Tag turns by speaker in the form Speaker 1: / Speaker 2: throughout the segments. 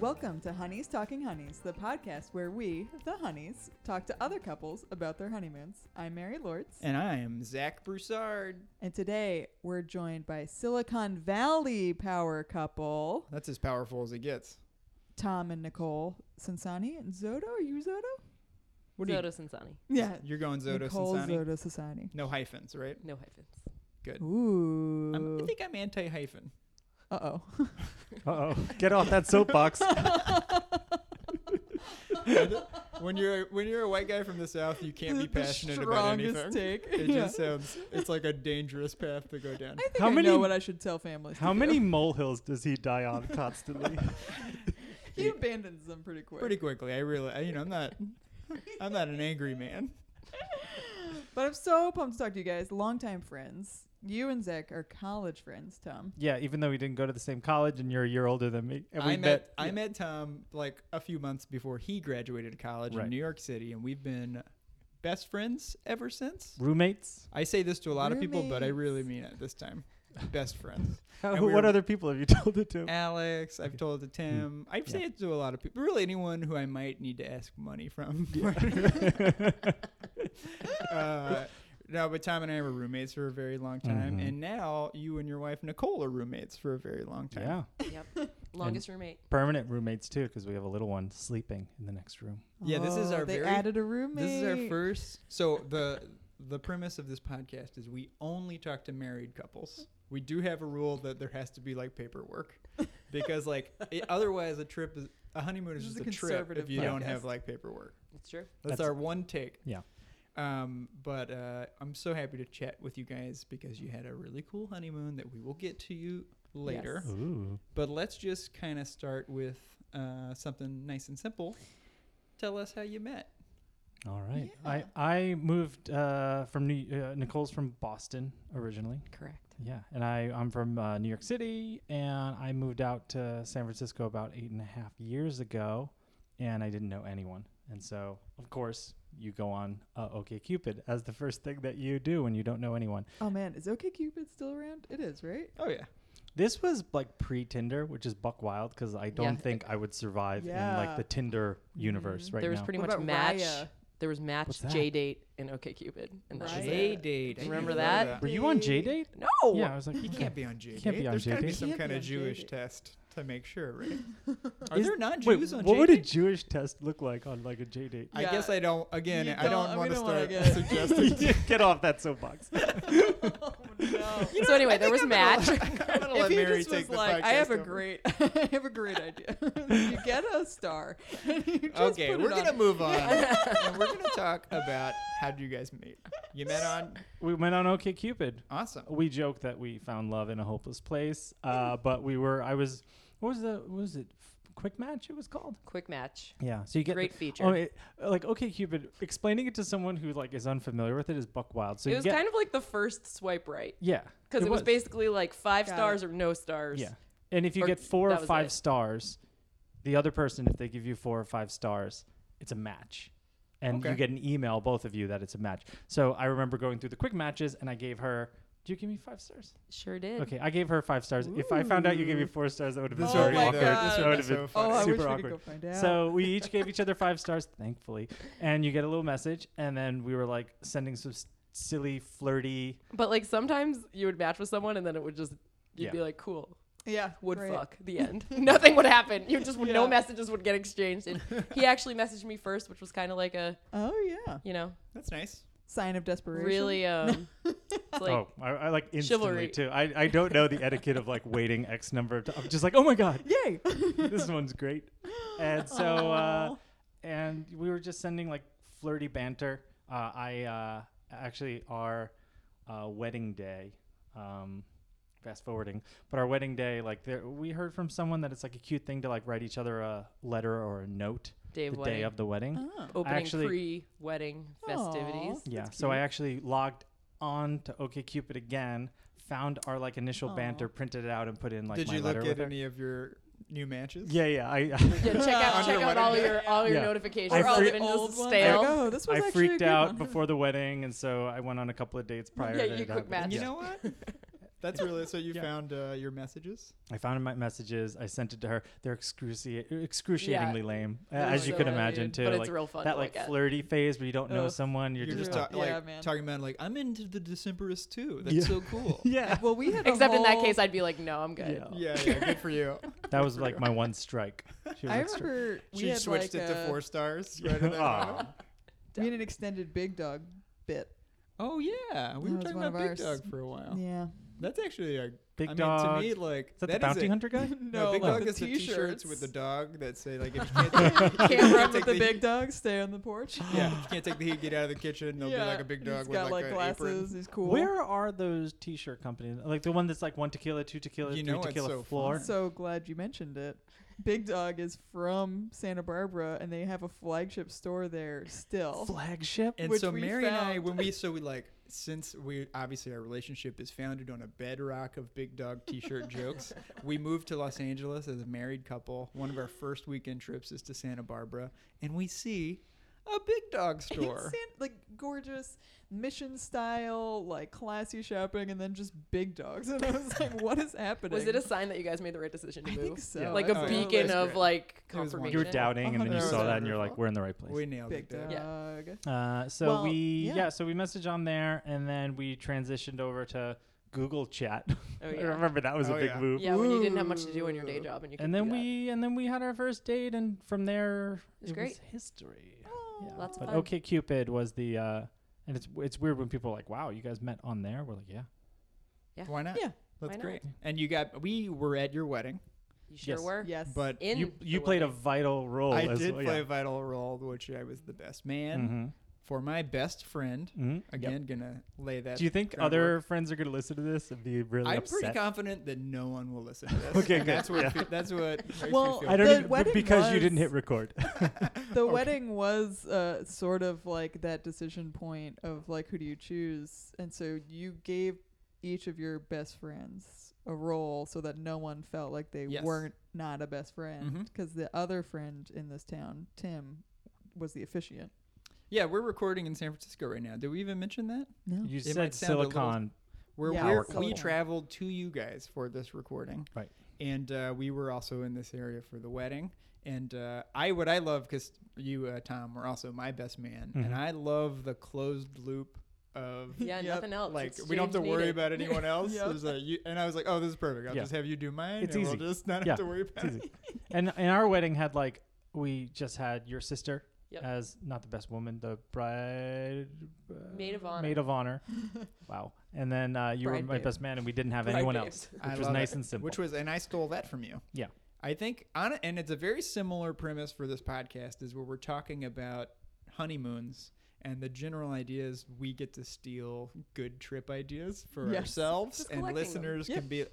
Speaker 1: Welcome to Honeys Talking Honeys, the podcast where we, the honeys, talk to other couples about their honeymoons. I'm Mary Lortz,
Speaker 2: And I am Zach Broussard.
Speaker 1: and today we're joined by Silicon Valley power couple,
Speaker 2: That's as powerful as it gets.
Speaker 1: Tom and Nicole Sansani. And Zoto, are you Zoto?
Speaker 2: What do you,
Speaker 3: Zoto Sansani.
Speaker 1: Yeah.
Speaker 2: you're going Zoto
Speaker 1: Nicole
Speaker 2: Sansani?
Speaker 1: Zoto Sansani.
Speaker 2: No hyphens, right?
Speaker 3: No hyphens.
Speaker 2: I'm, I
Speaker 1: Ooh.
Speaker 2: think I'm anti-hyphen.
Speaker 1: Uh oh.
Speaker 4: Uh oh. Get off that soapbox.
Speaker 2: when you're when you're a white guy from the south, you can't be passionate
Speaker 1: the
Speaker 2: about
Speaker 1: strongest
Speaker 2: anything.
Speaker 1: Take.
Speaker 2: It
Speaker 1: Yeah.
Speaker 2: just sounds it's like a dangerous path to go down.
Speaker 1: I think
Speaker 4: How
Speaker 1: I know
Speaker 4: many-
Speaker 1: what I should tell families. to
Speaker 4: How
Speaker 1: do.
Speaker 4: many molehills does he die on constantly?
Speaker 1: He abandons them pretty quick.
Speaker 2: Pretty quickly, I realize you know I'm not I'm not an angry man.
Speaker 1: But I'm so pumped to talk to you guys. Longtime friends. You and Zach are college friends, Tom.
Speaker 4: yeah, even though we didn't go to the same college and you're a year older than me. And we
Speaker 2: I met I met Tom like a few months before he graduated college
Speaker 4: Right.
Speaker 2: in New York City, and we've been best friends ever since.
Speaker 4: roommates.
Speaker 2: I say this to a lot of people, but I
Speaker 1: Roommates.
Speaker 2: really mean it this time. Best friends.
Speaker 4: How,
Speaker 2: And we
Speaker 4: what
Speaker 2: were-
Speaker 4: other people have you told it to?
Speaker 2: Alex, I've told it to Tim. I've
Speaker 4: Yeah.
Speaker 2: said it to a lot of people. Really, anyone who I might need to ask money from. uh, no, but Tom and I were roommates for a very long time,
Speaker 4: Mhm.
Speaker 2: and now you and your wife Nicole are roommates for a very long time.
Speaker 4: Yeah,
Speaker 3: Yep. Longest roommate.
Speaker 4: permanent roommates too, because we have a little one sleeping in the next room.
Speaker 2: Yeah, this is
Speaker 1: Oh,
Speaker 2: our
Speaker 1: They
Speaker 2: very-
Speaker 1: added a roommate.
Speaker 2: This is our first. So the the premise of this podcast is we only talk to married couples. We do have a rule that there has to be like paperwork, because like it, otherwise a trip is a honeymoon is
Speaker 1: This is
Speaker 2: just
Speaker 1: a
Speaker 2: a trip
Speaker 1: conservative
Speaker 2: if you don't
Speaker 1: podcast.
Speaker 2: have like paperwork.
Speaker 3: It's true.
Speaker 2: That's,
Speaker 4: That's-
Speaker 2: our one take.
Speaker 4: Yeah.
Speaker 2: Um, but uh, I'm so happy to chat with you guys because you had a really cool honeymoon that we will get to you later.
Speaker 3: Yes.
Speaker 4: Ooh.
Speaker 2: But let's just kind of start with uh, something nice and simple. Tell us how you met.
Speaker 4: All right.
Speaker 1: Yeah.
Speaker 4: I I moved uh, from New uh, Nicole's from Boston originally.
Speaker 3: Correct.
Speaker 4: Yeah, and I I'm from uh, New York City, and I moved out to San Francisco about eight and a half years ago, and I didn't know anyone, and so of course you go on uh, OkCupid as the first thing that you do when you don't know anyone.
Speaker 1: Oh man, is OkCupid still around? It is, right?
Speaker 2: Oh yeah.
Speaker 4: This was like pre Tinder, which is buck wild because I don't
Speaker 3: Yeah. Mm-hmm.
Speaker 4: think I would survive in
Speaker 1: Yeah.
Speaker 4: like the Tinder universe
Speaker 1: Mhm.
Speaker 4: right
Speaker 3: there was
Speaker 4: now.
Speaker 3: pretty
Speaker 1: What
Speaker 3: much
Speaker 1: about
Speaker 3: match.
Speaker 1: Raya?
Speaker 3: There was match,
Speaker 4: What's that?
Speaker 3: J date, and OK Cupid, and that was
Speaker 1: Right.
Speaker 3: it.
Speaker 2: J date.
Speaker 3: I Remember didn't know
Speaker 4: Were you on J
Speaker 1: J-Date.
Speaker 4: date?
Speaker 3: No.
Speaker 4: Yeah, I was like,
Speaker 2: You
Speaker 4: okay.
Speaker 2: can't be on J
Speaker 4: You can't be on
Speaker 2: There's gotta be
Speaker 4: JDate.
Speaker 2: some
Speaker 1: Can't
Speaker 2: kind
Speaker 1: be
Speaker 2: of
Speaker 1: on
Speaker 2: Jewish
Speaker 1: JDate.
Speaker 2: test to make sure, right? Are
Speaker 4: Is-
Speaker 2: there not
Speaker 4: Wait,
Speaker 2: Jews on
Speaker 4: what would a
Speaker 2: JDate?
Speaker 4: Jewish test look like on like a J date?
Speaker 2: I guess
Speaker 1: Yeah.
Speaker 2: I don't. Again,
Speaker 1: You
Speaker 2: I
Speaker 1: don't-
Speaker 2: don't
Speaker 1: we
Speaker 2: want to
Speaker 1: don't wanna
Speaker 2: start
Speaker 1: get-
Speaker 2: suggesting.
Speaker 4: Get off that soapbox.
Speaker 1: Oh no.
Speaker 3: so anyway, there was match.
Speaker 2: I'm gonna
Speaker 1: If
Speaker 2: let
Speaker 1: he
Speaker 2: Mary
Speaker 1: just was
Speaker 2: take the
Speaker 1: like, I have
Speaker 2: podcast
Speaker 1: a
Speaker 2: over.
Speaker 1: great, I have a great idea. you get a star. and you just
Speaker 2: Okay,
Speaker 1: put
Speaker 2: we're
Speaker 1: it on.
Speaker 2: gonna move on, and we're gonna talk about how do you guys meet? You met on
Speaker 4: we went on OkCupid.
Speaker 2: awesome.
Speaker 4: We joked that we found love in a hopeless place, uh, but we were. I was. What was the? What was it? Quick match. It was called.
Speaker 3: Quick match.
Speaker 4: Yeah. So you get. the-
Speaker 3: Great feature.
Speaker 4: Oh, it, like OkCupid. Explaining it to someone who like is unfamiliar with it is buck wild. So
Speaker 3: it
Speaker 4: you
Speaker 3: was
Speaker 4: get.
Speaker 3: kind of like the first swipe right
Speaker 4: yeah.
Speaker 3: because it, was, basically like five
Speaker 1: Got
Speaker 3: stars or no stars.
Speaker 4: Yeah. And if you
Speaker 3: or
Speaker 4: get four or
Speaker 3: that was
Speaker 4: five
Speaker 3: it.
Speaker 4: stars, the other person, if they give you four or five stars, it's a match. And
Speaker 2: Okay.
Speaker 4: you get an email, both of you, that it's a match. So I remember going through the quick matches, and I gave her. Did you give me five stars?
Speaker 3: Sure did.
Speaker 4: Okay, I gave her five stars. If I found out you gave me
Speaker 1: Ooh.
Speaker 4: four stars, that would have been
Speaker 1: This
Speaker 4: very
Speaker 1: would be
Speaker 4: awkward.
Speaker 1: the- this
Speaker 4: That
Speaker 1: would
Speaker 4: would
Speaker 2: be
Speaker 4: have been
Speaker 2: so
Speaker 1: Oh,
Speaker 2: funny.
Speaker 1: I
Speaker 4: super
Speaker 1: wish we
Speaker 4: awkward.
Speaker 1: could go find out.
Speaker 4: So we each gave each other five stars, thankfully, and you get a little message, and then we were like sending some s- silly, flirty.
Speaker 3: But like sometimes you would match with someone and then it would just you'd
Speaker 4: Yeah.
Speaker 3: be like cool.
Speaker 1: yeah,
Speaker 3: would
Speaker 1: right.
Speaker 3: fuck the end. Nothing would happen. You just would
Speaker 1: Yeah.
Speaker 3: no messages would get exchanged. And he actually messaged me first, which was kind of like a
Speaker 1: Oh yeah,
Speaker 3: you know
Speaker 2: That's nice.
Speaker 1: sign of desperation.
Speaker 3: really um it's like
Speaker 4: oh, I, I like instantly
Speaker 3: Chivalry.
Speaker 4: too. I, I don't know the etiquette of like waiting X number of times. I'm just like, oh my god,
Speaker 1: Yay.
Speaker 4: this one's great. And so, uh, and we were just sending like flirty banter. Uh, I uh, actually our uh, wedding day. Um, fast forwarding, but our wedding day, like there, we heard from someone that it's like a cute thing to like write each other a letter or a note
Speaker 3: day of
Speaker 4: the
Speaker 3: wedding,
Speaker 4: day of the wedding.
Speaker 1: Oh.
Speaker 3: opening
Speaker 4: actually-
Speaker 3: pre-wedding festivities.
Speaker 1: Aw.
Speaker 4: Yeah.
Speaker 1: That's
Speaker 4: So I
Speaker 1: cute.
Speaker 4: actually logged on to OkCupid again, found our like initial
Speaker 1: Aw.
Speaker 4: banter, printed it out, and put in like
Speaker 2: Did
Speaker 4: my
Speaker 2: you look
Speaker 4: letter.
Speaker 2: at
Speaker 4: with her.
Speaker 2: any of your new matches?
Speaker 4: Yeah, yeah. I,
Speaker 3: Yeah, check out
Speaker 2: On
Speaker 3: check
Speaker 2: your
Speaker 3: out
Speaker 2: wedding
Speaker 3: all
Speaker 2: day.
Speaker 3: your all your
Speaker 4: Yeah.
Speaker 3: notifications.
Speaker 4: I
Speaker 3: They're all
Speaker 4: freak-
Speaker 3: been just
Speaker 1: Like,
Speaker 3: stale.
Speaker 1: oh, this was
Speaker 4: I
Speaker 1: actually a
Speaker 4: freaked
Speaker 1: good
Speaker 4: out
Speaker 1: one.
Speaker 4: before the wedding, and so I went on a couple of dates prior
Speaker 3: Yeah,
Speaker 4: to
Speaker 3: you
Speaker 4: that.
Speaker 3: quick
Speaker 4: but-
Speaker 2: And you
Speaker 3: matched.
Speaker 2: know what? That's really so. You
Speaker 4: Yeah.
Speaker 2: found uh, your messages.
Speaker 4: I found my messages. I sent it to her. They're excruci- excruciatingly lame, a-
Speaker 3: It
Speaker 4: as
Speaker 3: is
Speaker 4: you
Speaker 3: so
Speaker 4: can
Speaker 3: bad,
Speaker 4: imagine
Speaker 3: dude.
Speaker 4: too.
Speaker 3: But it's
Speaker 4: like
Speaker 3: real fun
Speaker 4: that
Speaker 3: to
Speaker 4: like
Speaker 3: look at.
Speaker 4: flirty phase where you don't know
Speaker 1: Ugh.
Speaker 4: someone. You're,
Speaker 2: You're just
Speaker 4: just,
Speaker 2: ta-
Speaker 4: like,
Speaker 1: Yeah,
Speaker 2: like
Speaker 1: man.
Speaker 2: talking about like I'm into the Decemberists too. That's
Speaker 4: Yeah.
Speaker 2: so cool.
Speaker 4: yeah.
Speaker 1: Well, we had a
Speaker 3: Except in that
Speaker 1: whole-
Speaker 3: case, I'd be like, no, I'm good.
Speaker 4: Yeah.
Speaker 2: yeah, yeah, good for you.
Speaker 4: That was like my one strike. She was
Speaker 1: I
Speaker 4: like, "Stri-
Speaker 1: remember we
Speaker 2: she
Speaker 1: had
Speaker 2: switched
Speaker 1: like
Speaker 2: it
Speaker 1: a-
Speaker 2: to four stars. Right in that
Speaker 4: Aw.
Speaker 2: moment.
Speaker 1: We had an extended big dog bit.
Speaker 2: oh yeah,
Speaker 1: That
Speaker 2: we were
Speaker 1: was
Speaker 2: talking
Speaker 1: one
Speaker 2: about
Speaker 1: of
Speaker 2: Big
Speaker 1: ours.
Speaker 2: Dog for a while.
Speaker 1: Yeah.
Speaker 2: That's actually a
Speaker 4: Big
Speaker 2: I
Speaker 4: dog.
Speaker 2: mean, to me, like
Speaker 4: is that the
Speaker 2: that is
Speaker 4: bounty
Speaker 2: a-
Speaker 4: hunter guy?
Speaker 2: No, Big
Speaker 1: like
Speaker 2: Dog
Speaker 1: the
Speaker 2: is the t-shirts with the
Speaker 1: t-shirts.
Speaker 2: dog that say like if you can't take, if you
Speaker 1: Can't run
Speaker 2: can't
Speaker 1: with
Speaker 2: take
Speaker 1: the
Speaker 2: heat-
Speaker 1: big dog. Stay on the porch.
Speaker 2: Yeah, if you can't take the heat, get out of the kitchen. There'll be like a big
Speaker 1: and
Speaker 2: dog
Speaker 1: He's
Speaker 2: with
Speaker 1: got
Speaker 2: like,
Speaker 1: like
Speaker 2: an
Speaker 1: glasses.
Speaker 2: apron.
Speaker 1: He's cool.
Speaker 4: Where are those T-shirt companies? Like the one that's like one tequila, two tequila,
Speaker 2: You
Speaker 4: three
Speaker 2: know it's
Speaker 4: tequila
Speaker 2: so
Speaker 4: floor.
Speaker 1: I'm so glad you mentioned it. Big Dog is from Santa Barbara, and they have a flagship store there still.
Speaker 4: Flagship.
Speaker 2: And
Speaker 1: which
Speaker 2: so
Speaker 1: we
Speaker 2: Mary and I,
Speaker 1: found.
Speaker 2: when we so we like since we obviously our relationship is founded on a bedrock of Big Dog t-shirt jokes, we moved to Los Angeles as a married couple. One of our first weekend trips is to Santa Barbara, and we see a Big Dog
Speaker 1: It's
Speaker 2: store.
Speaker 1: san- like gorgeous mission style, like classy shopping, and then just big dogs. And I was like, what is happening?
Speaker 3: Was it a sign that you guys made the right decision to
Speaker 1: I
Speaker 3: move?
Speaker 1: think so.
Speaker 3: Like
Speaker 2: Oh,
Speaker 3: a
Speaker 2: yeah.
Speaker 3: beacon
Speaker 2: That's
Speaker 3: of
Speaker 2: great.
Speaker 3: like
Speaker 2: It was
Speaker 3: confirmation.
Speaker 2: wonderful.
Speaker 4: You were doubting, and then you
Speaker 2: That was
Speaker 4: saw that, and you're like,
Speaker 2: wonderful.
Speaker 4: "We're in the right place."
Speaker 2: we nailed
Speaker 1: big
Speaker 2: it.
Speaker 1: dog?
Speaker 2: Dave.
Speaker 4: Uh, so
Speaker 1: Well,
Speaker 4: we
Speaker 1: yeah.
Speaker 4: yeah. so we messaged on there, and then we transitioned over to Google Chat.
Speaker 3: Oh,
Speaker 4: I
Speaker 3: yeah.
Speaker 4: remember that was
Speaker 2: Oh,
Speaker 4: a big
Speaker 2: yeah.
Speaker 4: move.
Speaker 3: Yeah, when you didn't have much to do in your day job, and you
Speaker 4: And
Speaker 3: could
Speaker 4: then
Speaker 3: do that.
Speaker 4: we and then we had our first date, and from there
Speaker 3: was great.
Speaker 4: history.
Speaker 1: Oh,
Speaker 4: Yeah.
Speaker 3: Lots of
Speaker 4: but
Speaker 3: fun.
Speaker 4: OK Cupid was the uh, and it's it's weird when people are like, "Wow, you guys met on there." We're like, "Yeah."
Speaker 3: Yeah.
Speaker 2: Why not?
Speaker 1: Yeah.
Speaker 2: That's
Speaker 3: Why not?
Speaker 2: great. And you got we were at your wedding,
Speaker 3: You sure
Speaker 4: Yes.
Speaker 3: were.
Speaker 1: Yes.
Speaker 2: but
Speaker 3: In
Speaker 4: you
Speaker 3: the
Speaker 4: you played a
Speaker 3: wedding.
Speaker 4: vital role.
Speaker 2: I
Speaker 4: Oh, as
Speaker 2: did
Speaker 4: well,
Speaker 2: play a
Speaker 4: Yeah. Mm-hmm.
Speaker 2: vital role, which I was the best man for my best friend.
Speaker 4: hmm
Speaker 2: Again, gonna lay that.
Speaker 4: Do you think
Speaker 2: groundwork.
Speaker 4: other friends are going to listen to this and be really
Speaker 2: I'm
Speaker 4: upset?
Speaker 2: pretty confident that no one will listen to this.
Speaker 4: Okay,
Speaker 2: And
Speaker 4: good,
Speaker 2: That's what.
Speaker 4: yeah.
Speaker 2: fe- That's what. Makes
Speaker 1: Well,
Speaker 2: me feel
Speaker 4: I don't
Speaker 1: The
Speaker 4: even, b-
Speaker 1: wedding
Speaker 4: because you
Speaker 1: was-
Speaker 4: didn't hit record.
Speaker 1: the wedding was uh, sort of like that decision point of like who do you choose, and so you gave each of your best friends a role so that no one felt like they
Speaker 2: Yes.
Speaker 1: weren't not a best friend
Speaker 2: Mhm.
Speaker 1: because the other friend in this town, Tim, was the officiant.
Speaker 2: yeah, we're recording in San Francisco right now. Did we even mention that?
Speaker 1: No,
Speaker 4: you
Speaker 2: It
Speaker 4: said
Speaker 2: might sound a little-
Speaker 4: silicon.
Speaker 2: We're,
Speaker 1: Yeah,
Speaker 2: we're
Speaker 1: it's
Speaker 2: we
Speaker 1: Silicon.
Speaker 2: traveled to you guys for this recording,
Speaker 4: Right.
Speaker 2: And uh, we were also in this area for the wedding. And uh, I what I love because you uh, Tom were also my best man, and
Speaker 4: Mhm.
Speaker 2: I love the closed loop of
Speaker 3: Yeah,
Speaker 1: Yep.
Speaker 3: nothing else.
Speaker 2: like
Speaker 3: It's
Speaker 2: we don't have to
Speaker 3: James
Speaker 2: worry
Speaker 3: needed.
Speaker 2: about anyone else.
Speaker 1: Yep.
Speaker 2: There's a, you, and I was like, oh, this is perfect. I'll
Speaker 4: Yeah.
Speaker 2: just have you do mine.
Speaker 4: It's
Speaker 2: and
Speaker 4: easy.
Speaker 2: We'll just not
Speaker 4: Yeah,
Speaker 2: have to worry about
Speaker 4: It's
Speaker 2: it.
Speaker 4: easy. and and our wedding had like we just had your sister
Speaker 3: Yep.
Speaker 4: as not the best woman, the bride uh,
Speaker 3: Maid of honor.
Speaker 4: Maid of honor. wow. And then uh, you
Speaker 3: Bride
Speaker 4: were my
Speaker 3: babe.
Speaker 4: best man, and we didn't have
Speaker 3: Bride
Speaker 4: anyone
Speaker 3: babes.
Speaker 4: else, which
Speaker 2: I
Speaker 4: was
Speaker 2: love
Speaker 4: nice
Speaker 2: it.
Speaker 4: and simple.
Speaker 2: Which was, and I stole that from you.
Speaker 4: Yeah.
Speaker 2: I think on, and it's a very similar premise for this podcast is where we're talking about honeymoons and the general idea is we get to steal good trip ideas for
Speaker 1: Yes.
Speaker 2: ourselves
Speaker 3: Just
Speaker 2: and
Speaker 3: collecting them.
Speaker 2: listeners
Speaker 1: Yeah.
Speaker 2: can be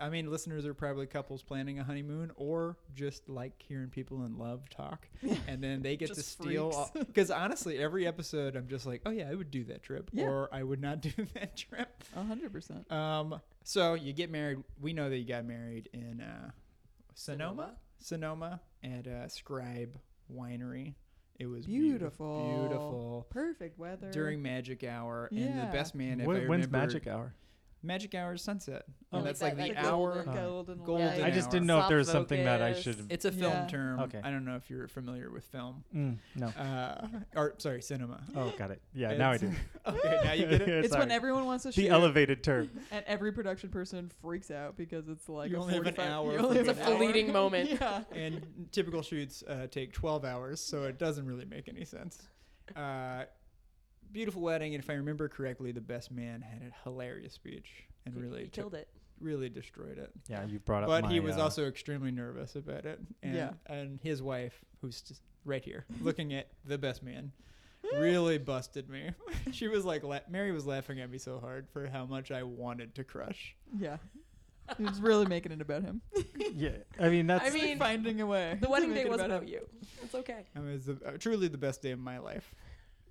Speaker 2: I mean listeners are probably couples planning a honeymoon or just like hearing people in love talk and then they get to
Speaker 1: Just
Speaker 2: steal because honestly every episode I'm just like oh yeah I would do that trip
Speaker 1: Yeah.
Speaker 2: or I would not do that trip
Speaker 1: a hundred percent.
Speaker 2: um, so you get married. We know that you got married in uh, Sonoma, Sonoma at uh, Scribe Winery. It was beautiful,
Speaker 1: Beautiful.
Speaker 2: beautiful
Speaker 1: Perfect weather
Speaker 2: during Magic Hour. And the
Speaker 1: Yeah.
Speaker 2: best man, if
Speaker 4: Wh-
Speaker 2: I
Speaker 4: when's
Speaker 2: remember,
Speaker 4: Magic Hour?
Speaker 2: Magic Hour is sunset.
Speaker 4: Oh.
Speaker 2: and that's
Speaker 3: Like
Speaker 2: like,
Speaker 3: that,
Speaker 2: the
Speaker 3: like
Speaker 2: hour.
Speaker 1: golden,
Speaker 4: Uh,
Speaker 1: golden,
Speaker 2: golden
Speaker 1: light.
Speaker 2: an
Speaker 4: I just
Speaker 2: hour.
Speaker 4: didn't know if
Speaker 3: Soft
Speaker 4: there was something that I
Speaker 3: focus.
Speaker 4: should.
Speaker 2: It's a film
Speaker 1: Yeah.
Speaker 2: term.
Speaker 4: Okay.
Speaker 2: I don't know if you're familiar with film.
Speaker 4: Mm, no.
Speaker 2: Uh, or sorry, cinema.
Speaker 4: Oh, got it. Yeah, now I do.
Speaker 2: It's- okay, now you get it.
Speaker 4: Yeah,
Speaker 1: It's when
Speaker 4: sorry.
Speaker 1: everyone wants to shoot,
Speaker 4: the elevated term.
Speaker 1: and every production person freaks out because it's like
Speaker 2: You
Speaker 1: a
Speaker 2: only have an
Speaker 1: 45
Speaker 2: hour
Speaker 1: you
Speaker 2: for
Speaker 1: only have
Speaker 2: good
Speaker 1: an hour.
Speaker 3: fleeting moment.
Speaker 1: yeah.
Speaker 2: and typical shoots uh, take 12 hours, so it doesn't really make any sense. Uh, beautiful wedding, and if I remember correctly, the best man had a hilarious speech and
Speaker 3: He-
Speaker 2: really
Speaker 3: he
Speaker 2: took,
Speaker 3: killed it.
Speaker 2: really destroyed it.
Speaker 4: Yeah, you brought up.
Speaker 2: But he
Speaker 4: my,
Speaker 2: was
Speaker 4: uh,
Speaker 2: also extremely nervous about it, and
Speaker 1: Yeah.
Speaker 2: and his wife, who's just right here looking at the best man, really busted me. she was like, la- Mary was laughing at me so hard for how much I wanted to crush.
Speaker 1: Yeah. He was really making it about him.
Speaker 4: Yeah, I mean that's.
Speaker 3: I mean,
Speaker 1: finding a way.
Speaker 3: The
Speaker 1: to
Speaker 3: wedding
Speaker 1: make
Speaker 3: day
Speaker 1: it
Speaker 3: wasn't
Speaker 1: about
Speaker 3: about
Speaker 1: him.
Speaker 3: you. It's okay.
Speaker 2: I mean, it was the, uh, truly the best day of my life.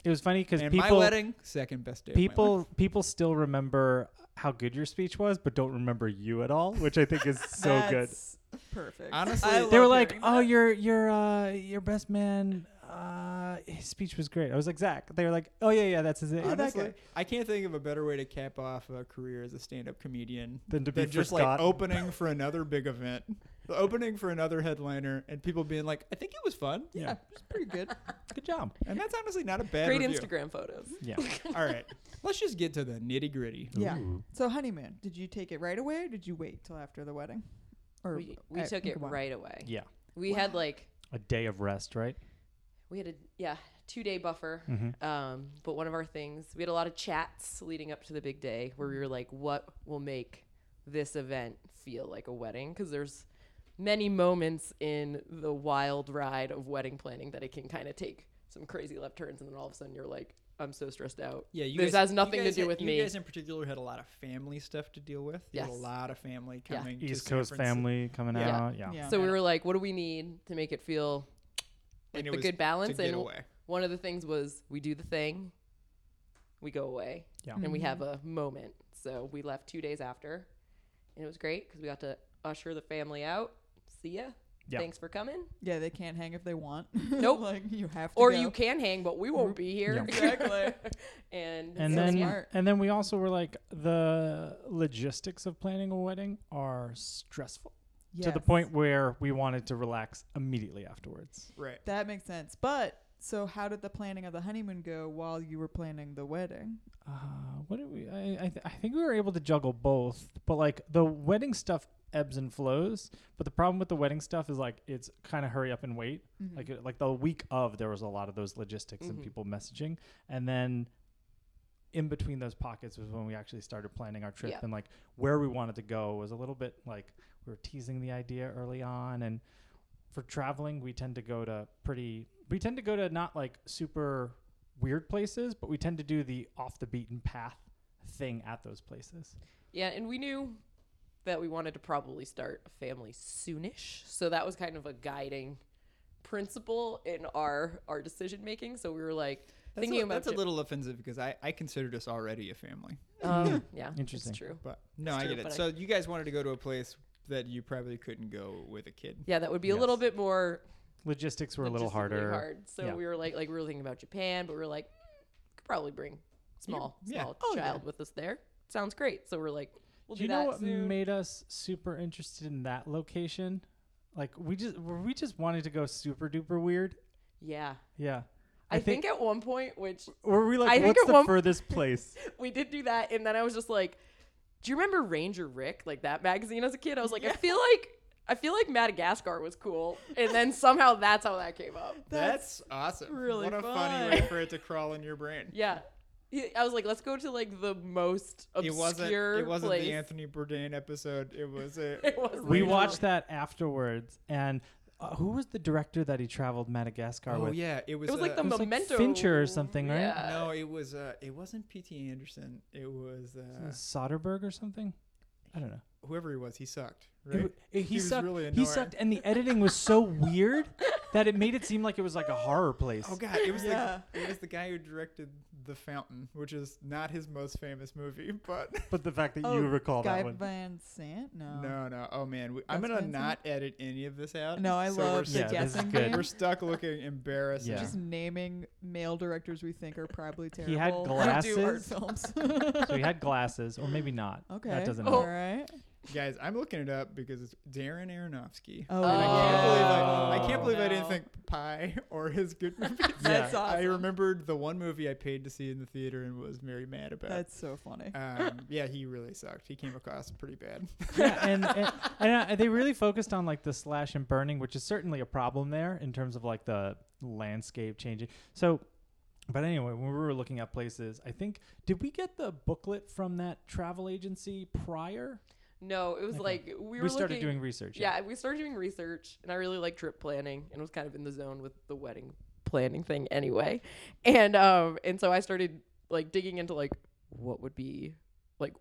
Speaker 4: it was funny because
Speaker 2: And
Speaker 4: people.
Speaker 2: my wedding, second best day. of my life.
Speaker 4: people people still remember how good your speech was but don't remember you at all which i think is so good
Speaker 1: That's Perfect.
Speaker 2: Honestly, They
Speaker 1: "Oh,
Speaker 4: they were
Speaker 2: love
Speaker 4: like
Speaker 1: hearing
Speaker 4: oh
Speaker 1: that.
Speaker 4: your your uh your best man uh he his speech was great. I was like, Zach. They were like, oh yeah, yeah, that's his.
Speaker 1: Yeah, that
Speaker 2: Honestly,
Speaker 1: guy.
Speaker 2: I can't think of a better way to cap off a career as a stand-up comedian
Speaker 4: Than to be
Speaker 2: than just like
Speaker 4: forgotten.
Speaker 2: opening for another big event, the opening for another headliner, and people being like, "I think it was fun,"
Speaker 1: Yeah, it's pretty good.
Speaker 4: Good job.
Speaker 2: and that's honestly not a bad
Speaker 3: Great
Speaker 2: review.
Speaker 3: Instagram photos.
Speaker 4: Yeah.
Speaker 2: All right, let's just get to the nitty gritty.
Speaker 1: Yeah.
Speaker 4: Ooh.
Speaker 1: So honeymoon, did you take it right away or did you wait till after the wedding? Or
Speaker 3: We, we
Speaker 1: I-
Speaker 3: took it
Speaker 1: come on.
Speaker 3: right away.
Speaker 4: Yeah.
Speaker 3: We had like
Speaker 4: A day of rest, right?
Speaker 3: we had a yeah two day buffer.
Speaker 4: Mm-hmm.
Speaker 3: Um, but one of our things we had a lot of chats leading up to the big day where we were like, what will make this event feel like a wedding? Because there's many moments in the wild ride of wedding planning that it can kind of take some crazy left turns, and then all of a sudden you're like, I'm so stressed out.
Speaker 2: Yeah, you
Speaker 3: This
Speaker 2: guys,
Speaker 3: has nothing
Speaker 2: you
Speaker 3: to
Speaker 2: guys
Speaker 3: do
Speaker 2: had-
Speaker 3: with
Speaker 2: you
Speaker 3: me.
Speaker 2: guys in particular had a lot of family stuff to deal with. You had
Speaker 3: Yes.
Speaker 2: a lot of family
Speaker 3: Yeah.
Speaker 2: coming. to
Speaker 4: East
Speaker 2: San
Speaker 4: Coast
Speaker 2: Francisco.
Speaker 4: family coming
Speaker 3: Yeah.
Speaker 4: out. Yeah.
Speaker 1: Yeah.
Speaker 3: So we were like, what do we need to make it feel like
Speaker 2: And it
Speaker 3: the
Speaker 2: was
Speaker 3: good balance?
Speaker 2: to get
Speaker 3: and
Speaker 2: away.
Speaker 3: one of the things was we do the thing, we go away,
Speaker 4: Yeah.
Speaker 3: and we have
Speaker 1: Mm-hmm.
Speaker 3: a moment. So we left two days after, and it was great because we got to usher the family out. See ya.
Speaker 4: Yeah.
Speaker 3: Thanks for coming.
Speaker 1: Yeah, they can't hang if they want.
Speaker 3: Nope.
Speaker 1: like you have to
Speaker 3: Or
Speaker 1: go. Mm-hmm.
Speaker 3: you can hang, but we won't be here.
Speaker 4: Yeah.
Speaker 1: Exactly.
Speaker 3: and
Speaker 4: And
Speaker 3: so,
Speaker 4: then,
Speaker 1: smart.
Speaker 4: and then we also were like, the logistics of planning a wedding are stressful to the
Speaker 1: Yes.
Speaker 4: point where we wanted to relax immediately afterwards.
Speaker 2: Right.
Speaker 1: That makes sense. But so how did the planning of the honeymoon go while you were planning the wedding?
Speaker 4: Uh, what did we? I, I, th- I think we were able to juggle both, but like the wedding stuff ebbs and flows. But the problem with the wedding stuff is like it's kind of hurry up and wait.
Speaker 3: Hmm. Mm-hmm.
Speaker 4: Like it- like the week of there was a lot of those logistics
Speaker 3: Mhm.
Speaker 4: and people messaging, and then in between those pockets was when we actually started planning our trip
Speaker 3: Yeah.
Speaker 4: and like where we wanted to go was a little bit like we were teasing the idea early on and for traveling we tend to go to pretty we tend to go to not like super weird places but we tend to do the off the beaten path thing at those places
Speaker 3: yeah, and we knew that we wanted to probably start a family soonish. So that was kind of a guiding principle in our our decision making. So we were like
Speaker 2: That's
Speaker 3: thinking
Speaker 2: a,
Speaker 3: about
Speaker 2: that's
Speaker 3: ju-
Speaker 2: a little offensive because I, I considered us already a family.
Speaker 3: Um, yeah, it's
Speaker 4: Interesting.
Speaker 3: true.
Speaker 2: But no,
Speaker 3: It's
Speaker 2: I
Speaker 3: true,
Speaker 2: get
Speaker 3: but
Speaker 2: it.
Speaker 3: I-
Speaker 2: So you guys wanted to go to a place that you probably couldn't go with a kid.
Speaker 3: Yeah, that would be a little
Speaker 4: Yes.
Speaker 3: bit more
Speaker 4: logistics were a little
Speaker 3: logistically
Speaker 4: harder
Speaker 3: Hard. So
Speaker 4: Yeah.
Speaker 3: we were like, like we were thinking about Japan, but we were like, mm, could probably bring small,
Speaker 2: yeah.
Speaker 3: small
Speaker 1: Oh, yeah.
Speaker 3: child with us there. Sounds great. So we're like, we'll
Speaker 4: do
Speaker 3: do,
Speaker 4: you
Speaker 3: that
Speaker 4: know what
Speaker 3: soon.
Speaker 4: made us super interested in that location like we just were we just wanted to go super duper weird
Speaker 3: yeah,
Speaker 4: yeah
Speaker 3: I, think, at one point, which
Speaker 4: were we like
Speaker 3: I think
Speaker 4: what's
Speaker 3: at
Speaker 4: the
Speaker 3: one-
Speaker 4: furthest place
Speaker 3: we did do that, and then I was just like, do you remember Ranger Rick, like that magazine as a kid? I was like, I feel like. I feel like Madagascar was cool, and then somehow that's how that came up.
Speaker 2: That's, awesome.
Speaker 1: really
Speaker 2: what a
Speaker 1: fun.
Speaker 2: funny way for it to crawl in your brain.
Speaker 3: Yeah, He- I was like, let's go to like the most obscure
Speaker 2: It wasn't. It wasn't
Speaker 3: place.
Speaker 2: the Anthony Bourdain episode. It was a.
Speaker 3: It was
Speaker 4: we
Speaker 3: Ranger
Speaker 4: watched that afterwards and uh, who was the director that he traveled madagascar
Speaker 2: oh
Speaker 4: with
Speaker 2: yeah, it was.
Speaker 3: It was like
Speaker 2: uh,
Speaker 3: the
Speaker 4: was, like,
Speaker 3: memento
Speaker 4: Fincher or something, right?
Speaker 3: Yeah.
Speaker 2: No, it was. Uh, it wasn't P.T. Anderson. It was uh,
Speaker 4: soderbergh or something i don't know
Speaker 2: whoever he was. He sucked.
Speaker 4: It
Speaker 2: Right.
Speaker 4: w- it-
Speaker 2: He
Speaker 4: he,
Speaker 2: was
Speaker 4: sucked
Speaker 2: really
Speaker 4: he
Speaker 2: annoying.
Speaker 4: sucked and the editing was so weird that it made it seem like it was like a horror place
Speaker 2: Oh god, it was
Speaker 1: Yeah.
Speaker 2: the it was the guy who directed The Fountain, which is not his most famous movie, but
Speaker 4: but the fact that
Speaker 1: Oh,
Speaker 4: you recall
Speaker 1: Guy
Speaker 4: that one
Speaker 1: Van Sant? No.
Speaker 2: no, no. Oh man, we, I'm
Speaker 1: That's
Speaker 2: gonna
Speaker 1: Vincent?
Speaker 2: not edit any of this out.
Speaker 1: No, I
Speaker 2: so
Speaker 1: love
Speaker 2: We're,
Speaker 1: the
Speaker 4: Yeah, this is
Speaker 1: guessing
Speaker 4: good.
Speaker 1: game.
Speaker 2: we're stuck looking embarrassed.
Speaker 4: Yeah.
Speaker 1: Just naming male directors we think are probably terrible.
Speaker 4: He had
Speaker 1: who do art
Speaker 4: glasses.
Speaker 1: films.
Speaker 4: so he had glasses or maybe not
Speaker 1: okay.
Speaker 4: that doesn't
Speaker 3: Oh,
Speaker 1: All
Speaker 4: matter
Speaker 1: right.
Speaker 2: Guys, I'm looking it up because it's Darren Aronofsky.
Speaker 1: Oh,
Speaker 2: And I can't believe I, I
Speaker 4: Oh.
Speaker 2: can't believe I didn't
Speaker 1: No.
Speaker 2: think Pie or his good movies.
Speaker 1: That's
Speaker 4: Yeah.
Speaker 1: awesome.
Speaker 2: I remembered the one movie I paid to see in the theater and was very mad about.
Speaker 1: That's so funny.
Speaker 2: um, yeah, he really sucked. He came across pretty bad.
Speaker 4: yeah, and and, and uh, they really focused on like the slash and burning, which is certainly a problem there in terms of like the landscape changing. So, but anyway, when we were looking at places, I think did we get the booklet from that travel agency prior?
Speaker 3: No, it was
Speaker 4: Okay.
Speaker 3: like we
Speaker 4: We,
Speaker 3: were
Speaker 4: started
Speaker 3: looking,
Speaker 4: doing research.
Speaker 3: Yeah, we started doing research, and I really like trip planning, and was kind of in the zone with the wedding planning thing anyway, and um, and so I started like digging into like what would be like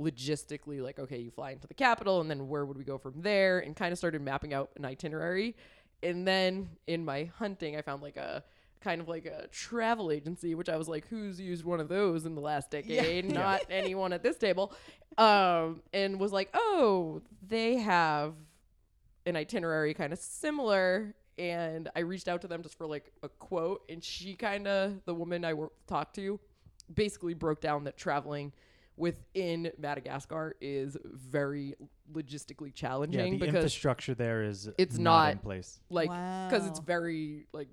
Speaker 3: logistically like okay, you fly into the capital, and then where would we go from there, and kind of started mapping out an itinerary, and then in my hunting, I found like a kind of like a travel agency, which I was like, who's used one of those in the last decade? Not anyone at this table. Um, and was like, oh, they have an itinerary kind of similar. and I reached out to them just for like a quote. And she kind of, the woman I wor- talked to, basically broke down that traveling within Madagascar is very logistically
Speaker 4: yeah,
Speaker 3: challenging
Speaker 4: the
Speaker 3: because
Speaker 4: infrastructure there is
Speaker 3: it's
Speaker 4: in
Speaker 3: not
Speaker 4: place.
Speaker 3: like because it's
Speaker 1: Wow.
Speaker 3: very like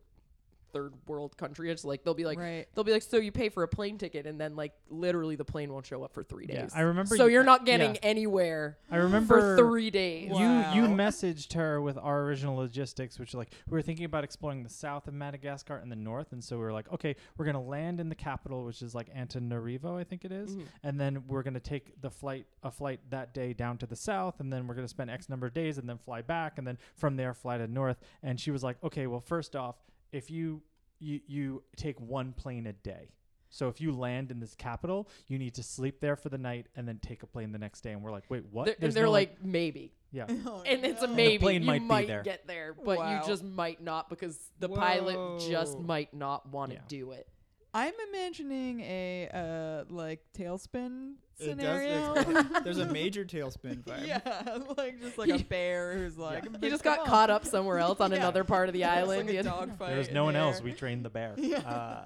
Speaker 3: third world country. It's like they'll be like
Speaker 1: right.
Speaker 3: they'll be like, so you pay for a plane ticket, and then like literally the plane won't show up for three days.
Speaker 4: Yeah, I remember
Speaker 3: So
Speaker 4: you-
Speaker 3: you're not
Speaker 4: yeah.
Speaker 3: getting anywhere
Speaker 4: I remember
Speaker 3: for three days.
Speaker 4: You
Speaker 1: Wow.
Speaker 4: you messaged her with our original logistics, which like we were thinking about exploring the south of Madagascar and the north, and so we were like, okay, we're gonna land in the capital, which is like Antananarivo, I think it is,
Speaker 3: Mhm.
Speaker 4: and then we're gonna take the flight a flight that day down to the south, and then we're gonna spend X number of days, and then fly back, and then from there fly to north. And she was like, okay, well, first off, if you you you take one plane a day. So if you land in this capital, you need to sleep there for the night and then take a plane the next day. And we're like, wait, what?
Speaker 3: They're,
Speaker 4: There's
Speaker 3: they're
Speaker 4: no,
Speaker 3: like, maybe,
Speaker 4: yeah.
Speaker 3: and it's a
Speaker 1: Oh, no.
Speaker 3: maybe.
Speaker 4: plane
Speaker 3: you
Speaker 4: might
Speaker 3: might,
Speaker 4: be there.
Speaker 3: get there, but
Speaker 1: Wow.
Speaker 3: you just might not because the pilot just
Speaker 2: Whoa.
Speaker 3: might not want to
Speaker 4: Yeah.
Speaker 3: do it.
Speaker 1: I'm imagining a uh like tailspin
Speaker 2: It does-
Speaker 1: scenario.
Speaker 2: it's- there's a major tailspin vibe.
Speaker 1: yeah, like just like a
Speaker 3: He-
Speaker 1: bear who's like
Speaker 3: He
Speaker 1: "Bitch,
Speaker 3: just
Speaker 1: come
Speaker 3: got
Speaker 1: on."
Speaker 3: caught up somewhere else on
Speaker 1: Yeah.
Speaker 3: another part of the
Speaker 1: It's
Speaker 3: island.
Speaker 1: Like
Speaker 3: Yeah.
Speaker 1: a dog fight
Speaker 4: There was
Speaker 1: in
Speaker 4: no one
Speaker 1: the
Speaker 4: else.
Speaker 1: air.
Speaker 4: We trained the bear.
Speaker 1: Yeah.
Speaker 4: Uh,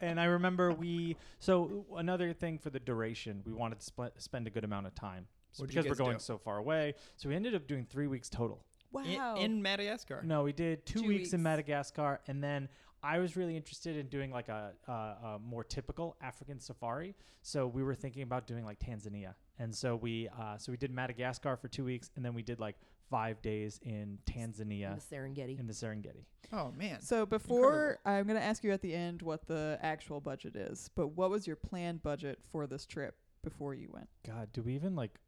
Speaker 4: and I remember we. So another thing for the duration, we wanted to spl- spend a good amount of time so
Speaker 2: What'd you
Speaker 4: because we're
Speaker 2: guys
Speaker 4: going
Speaker 2: do?
Speaker 4: so far away. So we ended up doing three weeks total.
Speaker 1: wow.
Speaker 2: In, in Madagascar.
Speaker 4: No, we did two,
Speaker 1: Two
Speaker 4: weeks, in
Speaker 1: weeks.
Speaker 4: Madagascar, and then I was really interested in doing like a, a, a more typical African safari. So we were thinking about doing like Tanzania, and so we uh, so we did Madagascar for two weeks, and then we did like five days in
Speaker 3: In
Speaker 4: Tanzania
Speaker 3: the Serengeti.
Speaker 4: in the Serengeti.
Speaker 2: Oh man.
Speaker 1: so before I'm gonna ask you at the end what the actual budget is, but what was your planned budget for this trip before you went?
Speaker 4: God, do we even like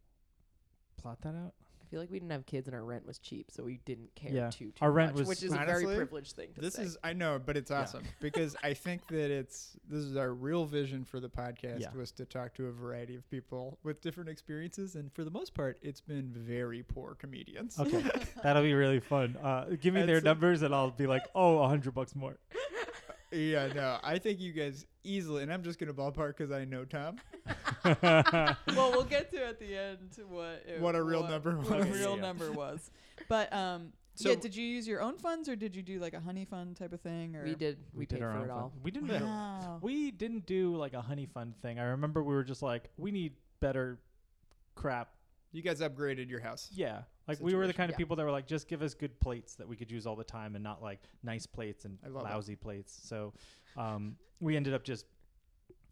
Speaker 4: plot that out?
Speaker 3: I feel like we didn't have kids and our rent was cheap, so we didn't care
Speaker 4: Yeah.
Speaker 3: too, too
Speaker 4: Our rent
Speaker 3: much,
Speaker 4: was-
Speaker 3: which is a
Speaker 2: Honestly,
Speaker 3: very privileged thing to
Speaker 2: This
Speaker 3: say.
Speaker 2: is I know, but it's
Speaker 4: Yeah.
Speaker 2: awesome because I think that it's this is our real vision for the podcast
Speaker 4: Yeah.
Speaker 2: was to talk to a variety of people with different experiences, and for the most part, it's been very poor comedians.
Speaker 4: Okay, that'll be really fun. Uh, give me their
Speaker 2: That's-
Speaker 4: numbers, and I'll be like, oh, a hundred bucks more.
Speaker 2: Yeah, no, I think you guys easily, and I'm just gonna ballpark because I know Tom.
Speaker 1: well, we'll get to at the end what it,
Speaker 2: What a real number
Speaker 1: What a
Speaker 4: was.
Speaker 1: real
Speaker 4: Yeah.
Speaker 1: number was. But um,
Speaker 2: So-
Speaker 1: yeah, did you use your own funds or did you do like a honey fund type of thing? Or
Speaker 3: we did we, paid for it
Speaker 4: fun-
Speaker 3: all.
Speaker 4: We didn't. really-
Speaker 1: Wow.
Speaker 4: We didn't do like a honey fund thing. I remember we were just like, we need better crap.
Speaker 2: You guys upgraded your house.
Speaker 4: Yeah. Like we were the
Speaker 2: Situation.
Speaker 4: kind of
Speaker 3: Yeah.
Speaker 4: people that were like, just give us good plates that we could use all the time, and not like nice plates and
Speaker 2: I love it.
Speaker 4: lousy plates. So, um, we ended up just,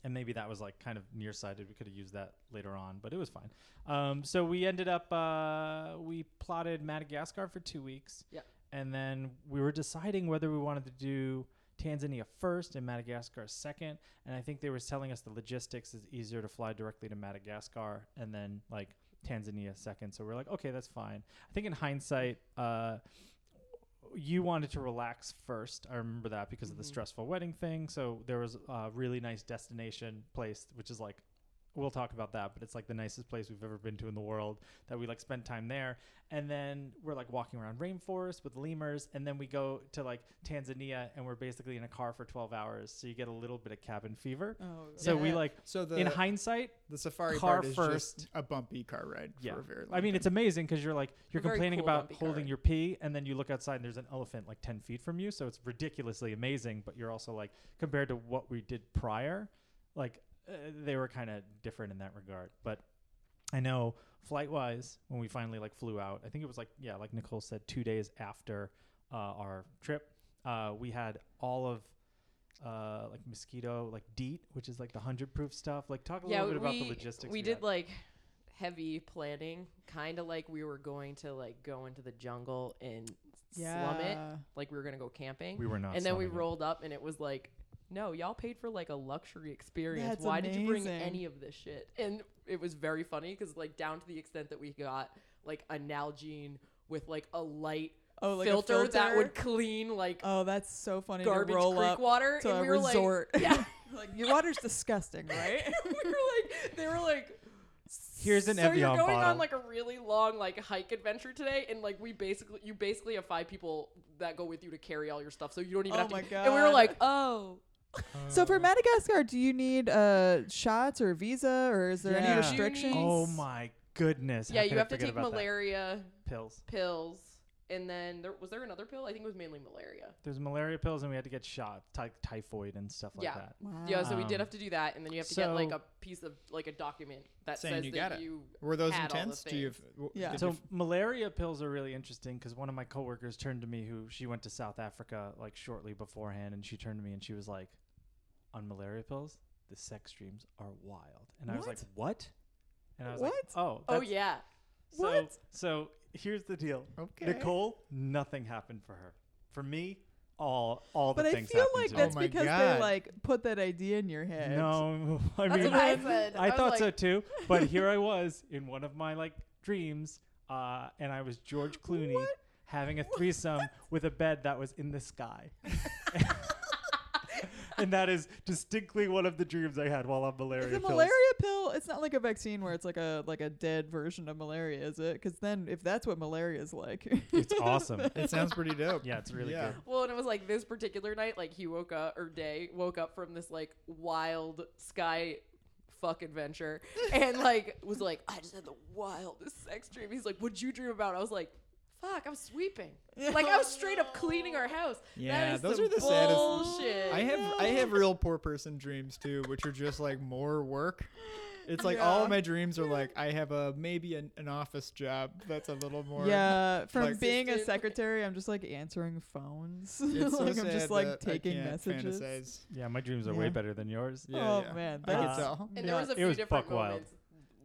Speaker 4: and maybe that was like kind of nearsighted. We could have used that later on, but it was fine. Um, so we ended up uh, we plotted Madagascar for two weeks.
Speaker 3: Yep.
Speaker 4: And then we were deciding whether we wanted to do Tanzania first and Madagascar second. And I think they were telling us the logistics is easier to fly directly to Madagascar and then like Tanzania second. So we're like, okay, that's fine. I think in hindsight, uh, you wanted to relax first. I remember that because of the
Speaker 3: Mhm.
Speaker 4: stressful wedding thing. So there was a really nice destination place, which is like, we'll talk about that, but it's like the nicest place we've ever been to in the world that we like spend time there. And then we're like walking around rainforest with lemurs. And then we go to like Tanzania and we're basically in a car for 12 hours. So you get a little bit of cabin fever.
Speaker 1: Oh,
Speaker 4: So we
Speaker 1: yeah.
Speaker 4: like,
Speaker 2: So the
Speaker 4: in hindsight,
Speaker 2: the safari
Speaker 4: car
Speaker 2: part is
Speaker 4: first.
Speaker 2: just a bumpy car ride
Speaker 4: Yeah.
Speaker 2: for a very long
Speaker 4: I mean,
Speaker 2: time.
Speaker 4: it's amazing because you're like you're
Speaker 3: A very
Speaker 4: complaining
Speaker 3: cool
Speaker 4: about
Speaker 3: lumpy car
Speaker 4: holding
Speaker 3: ride.
Speaker 4: your pee, and then you look outside and there's an elephant like ten feet from you. So it's ridiculously amazing, but you're also like compared to what we did prior, like uh, they were kind of different in that regard. But I know flight wise, when we finally like flew out, I think it was like yeah, like Nicole said, two days after uh, our trip, uh, we had all of. Uh, like mosquito, like DEET, which is like the hundred proof stuff. Like talk a
Speaker 3: yeah, we,
Speaker 4: little bit about the logistics.
Speaker 3: we did
Speaker 4: had.
Speaker 3: like heavy planning, kind of like we were going to like go into the jungle and slum it,
Speaker 1: Yeah.
Speaker 3: like we were gonna go camping.
Speaker 4: we were not,
Speaker 3: and then we
Speaker 4: slumming it.
Speaker 3: rolled up, and it was like, no, y'all paid for like a luxury experience.
Speaker 1: That's
Speaker 3: Why did you bring
Speaker 1: amazing.
Speaker 3: any of this shit? And it was very funny because like down to the extent that we got like a Nalgene with like a light
Speaker 1: Oh, like a
Speaker 3: filter, that
Speaker 1: filter?
Speaker 3: would clean like
Speaker 1: Oh, that's so funny to
Speaker 3: garbage
Speaker 1: roll
Speaker 3: creek
Speaker 1: up
Speaker 3: water.
Speaker 1: to
Speaker 3: and
Speaker 1: a
Speaker 3: we were
Speaker 1: resort.
Speaker 3: like, yeah.
Speaker 1: like your water's disgusting, right?
Speaker 3: we were like, they were like,
Speaker 4: Here's an
Speaker 3: so you're
Speaker 4: Evian
Speaker 3: going
Speaker 4: bottle."
Speaker 3: on like a really long like hike adventure today, and like we basically, you basically have five people that go with you to carry all your stuff, so you don't even
Speaker 1: Oh
Speaker 3: have to.
Speaker 1: my
Speaker 3: And we were
Speaker 1: God.
Speaker 3: like, oh,
Speaker 1: So for Madagascar, do you need uh shots or visa or is there
Speaker 4: Yeah.
Speaker 1: any
Speaker 4: Do you
Speaker 1: restrictions?
Speaker 4: Oh my goodness! how
Speaker 3: yeah,
Speaker 4: could
Speaker 3: you
Speaker 4: I
Speaker 3: have to
Speaker 4: forget
Speaker 3: take
Speaker 4: about that?
Speaker 3: malaria
Speaker 4: pills.
Speaker 3: pills. And then there was there another pill? I think it was mainly malaria.
Speaker 4: There's malaria pills, and we had to get shots, like typhoid and stuff like
Speaker 3: Yeah.
Speaker 4: that.
Speaker 1: Wow.
Speaker 3: Yeah, so we
Speaker 4: Um,
Speaker 3: did have to do that, and then you have to get like
Speaker 4: so-
Speaker 3: a piece of like a document that
Speaker 2: Saying
Speaker 3: says
Speaker 2: you
Speaker 3: that
Speaker 2: got it.
Speaker 3: you
Speaker 2: Were those
Speaker 3: had all the
Speaker 2: intense? Do you? Have,
Speaker 3: things.
Speaker 2: w-
Speaker 1: Yeah.
Speaker 2: did
Speaker 4: So
Speaker 2: you f-
Speaker 4: malaria pills are really interesting because one of my coworkers turned to me who she went to South Africa like shortly beforehand, and she turned to me and she was like, "On malaria pills, the sex dreams are wild." And I was like, "What?" And I was
Speaker 1: What?
Speaker 4: like, "Oh,
Speaker 3: Oh
Speaker 4: that's-
Speaker 3: yeah.
Speaker 4: So,
Speaker 1: What?
Speaker 4: So here's the deal.
Speaker 2: okay.
Speaker 4: Nicole, nothing happened for her. For me, all all
Speaker 1: But
Speaker 4: the
Speaker 1: I
Speaker 4: things
Speaker 1: feel
Speaker 4: happened
Speaker 1: like
Speaker 4: to
Speaker 1: that's
Speaker 2: Oh my
Speaker 1: because
Speaker 2: God.
Speaker 1: they like put that idea in your
Speaker 4: me.
Speaker 1: head.
Speaker 4: No, I
Speaker 3: That's
Speaker 4: mean,
Speaker 3: what I said.
Speaker 4: I
Speaker 3: was
Speaker 4: thought
Speaker 3: like,
Speaker 4: so too, but here I was in one of my like dreams, uh, and I was George Clooney
Speaker 1: What?
Speaker 4: having a threesome with a bed that was in the sky. and that is distinctly one of the dreams I had while on malaria.
Speaker 1: Is a
Speaker 4: pills.
Speaker 1: malaria pill? It's not like a vaccine where it's like a like a dead version of malaria, is it? Because then, if that's what malaria is like,
Speaker 4: It's awesome.
Speaker 2: It sounds pretty dope.
Speaker 4: Yeah, it's really
Speaker 2: Yeah.
Speaker 4: good.
Speaker 3: Well, and it was like this particular night, like he woke up or day woke up from this like wild sky fuck adventure, and like was like, I just had the wildest sex dream. He's like, What'd you dream about? I was like. Fuck! I was sweeping. Like I was straight up cleaning our house.
Speaker 2: Yeah,
Speaker 3: that is
Speaker 2: those
Speaker 3: some
Speaker 2: are the saddest-
Speaker 3: bullshit.
Speaker 2: I have I have real poor person dreams too, which are just like more work. It's like all
Speaker 1: Yeah.
Speaker 2: of my dreams are like I have a maybe an, an office job that's a little more
Speaker 1: yeah, from
Speaker 2: like-
Speaker 1: being a
Speaker 3: Assistant.
Speaker 1: secretary, I'm just like answering phones.
Speaker 2: It's so
Speaker 1: like I'm
Speaker 2: sad
Speaker 1: just like
Speaker 2: that I
Speaker 1: taking
Speaker 2: can't
Speaker 1: messages.
Speaker 2: fantasize.
Speaker 4: Yeah, my dreams are
Speaker 1: Yeah.
Speaker 4: way better than yours.
Speaker 2: Yeah,
Speaker 1: Oh,
Speaker 2: yeah.
Speaker 1: man,
Speaker 2: I
Speaker 4: that's-
Speaker 2: can tell.
Speaker 3: And there was a
Speaker 4: It
Speaker 3: few
Speaker 4: was
Speaker 3: different
Speaker 4: buck wild.
Speaker 3: moments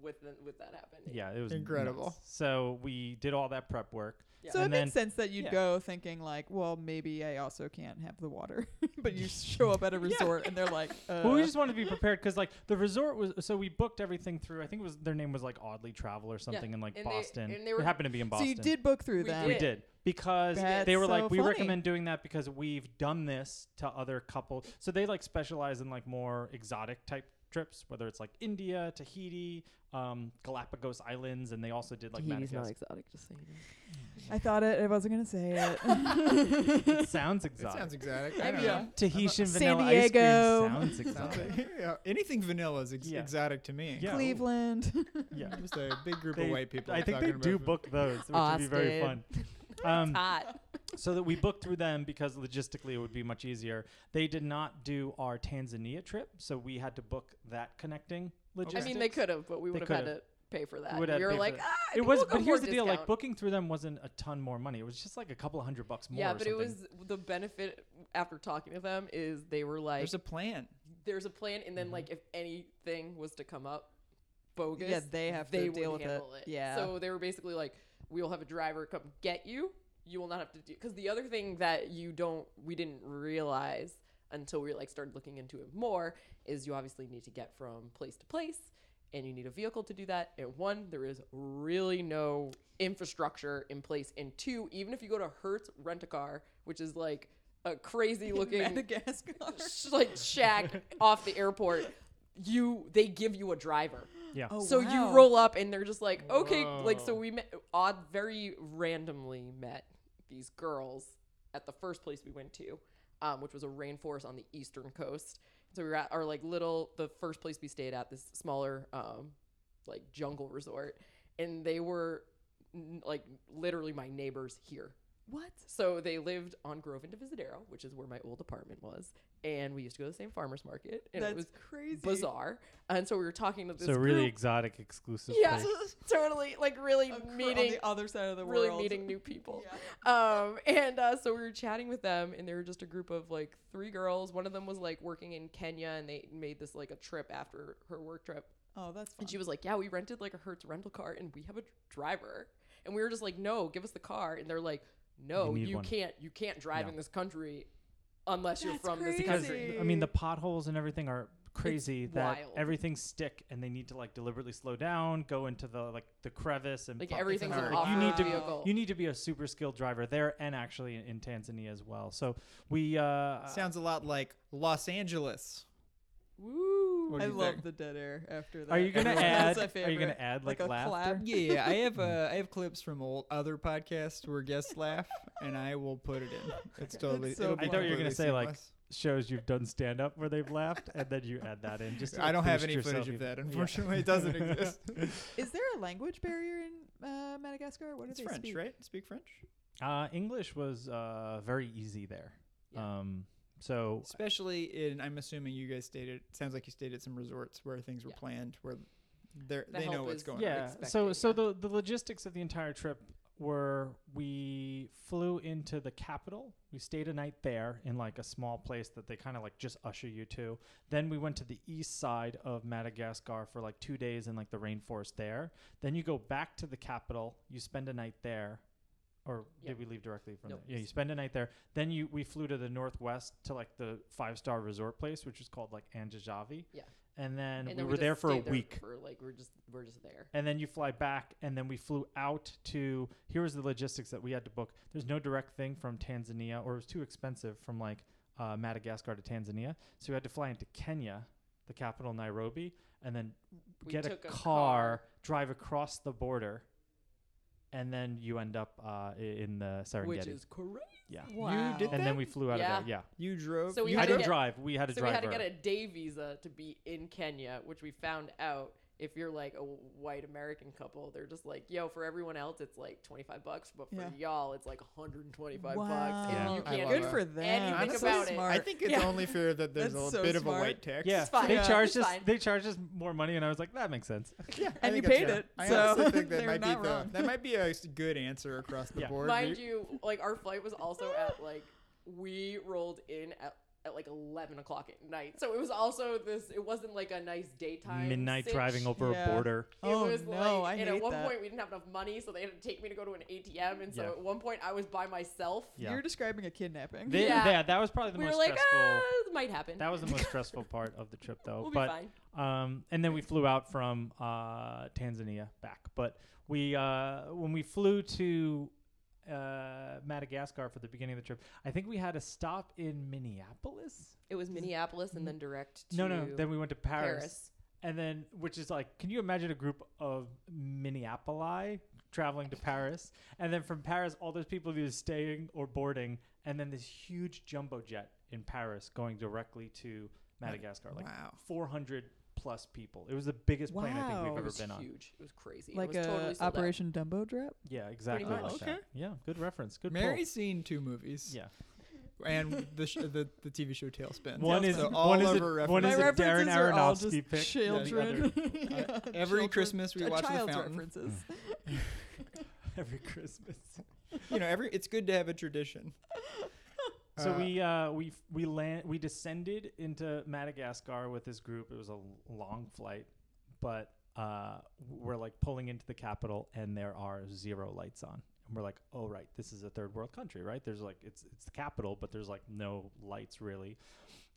Speaker 3: with the, with that happening.
Speaker 4: Yeah, it was
Speaker 2: Incredible.
Speaker 4: nuts. So we did all that prep work.
Speaker 3: Yeah.
Speaker 1: So
Speaker 4: And
Speaker 1: it
Speaker 4: then-
Speaker 1: makes sense that you'd
Speaker 4: yeah.
Speaker 1: go thinking like, well, maybe I also can't have the water, but you show up at a resort and they're like, uh,
Speaker 4: well, we just wanted to be prepared because, like, the resort was so we booked everything through. I think it was their name was like Oddly Travel or something in like
Speaker 3: and they-
Speaker 4: Boston.
Speaker 3: and they were-
Speaker 4: it happened to be in
Speaker 1: so
Speaker 4: Boston.
Speaker 1: you did book through
Speaker 3: We
Speaker 1: that.
Speaker 4: We
Speaker 3: Yeah.
Speaker 4: did because
Speaker 1: That's
Speaker 4: they were like,
Speaker 1: so
Speaker 4: we
Speaker 1: funny.
Speaker 4: recommend doing that because we've done this to other couples. So they like specialize in like more exotic type trips, whether it's like India, Tahiti, um, Galapagos Islands, and they also did like Madagascar.
Speaker 3: exotic, just saying.
Speaker 1: I thought it. I wasn't gonna say it.
Speaker 4: it sounds
Speaker 2: It
Speaker 4: exotic.
Speaker 2: sounds exotic. I
Speaker 3: I
Speaker 2: don't
Speaker 3: mean-
Speaker 2: know.
Speaker 4: Tahitian
Speaker 1: San
Speaker 4: vanilla
Speaker 1: Diego.
Speaker 4: ice cream sounds
Speaker 2: Sounds
Speaker 4: exotic.
Speaker 2: like- yeah, anything vanilla is ex-
Speaker 4: Yeah.
Speaker 2: exotic to me.
Speaker 4: Yeah.
Speaker 1: Cleveland.
Speaker 4: yeah.
Speaker 2: Just a big group
Speaker 4: They-
Speaker 2: of white people.
Speaker 4: I think they
Speaker 2: talking
Speaker 4: do
Speaker 2: about-
Speaker 4: book those, which would be very fun.
Speaker 3: Austin.
Speaker 4: Um,
Speaker 3: Hot.
Speaker 4: so that we booked through them because logistically it would be much easier. They did not do our Tanzania trip, so we had to book that connecting
Speaker 2: Okay.
Speaker 3: I
Speaker 4: logistics.
Speaker 3: mean, they could have, but we
Speaker 4: They
Speaker 3: would have had
Speaker 4: could've.
Speaker 3: to pay for that.
Speaker 4: would have
Speaker 3: we were
Speaker 4: paid for
Speaker 3: like,
Speaker 4: that.
Speaker 3: ah, I
Speaker 4: It
Speaker 3: think
Speaker 4: was,
Speaker 3: we'll go
Speaker 4: but here's
Speaker 3: for
Speaker 4: the
Speaker 3: a
Speaker 4: deal: like
Speaker 3: discount."
Speaker 4: booking through them wasn't a ton more money. It was just like a couple hundred bucks more.
Speaker 3: Yeah,
Speaker 4: or
Speaker 3: but it
Speaker 4: something.
Speaker 3: was the benefit after talking to them is they were like,
Speaker 2: There's a plan.
Speaker 3: plan, and then
Speaker 1: Mm-hmm.
Speaker 3: like if anything was to come up bogus,
Speaker 1: yeah, they have
Speaker 3: they
Speaker 1: to
Speaker 3: would
Speaker 1: deal with it.
Speaker 3: handle it.
Speaker 1: Yeah.
Speaker 3: So they were basically like, we will have a driver come get you. You will not have to do because the other thing that you don't we didn't realize until we like started looking into it more is you obviously need to get from place to place and you need a vehicle to do that. And one, there is really no infrastructure in place. And two, even if you go to Hertz Rent a Car, which is like a crazy looking
Speaker 1: Madagascar.
Speaker 3: sh- like shack off the airport, you they give you a driver.
Speaker 4: yeah.
Speaker 1: Oh,
Speaker 3: So
Speaker 1: wow.
Speaker 3: you roll up and they're just like, okay, like so
Speaker 2: Whoa.
Speaker 3: we met odd very randomly met these girls at the first place we went to, um, which was a rainforest on the eastern coast. So we were at our like little the first place we stayed at, this smaller um like jungle resort, and they were n- like literally my neighbors here.
Speaker 1: What?
Speaker 3: So they lived on Grove and Divisadero, which is where my old apartment was, and we used to go to the same farmers market, and
Speaker 1: That's
Speaker 3: it was
Speaker 1: crazy.
Speaker 3: bizarre. And so we were talking to this
Speaker 4: so really
Speaker 3: group-
Speaker 4: exotic, exclusive.
Speaker 3: yeah,
Speaker 4: place.
Speaker 3: totally. Like really
Speaker 1: Acro- on
Speaker 3: meeting,
Speaker 1: the other side of the
Speaker 3: really
Speaker 1: world.
Speaker 3: meeting new people.
Speaker 1: Yeah.
Speaker 3: Um, and uh, so we were chatting with them, and they were just a group of like three girls. One of them was like working in Kenya, and they made this like a trip after her work trip.
Speaker 1: Oh, that's fun.
Speaker 3: And she was like, "Yeah, we rented like a Hertz rental car, and we have a driver." And we were just like, "No, give us the car." And they're like, "No,
Speaker 4: need
Speaker 3: you,
Speaker 4: one."
Speaker 3: can't. You can't drive
Speaker 4: No.
Speaker 3: in this country unless you're
Speaker 1: That's
Speaker 3: from this
Speaker 4: because
Speaker 3: country."
Speaker 1: crazy.
Speaker 4: I mean the potholes and everything are crazy that
Speaker 3: wild.
Speaker 4: everything stick and they need to like deliberately slow down, go into the like the crevice and
Speaker 3: Like
Speaker 4: pop-
Speaker 3: everything's an
Speaker 2: hard.
Speaker 3: off
Speaker 4: You need to-
Speaker 3: vehicle.
Speaker 4: You need to be a super skilled driver there and actually in, in Tanzania as well. So we uh
Speaker 2: Sounds a lot like Los Angeles.
Speaker 3: Woo.
Speaker 2: What do
Speaker 1: I
Speaker 2: you
Speaker 1: love
Speaker 2: think?
Speaker 1: the dead air after that.
Speaker 4: are you gonna
Speaker 1: Everyone
Speaker 4: add
Speaker 1: has
Speaker 4: are
Speaker 1: a
Speaker 4: you gonna
Speaker 1: favorite,
Speaker 4: add like,
Speaker 1: a
Speaker 4: laughter?
Speaker 1: clap?
Speaker 2: Yeah, I have uh, I have clips from old other podcasts where guests laugh, and I will put it in. It's totally.
Speaker 1: so
Speaker 2: it'll be
Speaker 1: I thought you were
Speaker 2: completely
Speaker 4: gonna say, like,
Speaker 2: seamless.
Speaker 4: Shows you've done stand up where they've laughed and then you add that in. Just to,
Speaker 2: I
Speaker 4: like,
Speaker 2: don't have
Speaker 4: boost
Speaker 2: any
Speaker 4: yourself
Speaker 2: footage of
Speaker 4: even-
Speaker 2: that.
Speaker 4: Yeah.
Speaker 2: Unfortunately, it doesn't exist.
Speaker 1: Is there a language barrier in uh, Madagascar? What do
Speaker 2: it's
Speaker 1: they
Speaker 2: French,
Speaker 1: speak?
Speaker 2: right? Speak French.
Speaker 4: Uh, English was uh, very easy there.
Speaker 3: Yeah.
Speaker 4: Um, so
Speaker 2: Especially in, I'm assuming you guys stayed at. it Sounds like you stayed at some resorts where things were
Speaker 3: Yeah.
Speaker 2: planned, where they're,
Speaker 3: The
Speaker 2: they know
Speaker 3: help
Speaker 2: what's
Speaker 3: is-
Speaker 2: going on.
Speaker 4: yeah.
Speaker 3: expecting,
Speaker 4: So so
Speaker 3: yeah.
Speaker 4: the the logistics of the entire trip were we flew into the capital. We stayed a night there in like a small place that they kind of like just usher you to. Then we went to the east side of Madagascar for like 2 days in like the rainforest there. Then you go back to the capital, you spend a night there. Or
Speaker 3: Yeah.
Speaker 4: did we leave directly from
Speaker 3: Nope.
Speaker 4: there? Yeah, you spend a night there. Then you we flew to the northwest to like the five-star resort place which is called like Anjajavi.
Speaker 3: Yeah.
Speaker 4: And then we
Speaker 3: then
Speaker 4: were there
Speaker 3: just
Speaker 4: for a
Speaker 3: stayed there
Speaker 4: week
Speaker 3: For like we're just we're just there.
Speaker 4: and then you fly back and then we flew out to here was the logistics that we had to book there's no direct thing from tanzania or it was too expensive from like uh, madagascar to tanzania so we had to fly into kenya the capital nairobi and then
Speaker 3: We
Speaker 4: get a
Speaker 3: took
Speaker 4: car,
Speaker 3: a
Speaker 4: drive across the border and then you end up uh, i- in the serengeti
Speaker 3: Which is crazy.
Speaker 4: yeah
Speaker 2: You did
Speaker 4: and
Speaker 2: that?
Speaker 4: then we flew out
Speaker 3: Yeah.
Speaker 4: of there yeah
Speaker 2: you drove.
Speaker 3: So we
Speaker 2: you
Speaker 4: i
Speaker 3: had to
Speaker 4: didn't
Speaker 2: drove-
Speaker 3: get-
Speaker 4: drive we had a
Speaker 3: So we had
Speaker 4: driver
Speaker 3: to get a day visa to be in Kenya, which we found out if you're like a white American couple, they're just like, yo, for everyone else it's like 25 bucks, but for
Speaker 1: Yeah.
Speaker 3: y'all it's like 125 bucks.
Speaker 4: Yeah.
Speaker 1: Wow.
Speaker 3: And
Speaker 2: I
Speaker 3: you
Speaker 2: love
Speaker 3: can't
Speaker 1: Good
Speaker 2: it.
Speaker 1: for them.
Speaker 3: anything
Speaker 2: Honestly,
Speaker 3: about it.
Speaker 1: smart.
Speaker 2: I think it's
Speaker 3: Yeah.
Speaker 2: only fair that there's
Speaker 1: That's
Speaker 2: a
Speaker 1: so
Speaker 2: bit of a
Speaker 1: smart.
Speaker 2: white tax.
Speaker 4: yeah,
Speaker 3: It's fine.
Speaker 4: they
Speaker 1: Yeah.
Speaker 4: charged
Speaker 3: It's
Speaker 4: us.
Speaker 3: fine.
Speaker 4: They charged us more money, and I was like, "That makes sense."
Speaker 2: Yeah, I
Speaker 1: And you
Speaker 2: think that's
Speaker 1: paid
Speaker 2: fair.
Speaker 1: it,
Speaker 2: I
Speaker 1: so
Speaker 2: honestly think that
Speaker 1: they're
Speaker 2: might be
Speaker 1: not
Speaker 2: the
Speaker 1: wrong.
Speaker 2: that might be a s- good answer across the
Speaker 4: Yeah.
Speaker 2: board.
Speaker 3: Mind
Speaker 2: We-
Speaker 3: you, like our flight was also at like we rolled in at at like 11 o'clock at night so it was also this it wasn't like a nice daytime
Speaker 4: Midnight
Speaker 3: sitch.
Speaker 4: driving over
Speaker 1: Yeah.
Speaker 4: a border.
Speaker 3: It
Speaker 1: Oh,
Speaker 3: was
Speaker 1: no,
Speaker 3: like,
Speaker 1: I
Speaker 3: and at
Speaker 1: hate
Speaker 3: one
Speaker 1: that.
Speaker 3: point we didn't have enough money, so they had to take me to go to an ATM. And so
Speaker 4: Yeah.
Speaker 3: at one point I was by myself.
Speaker 4: Yeah.
Speaker 1: You're describing a kidnapping.
Speaker 4: They,
Speaker 3: Yeah.
Speaker 4: yeah. that was probably the
Speaker 3: we were
Speaker 4: most
Speaker 3: like,
Speaker 4: stressful.
Speaker 3: ah, this might happen.
Speaker 4: That was the most stressful part of the trip, though.
Speaker 3: we'll be
Speaker 4: but
Speaker 3: fine.
Speaker 4: um, and then we flew out from uh, Tanzania back. But we uh, when we flew to uh, Madagascar for the beginning of the trip, I think we had a stop in Minneapolis.
Speaker 3: It was Minneapolis and then direct to
Speaker 4: No, no. Then we went to Paris,
Speaker 3: Paris.
Speaker 4: and then which is like, can you imagine a group of Minneapoli traveling to Paris, and then from Paris, all those people either staying or boarding, and then this huge jumbo jet in Paris going directly to Madagascar, like
Speaker 2: wow.
Speaker 4: 400 plus people. It was the biggest plane I think
Speaker 1: Wow.
Speaker 4: we've
Speaker 3: It
Speaker 4: ever
Speaker 3: was
Speaker 4: been on.
Speaker 3: huge. It was crazy.
Speaker 1: like
Speaker 3: it was totally
Speaker 1: a
Speaker 3: sold out.
Speaker 1: Operation Dumbo Drop.
Speaker 4: Yeah, exactly.
Speaker 3: much.
Speaker 4: like that.
Speaker 2: Okay.
Speaker 4: Yeah, good reference. Good pull.
Speaker 2: Mary's seen two movies.
Speaker 4: Yeah.
Speaker 2: and the, sh- the the TV show Tailspin.
Speaker 4: One is
Speaker 2: so all
Speaker 4: one is
Speaker 2: of
Speaker 4: a,
Speaker 2: her
Speaker 4: one
Speaker 1: My
Speaker 4: is
Speaker 2: references-
Speaker 4: a Darren
Speaker 1: references are all
Speaker 4: Aronofsky
Speaker 1: just
Speaker 4: pick.
Speaker 1: children. Yeah,
Speaker 2: Every
Speaker 1: children-
Speaker 2: Christmas we
Speaker 1: uh,
Speaker 2: watch The
Speaker 1: child's
Speaker 2: Fountain. Hmm.
Speaker 1: references.
Speaker 4: every Christmas.
Speaker 2: you know, every it's good to have a tradition.
Speaker 4: So
Speaker 2: Uh,
Speaker 4: we uh, we f- we land we descended into Madagascar with this group. It was a l- long flight, but uh, we're like pulling into the capital and there are zero lights on. And we're like, oh right, this is a third world country, right? There's like it's it's the capital, but there's like no lights really.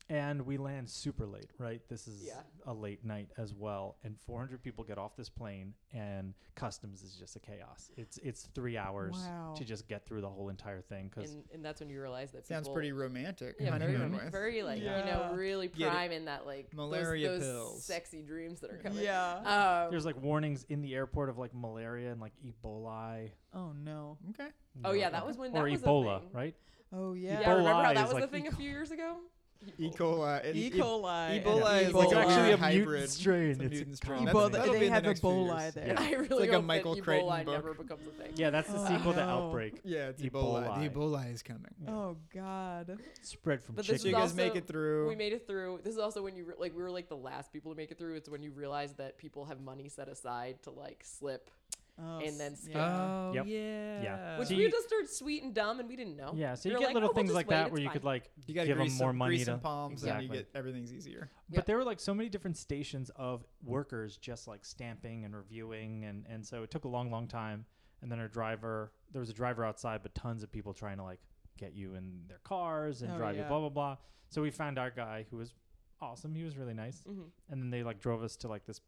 Speaker 4: And we land super late, right? This is
Speaker 3: Yeah.
Speaker 4: a late night as well. And 400 people get off this plane, and customs is just a chaos. It's it's three hours
Speaker 1: Wow.
Speaker 4: to just get through the whole entire thing because
Speaker 3: And, and that's when you realize that
Speaker 2: sounds
Speaker 3: people-
Speaker 2: pretty romantic.
Speaker 3: Yeah, very,
Speaker 2: honeymoon
Speaker 3: romantic,
Speaker 2: wise.
Speaker 3: very like you
Speaker 1: Yeah.
Speaker 3: know, really
Speaker 2: Get it.
Speaker 3: prime in that like those-
Speaker 2: Malaria
Speaker 3: those,
Speaker 2: pills.
Speaker 3: sexy dreams that are coming.
Speaker 2: Uh,
Speaker 1: Yeah.
Speaker 3: Um,
Speaker 4: There's like warnings in the airport of like malaria and like Ebola.
Speaker 1: Oh no.
Speaker 2: Okay.
Speaker 4: you
Speaker 3: Oh,
Speaker 4: know,
Speaker 3: yeah,
Speaker 4: like-
Speaker 3: that was when
Speaker 4: or
Speaker 3: that was a
Speaker 4: Ebola,
Speaker 3: thing.
Speaker 4: right?
Speaker 1: Oh
Speaker 3: yeah,
Speaker 1: yeah.
Speaker 4: Ebola
Speaker 3: remember how that
Speaker 4: is
Speaker 3: was the
Speaker 4: like
Speaker 3: thing a
Speaker 4: E.
Speaker 3: few years ago?
Speaker 2: E. coli. and
Speaker 1: E.
Speaker 2: e-
Speaker 1: coli.
Speaker 2: Ebola
Speaker 1: and
Speaker 2: is like
Speaker 4: It's
Speaker 2: Ebola
Speaker 4: actually a mutant
Speaker 2: hybrid.
Speaker 4: strain.
Speaker 2: It's a
Speaker 4: It's
Speaker 2: mutant strain.
Speaker 4: common
Speaker 2: Ebola-
Speaker 1: Ebola.
Speaker 4: thing.
Speaker 2: That'll be
Speaker 1: They
Speaker 2: in the
Speaker 1: have
Speaker 2: next few
Speaker 1: Ebola
Speaker 2: years.
Speaker 1: there.
Speaker 4: Yeah.
Speaker 3: I really
Speaker 2: like a
Speaker 3: hope
Speaker 2: Michael
Speaker 3: that
Speaker 2: Crichton
Speaker 3: Ebola
Speaker 2: book.
Speaker 3: never becomes a thing.
Speaker 4: Yeah, that's the
Speaker 1: Oh,
Speaker 4: sequel to
Speaker 1: no.
Speaker 4: Outbreak,
Speaker 2: Yeah, it's Ebola. The
Speaker 4: Ebola.
Speaker 2: Ebola is coming.
Speaker 1: Oh god.
Speaker 4: spread from
Speaker 3: But this
Speaker 4: chicken.
Speaker 2: So you guys
Speaker 3: also-
Speaker 2: make it through.
Speaker 3: We made it through. This is also when you re- like we were like the last people to make it through. It's when you realize that people have money set aside to like slip,
Speaker 1: Oh,
Speaker 3: And then
Speaker 1: s-
Speaker 3: skip.
Speaker 1: yeah.
Speaker 2: Oh
Speaker 4: Yep.
Speaker 2: yeah.
Speaker 4: Yeah.
Speaker 3: which
Speaker 4: So
Speaker 3: we
Speaker 4: Uh, you-
Speaker 3: just are sweet and dumb and we didn't know.
Speaker 4: Yeah, so you
Speaker 3: We were
Speaker 4: get
Speaker 3: like,
Speaker 4: little
Speaker 3: "Oh, we'll
Speaker 4: things
Speaker 3: just
Speaker 4: like
Speaker 3: wait,
Speaker 4: that
Speaker 3: it's
Speaker 4: where you could
Speaker 3: fine."
Speaker 4: like
Speaker 2: You gotta
Speaker 4: give them
Speaker 2: grease
Speaker 4: more
Speaker 2: some,
Speaker 4: money
Speaker 2: grease
Speaker 4: to.
Speaker 2: some palms, and
Speaker 4: Exactly.
Speaker 2: you get everything's easier.
Speaker 3: Yeah.
Speaker 4: But there were like so many different stations of workers just like stamping and reviewing, and and so it took a long, long time. And then our driver, there was a driver outside, but tons of people trying to like get you in their cars and
Speaker 1: Oh,
Speaker 4: drive you,
Speaker 1: yeah.
Speaker 4: blah blah blah. So we found our guy who was awesome. He was really nice,
Speaker 3: Mhm.
Speaker 4: and then they like drove us to like this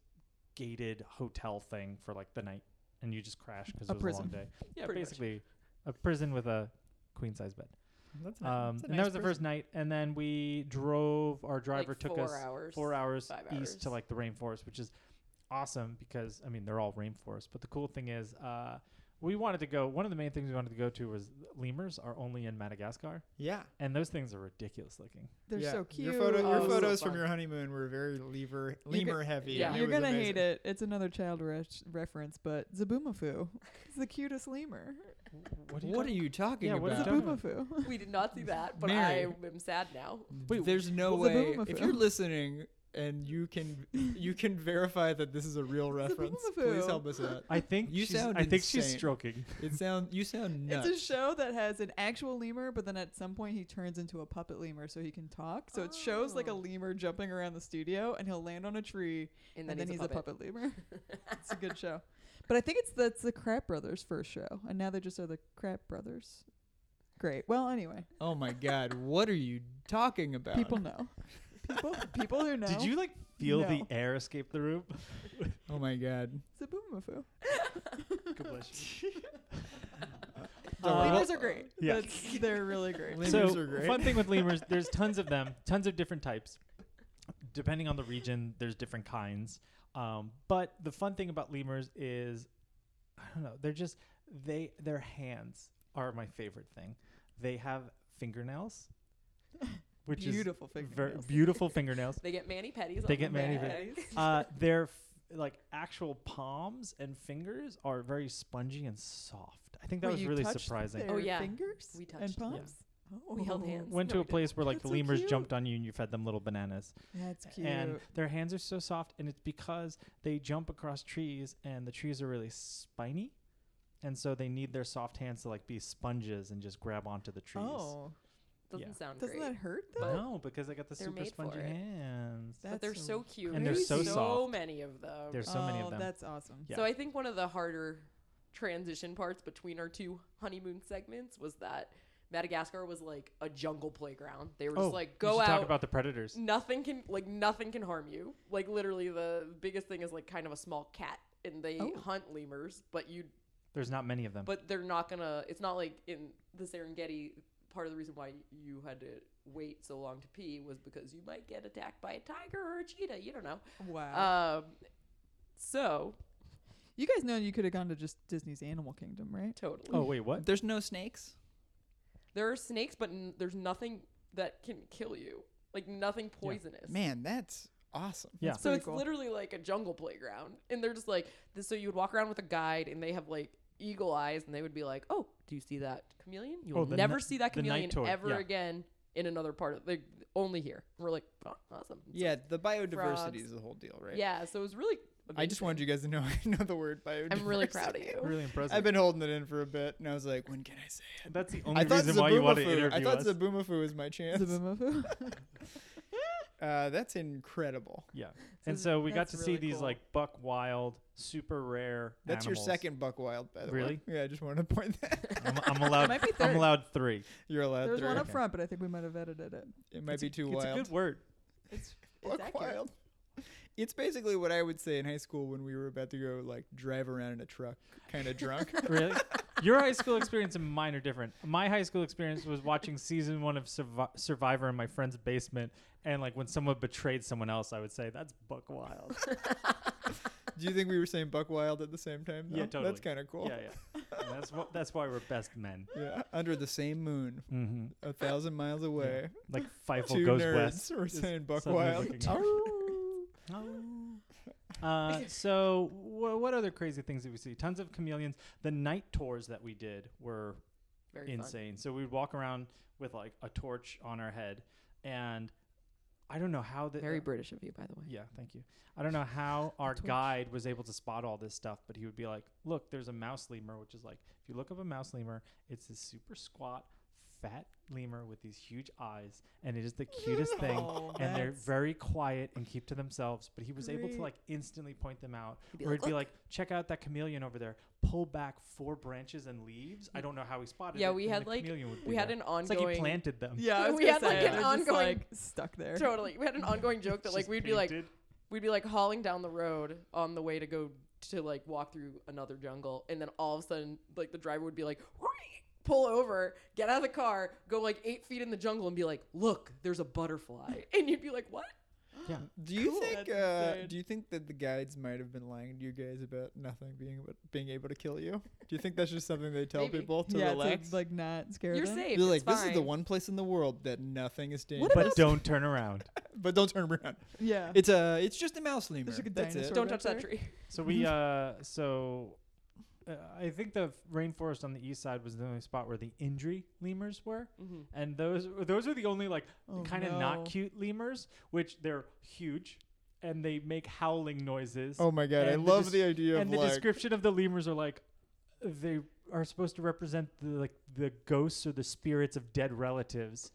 Speaker 4: gated hotel thing for like the night, and you just crashed because
Speaker 1: A
Speaker 4: it was a long
Speaker 1: prison.
Speaker 4: day. Yeah,
Speaker 3: Pretty much.
Speaker 4: basically a prison with a queen size bed.
Speaker 2: That's
Speaker 4: Um, and that was the first night, and then we drove. Our driver
Speaker 3: Like,
Speaker 4: took
Speaker 3: four
Speaker 4: us
Speaker 3: hours.
Speaker 4: four hours
Speaker 3: five
Speaker 4: east to
Speaker 3: hours.
Speaker 4: like the rainforest, which is awesome because I mean they're all rainforest. But the cool thing is, uh, we wanted to go. One of the main things we wanted to go to was lemurs are only in Madagascar,
Speaker 2: Yeah.
Speaker 4: and those things are ridiculous looking.
Speaker 1: They're
Speaker 2: yeah.
Speaker 1: so cute.
Speaker 2: Your, photo, your
Speaker 3: Oh, so
Speaker 2: photos
Speaker 3: fun.
Speaker 2: from your honeymoon were very lever,
Speaker 1: You're go-
Speaker 2: lemur heavy.
Speaker 3: Yeah.
Speaker 2: and it
Speaker 1: You're
Speaker 2: was
Speaker 1: gonna
Speaker 2: amazing.
Speaker 1: hate it. It's another child re- reference, but Zaboomafoo is the cutest lemur.
Speaker 4: What
Speaker 2: What are you talking
Speaker 4: Yeah, what are you
Speaker 2: about?
Speaker 4: talking about?
Speaker 1: Zaboomafoo.
Speaker 3: We did not see that, but
Speaker 2: Mary.
Speaker 3: I am sad now.
Speaker 4: Wait,
Speaker 2: There's no
Speaker 1: what's a
Speaker 2: way.
Speaker 1: boomafoo?
Speaker 2: If you're listening and you can you can verify that this is a real
Speaker 1: It's a
Speaker 2: reference, please
Speaker 1: boomafoo.
Speaker 2: help us out.
Speaker 4: I think
Speaker 2: You
Speaker 4: she's,
Speaker 2: sound
Speaker 4: I think she's
Speaker 2: insane.
Speaker 4: stroking.
Speaker 2: It sound you sound nuts.
Speaker 1: It's a show that has an actual lemur, but then at some point he turns into a puppet lemur so he can talk. So it shows like a
Speaker 3: Oh.
Speaker 1: lemur jumping around the studio, and he'll land on a tree,
Speaker 3: And
Speaker 1: and
Speaker 3: then,
Speaker 1: then, he's, a,
Speaker 3: puppet.
Speaker 1: puppet lemur. it's a good show. But I think it's that's the Crap Brothers' first show, and now they just are the Crap Brothers. Great. Well, anyway,
Speaker 2: oh my god, what are you talking about?
Speaker 1: people know. People, people who know.
Speaker 4: Did you like feel the
Speaker 1: No.
Speaker 4: air escape the room?
Speaker 2: Oh my god.
Speaker 1: It's a boomafoo.
Speaker 4: God bless you.
Speaker 2: Uh,
Speaker 1: lemurs are great.
Speaker 4: yeah.
Speaker 1: That's, they're really great.
Speaker 2: Lemurs
Speaker 4: so
Speaker 2: are great.
Speaker 4: fun thing with lemurs, there's tons of them, tons of different types. Depending on the region, there's different kinds. Um, but the fun thing about lemurs is, I don't know, they're just they their hands are my favorite thing. They have fingernails, which
Speaker 1: Beautiful
Speaker 4: is
Speaker 1: figure.
Speaker 4: ver- beautiful fingernails.
Speaker 3: They get Manny Petties.
Speaker 4: They
Speaker 3: on
Speaker 4: get
Speaker 3: the
Speaker 4: mani
Speaker 3: bed.
Speaker 4: Uh, their f- like actual palms and fingers are very spongy and soft. I think that
Speaker 1: Wait,
Speaker 4: was
Speaker 1: you
Speaker 4: really
Speaker 1: touched
Speaker 4: surprising.
Speaker 1: Their
Speaker 3: Oh, yeah.
Speaker 1: fingers
Speaker 3: We
Speaker 1: and
Speaker 3: touched them.
Speaker 1: palms.
Speaker 4: Yeah.
Speaker 1: Oh.
Speaker 3: We held hands.
Speaker 4: Went
Speaker 3: No,
Speaker 4: to a
Speaker 3: we didn't.
Speaker 4: place where like
Speaker 1: That's
Speaker 4: the
Speaker 1: so
Speaker 4: lemurs
Speaker 1: cute.
Speaker 4: jumped on you and you fed them little bananas.
Speaker 1: That's cute.
Speaker 4: and their hands are so soft and it's because they jump across trees and the trees are really spiny and so they need their soft hands to like be sponges and just grab onto the trees
Speaker 1: Oh,
Speaker 3: Doesn't
Speaker 4: Yeah.
Speaker 3: sound
Speaker 1: doesn't
Speaker 3: Oh, great.
Speaker 1: that hurt though?
Speaker 4: no because they got the
Speaker 3: They're
Speaker 4: super
Speaker 3: made
Speaker 4: spongy
Speaker 3: for it.
Speaker 4: hands
Speaker 1: That-
Speaker 3: but they're
Speaker 1: That's
Speaker 3: so
Speaker 1: so
Speaker 3: cute.
Speaker 4: And they're
Speaker 1: so
Speaker 4: soft.
Speaker 3: many of them.
Speaker 4: there's so many
Speaker 1: Oh,
Speaker 4: of them
Speaker 1: That's awesome.
Speaker 4: yeah.
Speaker 3: So I think one of the harder transition parts between our two honeymoon segments was that Madagascar was like a jungle playground. They were just like
Speaker 4: Oh, we
Speaker 3: go
Speaker 4: should
Speaker 3: out.
Speaker 4: talk about the predators
Speaker 3: nothing can like nothing can harm you. Like literally the biggest thing is like kind of a small cat and they
Speaker 1: Oh.
Speaker 3: hunt lemurs, but you
Speaker 4: there's not many of them
Speaker 3: but they're not gonna it's not like in the Serengeti part of the reason why you had to wait so long to pee was because you might get attacked by a tiger or a cheetah, you don't know.
Speaker 1: Wow.
Speaker 3: Um so
Speaker 1: you guys know you could have gone to just Disney's Animal Kingdom, right?
Speaker 3: totally.
Speaker 4: oh wait what
Speaker 2: There's no snakes.
Speaker 3: There are snakes, but n- there's nothing that can kill you. Like nothing poisonous.
Speaker 2: Man, that's awesome.
Speaker 4: yeah
Speaker 3: So
Speaker 1: Pretty
Speaker 3: it's
Speaker 1: cool.
Speaker 3: literally like a jungle playground, and they're just like this. So you would walk around with a guide, and they have like eagle eyes, and they would be like, "Oh, do you see that chameleon? You
Speaker 4: Oh,
Speaker 3: will
Speaker 4: the
Speaker 3: never
Speaker 4: ni-
Speaker 3: see that
Speaker 4: the night
Speaker 3: chameleon
Speaker 4: tour,
Speaker 3: ever
Speaker 4: yeah.
Speaker 3: again in another part of the only here." And we're like, "Oh, awesome!" So-
Speaker 2: Yeah, the biodiversity
Speaker 3: Frogs.
Speaker 2: is the whole deal, right?
Speaker 3: yeah. So it was really.
Speaker 2: I just wanted you guys to know I know the word biodiversity.
Speaker 3: I'm really proud of you.
Speaker 4: really impressive
Speaker 2: I've been holding it in for a bit, and I was like, when can I say it?
Speaker 4: that's the only
Speaker 2: I thought
Speaker 4: reason why you want to
Speaker 2: Zaboomafoo.
Speaker 4: interview
Speaker 2: I thought
Speaker 4: us
Speaker 2: Zaboomafoo was my chance.
Speaker 1: Zaboomafoo.
Speaker 2: Uh, that's incredible.
Speaker 4: yeah and
Speaker 3: is-
Speaker 4: so we got
Speaker 3: that's
Speaker 4: to see
Speaker 3: really
Speaker 4: these
Speaker 3: cool.
Speaker 4: like buck wild super rare
Speaker 2: That's
Speaker 4: animals.
Speaker 2: your second buck wild, by the
Speaker 4: Really?
Speaker 2: way. Really? Yeah, I just wanted to point that.
Speaker 4: I'm, I'm allowed
Speaker 1: might be
Speaker 4: i'm
Speaker 1: third.
Speaker 4: allowed three
Speaker 2: You're allowed
Speaker 1: there was
Speaker 2: three.
Speaker 1: one up
Speaker 4: Okay.
Speaker 1: front, but I think we might have edited it.
Speaker 2: It might
Speaker 4: It's
Speaker 2: be
Speaker 4: a-
Speaker 2: too
Speaker 4: it's
Speaker 2: wild.
Speaker 4: a good word
Speaker 3: It's, it's
Speaker 2: Buck
Speaker 3: accurate.
Speaker 2: wild. It's basically what I would say in high school when we were about to go like drive around in a truck, kind of drunk.
Speaker 4: really? Your high school experience and mine are different. My high school experience was watching season one of Survi- Survivor in my friend's basement, and like when someone betrayed someone else, I would say that's buck wild.
Speaker 2: Do you think we were saying buck wild at the same time? Though?
Speaker 4: Yeah,
Speaker 2: That's
Speaker 4: totally.
Speaker 2: kind of cool.
Speaker 4: Yeah, yeah. And that's what. That's why we're best men.
Speaker 2: Yeah, Under the same moon,
Speaker 4: Mm-hmm.
Speaker 2: a thousand miles away,
Speaker 4: Like Feifel
Speaker 2: two
Speaker 4: goes
Speaker 2: nerds
Speaker 4: west.
Speaker 2: were
Speaker 4: Just
Speaker 2: saying buck
Speaker 4: suddenly
Speaker 2: wild.
Speaker 4: looking up.
Speaker 3: Oh.
Speaker 4: Uh, so wha what other crazy things did we see? Tons of chameleons. The night tours that we did were
Speaker 3: Very fun.
Speaker 4: insane. So we'd walk around with like a torch on our head, and I don't know how that.
Speaker 3: Very British of you, by the way.
Speaker 4: Yeah, thank you. I don't know how our
Speaker 1: torch.
Speaker 4: guide was able to spot all this stuff, but he would be like, "Look, there's a mouse lemur," which is like, if you look up a mouse lemur, it's this super squat, fat lemur with these huge eyes, and it is the cutest thing.
Speaker 1: Oh,
Speaker 4: And they're
Speaker 1: that's-
Speaker 4: very quiet and keep to themselves. But he was able
Speaker 1: Great.
Speaker 4: to like instantly point them out,
Speaker 3: He'd be
Speaker 4: or
Speaker 3: like, "Oh."
Speaker 4: he'd be
Speaker 3: "Look."
Speaker 4: like, "Check out that chameleon over there. Pull back four branches and leaves." I don't know how he spotted.
Speaker 3: Yeah,
Speaker 4: it,
Speaker 3: we
Speaker 4: and
Speaker 3: had,
Speaker 4: the
Speaker 3: like-
Speaker 4: chameleon would
Speaker 3: We
Speaker 4: be
Speaker 3: had
Speaker 4: there.
Speaker 3: an
Speaker 4: It's like he
Speaker 3: ongoing.
Speaker 4: planted them.
Speaker 1: Yeah, I was
Speaker 3: We had,
Speaker 1: gonna
Speaker 3: like,
Speaker 1: say,
Speaker 3: an
Speaker 1: they're just,
Speaker 3: ongoing-
Speaker 1: like, stuck there.
Speaker 3: Totally, we had an ongoing joke that
Speaker 4: It's
Speaker 3: like
Speaker 4: just
Speaker 3: we'd be like,
Speaker 4: painted.
Speaker 3: we'd be like hauling down the road on the way to go to like walk through another jungle and then all of a sudden like the driver would be like pull over get out of the car go like eight feet in the jungle and be like look there's a butterfly and you'd be like what
Speaker 4: Yeah.
Speaker 2: Do you
Speaker 1: Cool.
Speaker 2: think?
Speaker 1: That's
Speaker 2: Uh,
Speaker 1: insane.
Speaker 2: do you think that the guides might have been lying to you guys about nothing being able, being able to kill you? Do you think that's just something they tell
Speaker 3: Maybe.
Speaker 2: people to
Speaker 1: yeah,
Speaker 2: relax?
Speaker 1: to like not scare
Speaker 3: You're
Speaker 1: them.
Speaker 3: safe.
Speaker 2: You're like,
Speaker 3: it's
Speaker 2: this is the
Speaker 3: fine."
Speaker 2: one place in the world that nothing is dangerous.
Speaker 1: What
Speaker 4: But
Speaker 1: about-
Speaker 4: don't turn around.
Speaker 2: But don't turn around.
Speaker 1: Yeah.
Speaker 2: It's a. It's just a mouse lemur.
Speaker 1: like a
Speaker 2: That's it.
Speaker 1: dinosaur.
Speaker 3: Don't
Speaker 1: back
Speaker 3: touch that
Speaker 1: there.
Speaker 3: tree.
Speaker 4: So we
Speaker 1: Mm-hmm.
Speaker 4: uh so uh, I think the rainforest on the east side was the only spot where the injury lemurs were,
Speaker 3: Mhm.
Speaker 4: and those those are the only like
Speaker 1: Oh,
Speaker 4: kind of
Speaker 1: no.
Speaker 4: not cute lemurs, which they're huge, and they make howling noises.
Speaker 2: Oh my god! I
Speaker 4: And the
Speaker 2: love
Speaker 4: dis-
Speaker 2: the idea of
Speaker 4: and the
Speaker 2: like.
Speaker 4: description of the lemurs are like they are supposed to represent the like the ghosts or the spirits of dead relatives.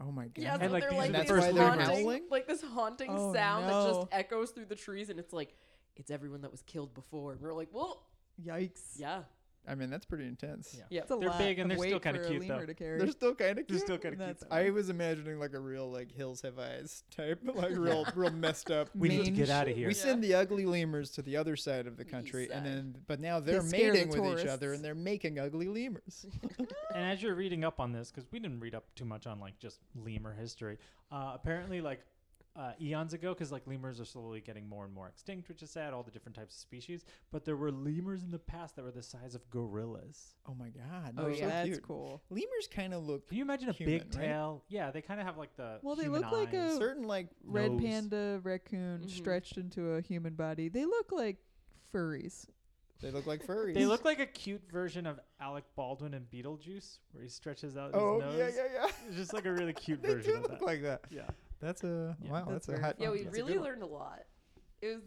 Speaker 2: oh my god!
Speaker 3: Yeah,
Speaker 4: And,
Speaker 3: so
Speaker 4: like,
Speaker 3: they're
Speaker 4: these are
Speaker 3: like
Speaker 4: the
Speaker 3: this
Speaker 4: first
Speaker 3: haunting,
Speaker 4: rumors.
Speaker 2: Howling?
Speaker 3: like this haunting
Speaker 1: Oh,
Speaker 3: sound that
Speaker 1: no.
Speaker 3: just echoes through the trees, and it's like it's everyone that was killed before. And we're like, well,
Speaker 1: Yikes.
Speaker 3: yeah,
Speaker 2: I mean, that's pretty intense.
Speaker 4: Yeah.
Speaker 3: yeah.
Speaker 1: It's a
Speaker 4: They're
Speaker 1: lot
Speaker 4: big and
Speaker 1: of
Speaker 4: they're still
Speaker 1: weight
Speaker 4: kinda
Speaker 1: for a
Speaker 4: cute,
Speaker 1: lemur
Speaker 4: though.
Speaker 1: To carry.
Speaker 2: They're still kind of
Speaker 4: They're
Speaker 2: cute.
Speaker 4: still kind of cute.
Speaker 1: That's
Speaker 4: though.
Speaker 2: I was imagining like a real like hills have eyes type, like real real messed up.
Speaker 4: We need to
Speaker 1: mean
Speaker 4: get out of
Speaker 1: shit.
Speaker 4: here.
Speaker 2: We send the ugly lemurs to the other side of the
Speaker 3: East
Speaker 2: country, and
Speaker 3: side.
Speaker 2: then but now they're
Speaker 1: scare the
Speaker 2: mating with each other,
Speaker 1: tourists.
Speaker 2: and they're making ugly lemurs.
Speaker 4: and as you're reading up on this, because we didn't read up too much on like just lemur history, uh, apparently like uh, eons ago, because like lemurs are slowly getting more and more extinct, which is sad. All the different types of species, but there were lemurs in the past that were the size of gorillas.
Speaker 2: Oh my god!
Speaker 1: oh
Speaker 2: they're so
Speaker 1: yeah, that's
Speaker 2: cute.
Speaker 1: cool.
Speaker 2: Lemurs kind of look
Speaker 4: Can you imagine a
Speaker 2: Human,
Speaker 4: big
Speaker 2: right?
Speaker 4: tail? Yeah, they kind of have like the
Speaker 1: Well, they
Speaker 4: human
Speaker 1: look like a-
Speaker 4: eyes.
Speaker 2: certain like
Speaker 1: Red
Speaker 4: Nose.
Speaker 1: panda, raccoon
Speaker 3: Mhm.
Speaker 1: stretched into a human body. They look like furries.
Speaker 2: they look like furries.
Speaker 4: They look like a cute version of Alec Baldwin in Beetlejuice, where he stretches out
Speaker 2: Oh
Speaker 4: his nose.
Speaker 2: yeah, yeah, yeah.
Speaker 4: It's just like a really cute
Speaker 2: They
Speaker 4: version
Speaker 2: do
Speaker 4: of
Speaker 2: look
Speaker 4: that.
Speaker 2: like that.
Speaker 4: yeah.
Speaker 2: That's a
Speaker 4: Yeah,
Speaker 2: wow.
Speaker 1: that's
Speaker 2: That's, a
Speaker 1: very
Speaker 2: hot.
Speaker 3: Yeah, we
Speaker 2: that's a
Speaker 3: really
Speaker 2: good one.
Speaker 3: learned a lot. It was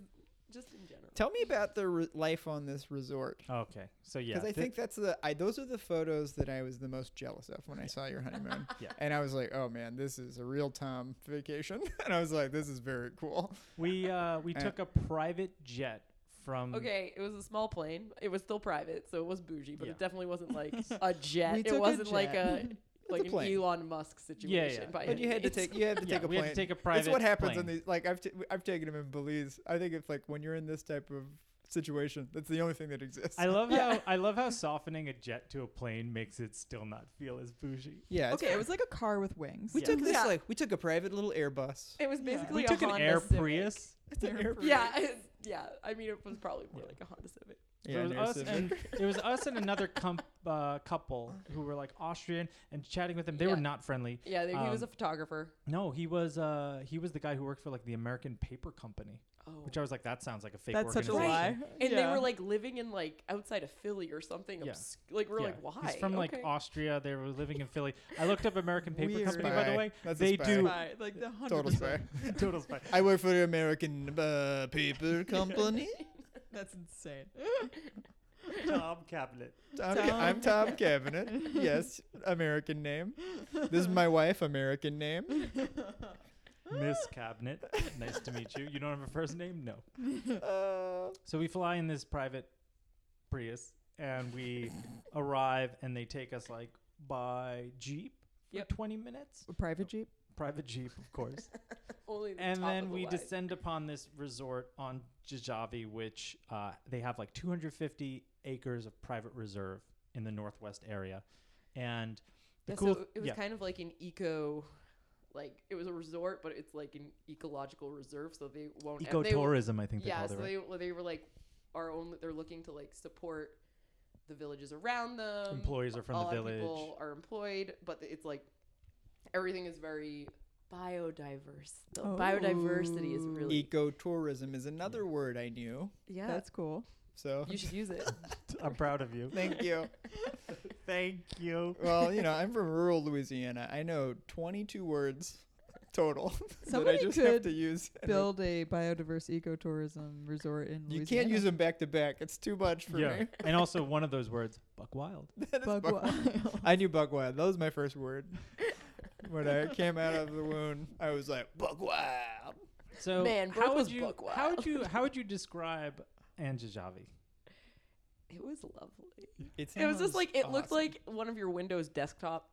Speaker 3: just in general.
Speaker 2: Tell me about the re- life on this resort.
Speaker 4: Okay. So yeah.
Speaker 2: Because I
Speaker 4: thi-
Speaker 2: think that's the I those are the photos that I was the most jealous of when I saw your honeymoon.
Speaker 4: Yeah.
Speaker 2: And I was like, oh man, this is a real time vacation. and I was like, this is very cool.
Speaker 4: we uh, we
Speaker 2: Uh,
Speaker 4: took a private jet from
Speaker 3: Okay, it was a small plane. It was still private, so it was bougie, but
Speaker 4: Yeah.
Speaker 3: it definitely wasn't like a jet.
Speaker 1: We took
Speaker 3: it
Speaker 1: a
Speaker 3: wasn't like a
Speaker 1: jet.
Speaker 3: like
Speaker 2: a
Speaker 3: an
Speaker 2: plane.
Speaker 3: Elon Musk situation.
Speaker 4: yeah.
Speaker 3: By
Speaker 2: But
Speaker 3: any
Speaker 2: you had to
Speaker 3: means.
Speaker 2: take you had to
Speaker 4: Yeah,
Speaker 2: take a
Speaker 4: we
Speaker 2: plane.
Speaker 4: had to take a private.
Speaker 2: it's what happens in
Speaker 4: plane.
Speaker 2: these like I've t- I've taken them in Belize. I think it's like when you're in this type of situation, that's the only thing that exists.
Speaker 4: I love
Speaker 3: Yeah.
Speaker 4: how I love how softening a jet to a plane makes it still not feel as bougie.
Speaker 2: yeah. it's
Speaker 1: Okay, it was like a car with wings.
Speaker 2: We
Speaker 4: Yeah.
Speaker 2: took this
Speaker 3: Yeah.
Speaker 2: like we took a private little Airbus.
Speaker 3: It was
Speaker 1: Yeah.
Speaker 3: basically
Speaker 4: We
Speaker 3: a
Speaker 4: took an
Speaker 3: Honda
Speaker 4: Air
Speaker 3: Civic.
Speaker 4: Prius.
Speaker 2: It's an Air Prius.
Speaker 3: Yeah, it's- yeah. I mean, it was probably more
Speaker 4: Yeah.
Speaker 3: like a Honda Civic.
Speaker 4: it
Speaker 2: Yeah,
Speaker 4: was
Speaker 2: an Air
Speaker 4: us
Speaker 2: Civic.
Speaker 4: and it was us and another com- uh, couple who were like Austrian and chatting with them. They were
Speaker 3: Yeah.
Speaker 4: not friendly.
Speaker 3: Yeah, he was
Speaker 4: Um,
Speaker 3: a photographer.
Speaker 4: No, he was uh, he was the guy who worked for like the American Paper Company,
Speaker 3: Oh.
Speaker 4: which I was like, that sounds like a fake.
Speaker 1: That's such a
Speaker 4: organization.
Speaker 1: lie.
Speaker 3: and
Speaker 1: yeah.
Speaker 3: they were like living in like outside of Philly or something.
Speaker 4: Yeah.
Speaker 3: Obs- like we're
Speaker 4: Yeah.
Speaker 3: like, why?
Speaker 4: He's from like
Speaker 3: Okay.
Speaker 4: Austria. They were living in Philly. I looked up American Paper
Speaker 1: Weird.
Speaker 4: Company, by the
Speaker 2: Spy.
Speaker 4: way.
Speaker 2: That's a
Speaker 4: they
Speaker 2: spy.
Speaker 4: do
Speaker 1: Spy, like the hundred
Speaker 2: Total spy.
Speaker 4: total spy.
Speaker 2: I work for the American uh, Paper Company.
Speaker 1: That's insane.
Speaker 4: Tom Cabinet.
Speaker 2: Tom,
Speaker 1: Tom.
Speaker 2: I'm Tom Cabinet. Yes, American name. This is my wife, American name.
Speaker 4: Miss Cabinet. Nice to meet you. You don't have a first name? No.
Speaker 2: Uh,
Speaker 4: So we fly in this private Prius and we arrive and they take us like by Jeep for
Speaker 3: Yep.
Speaker 4: 20 minutes.
Speaker 1: A private jeep.
Speaker 4: Private Jeep, of course.
Speaker 3: Only the
Speaker 4: and
Speaker 3: top
Speaker 4: then
Speaker 3: of the
Speaker 4: we
Speaker 3: line.
Speaker 4: descend upon this resort on Jajavi, which uh, they have like 250 acres of private reserve in the northwest area. And the
Speaker 3: Yeah,
Speaker 4: cool
Speaker 3: so it was
Speaker 4: yeah.
Speaker 3: kind of like an eco, like it was a resort, but it's like an ecological reserve, so they won't. and they,
Speaker 4: ecotourism, I think they
Speaker 3: yeah,
Speaker 4: called
Speaker 3: so
Speaker 4: it. right?
Speaker 3: they well, they were like, are only they're looking to like support the villages around them.
Speaker 4: Employees are
Speaker 3: A
Speaker 4: from the
Speaker 3: lot
Speaker 4: village.
Speaker 3: of people are employed, but it's like everything is very biodiverse. The
Speaker 4: Oh.
Speaker 3: biodiversity is
Speaker 1: Oh.
Speaker 3: really
Speaker 2: ecotourism is another word I knew.
Speaker 3: yeah.
Speaker 1: That's cool.
Speaker 2: So
Speaker 3: you should use it.
Speaker 4: I'm proud of you.
Speaker 2: thank you.
Speaker 4: Thank you.
Speaker 2: Well, you know, I'm from rural Louisiana. I know 22 words total that I
Speaker 1: Somebody
Speaker 2: just have
Speaker 1: could
Speaker 2: to use. and re-
Speaker 1: Build a biodiverse ecotourism resort in
Speaker 2: you
Speaker 1: Louisiana.
Speaker 2: can't use them back to back. It's too much for
Speaker 4: Yeah.
Speaker 2: me.
Speaker 4: and also one of those words, buck wild.
Speaker 2: That is
Speaker 1: Bug
Speaker 2: buck-
Speaker 1: wild.
Speaker 2: I knew buck wild. That was my first word. when I came out of the wound, I was like, buck wild.
Speaker 4: So
Speaker 3: Man, bro
Speaker 4: how would
Speaker 3: was
Speaker 4: you
Speaker 3: buck
Speaker 4: how
Speaker 3: wild.
Speaker 4: would you how would you describe Anjajavi?
Speaker 3: It was lovely.
Speaker 2: It's
Speaker 3: It was just like it looked like one of your Windows desktop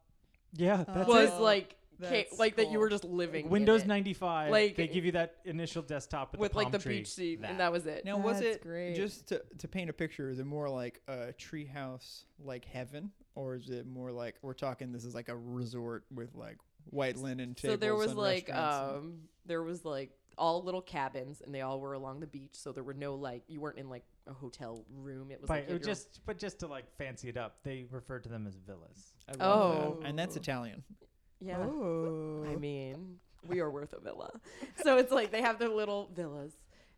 Speaker 4: Yeah,
Speaker 1: that's
Speaker 3: was
Speaker 1: it.
Speaker 3: like ca-
Speaker 1: That's
Speaker 3: like that you
Speaker 1: cool.
Speaker 3: were just living in
Speaker 4: Windows
Speaker 3: it
Speaker 4: 95.
Speaker 3: Like-
Speaker 4: they give you that initial desktop with,
Speaker 3: with
Speaker 4: the
Speaker 3: like
Speaker 4: palm
Speaker 3: the
Speaker 4: tree,
Speaker 3: beach seat, and that was it.
Speaker 2: Now was
Speaker 1: That's
Speaker 2: it
Speaker 1: great.
Speaker 2: just to, to paint a picture? Is it more like a treehouse, like heaven, or is it more like we're talking? This is like a resort with like white linen tables.
Speaker 3: so there was
Speaker 2: and
Speaker 3: like
Speaker 2: restaurants
Speaker 3: um there was like all little cabins and they all were along the beach so there were no like you weren't in like a hotel room it was
Speaker 4: But
Speaker 3: like you
Speaker 4: it
Speaker 3: had your own-
Speaker 4: just but just to like fancy it up, they refer to them as villas.
Speaker 2: and-
Speaker 3: uh,
Speaker 2: I love that.
Speaker 1: Oh.
Speaker 2: and that's Italian.
Speaker 3: yeah
Speaker 1: Oh.
Speaker 3: I mean, we are worth a villa. So it's like they have their little villas.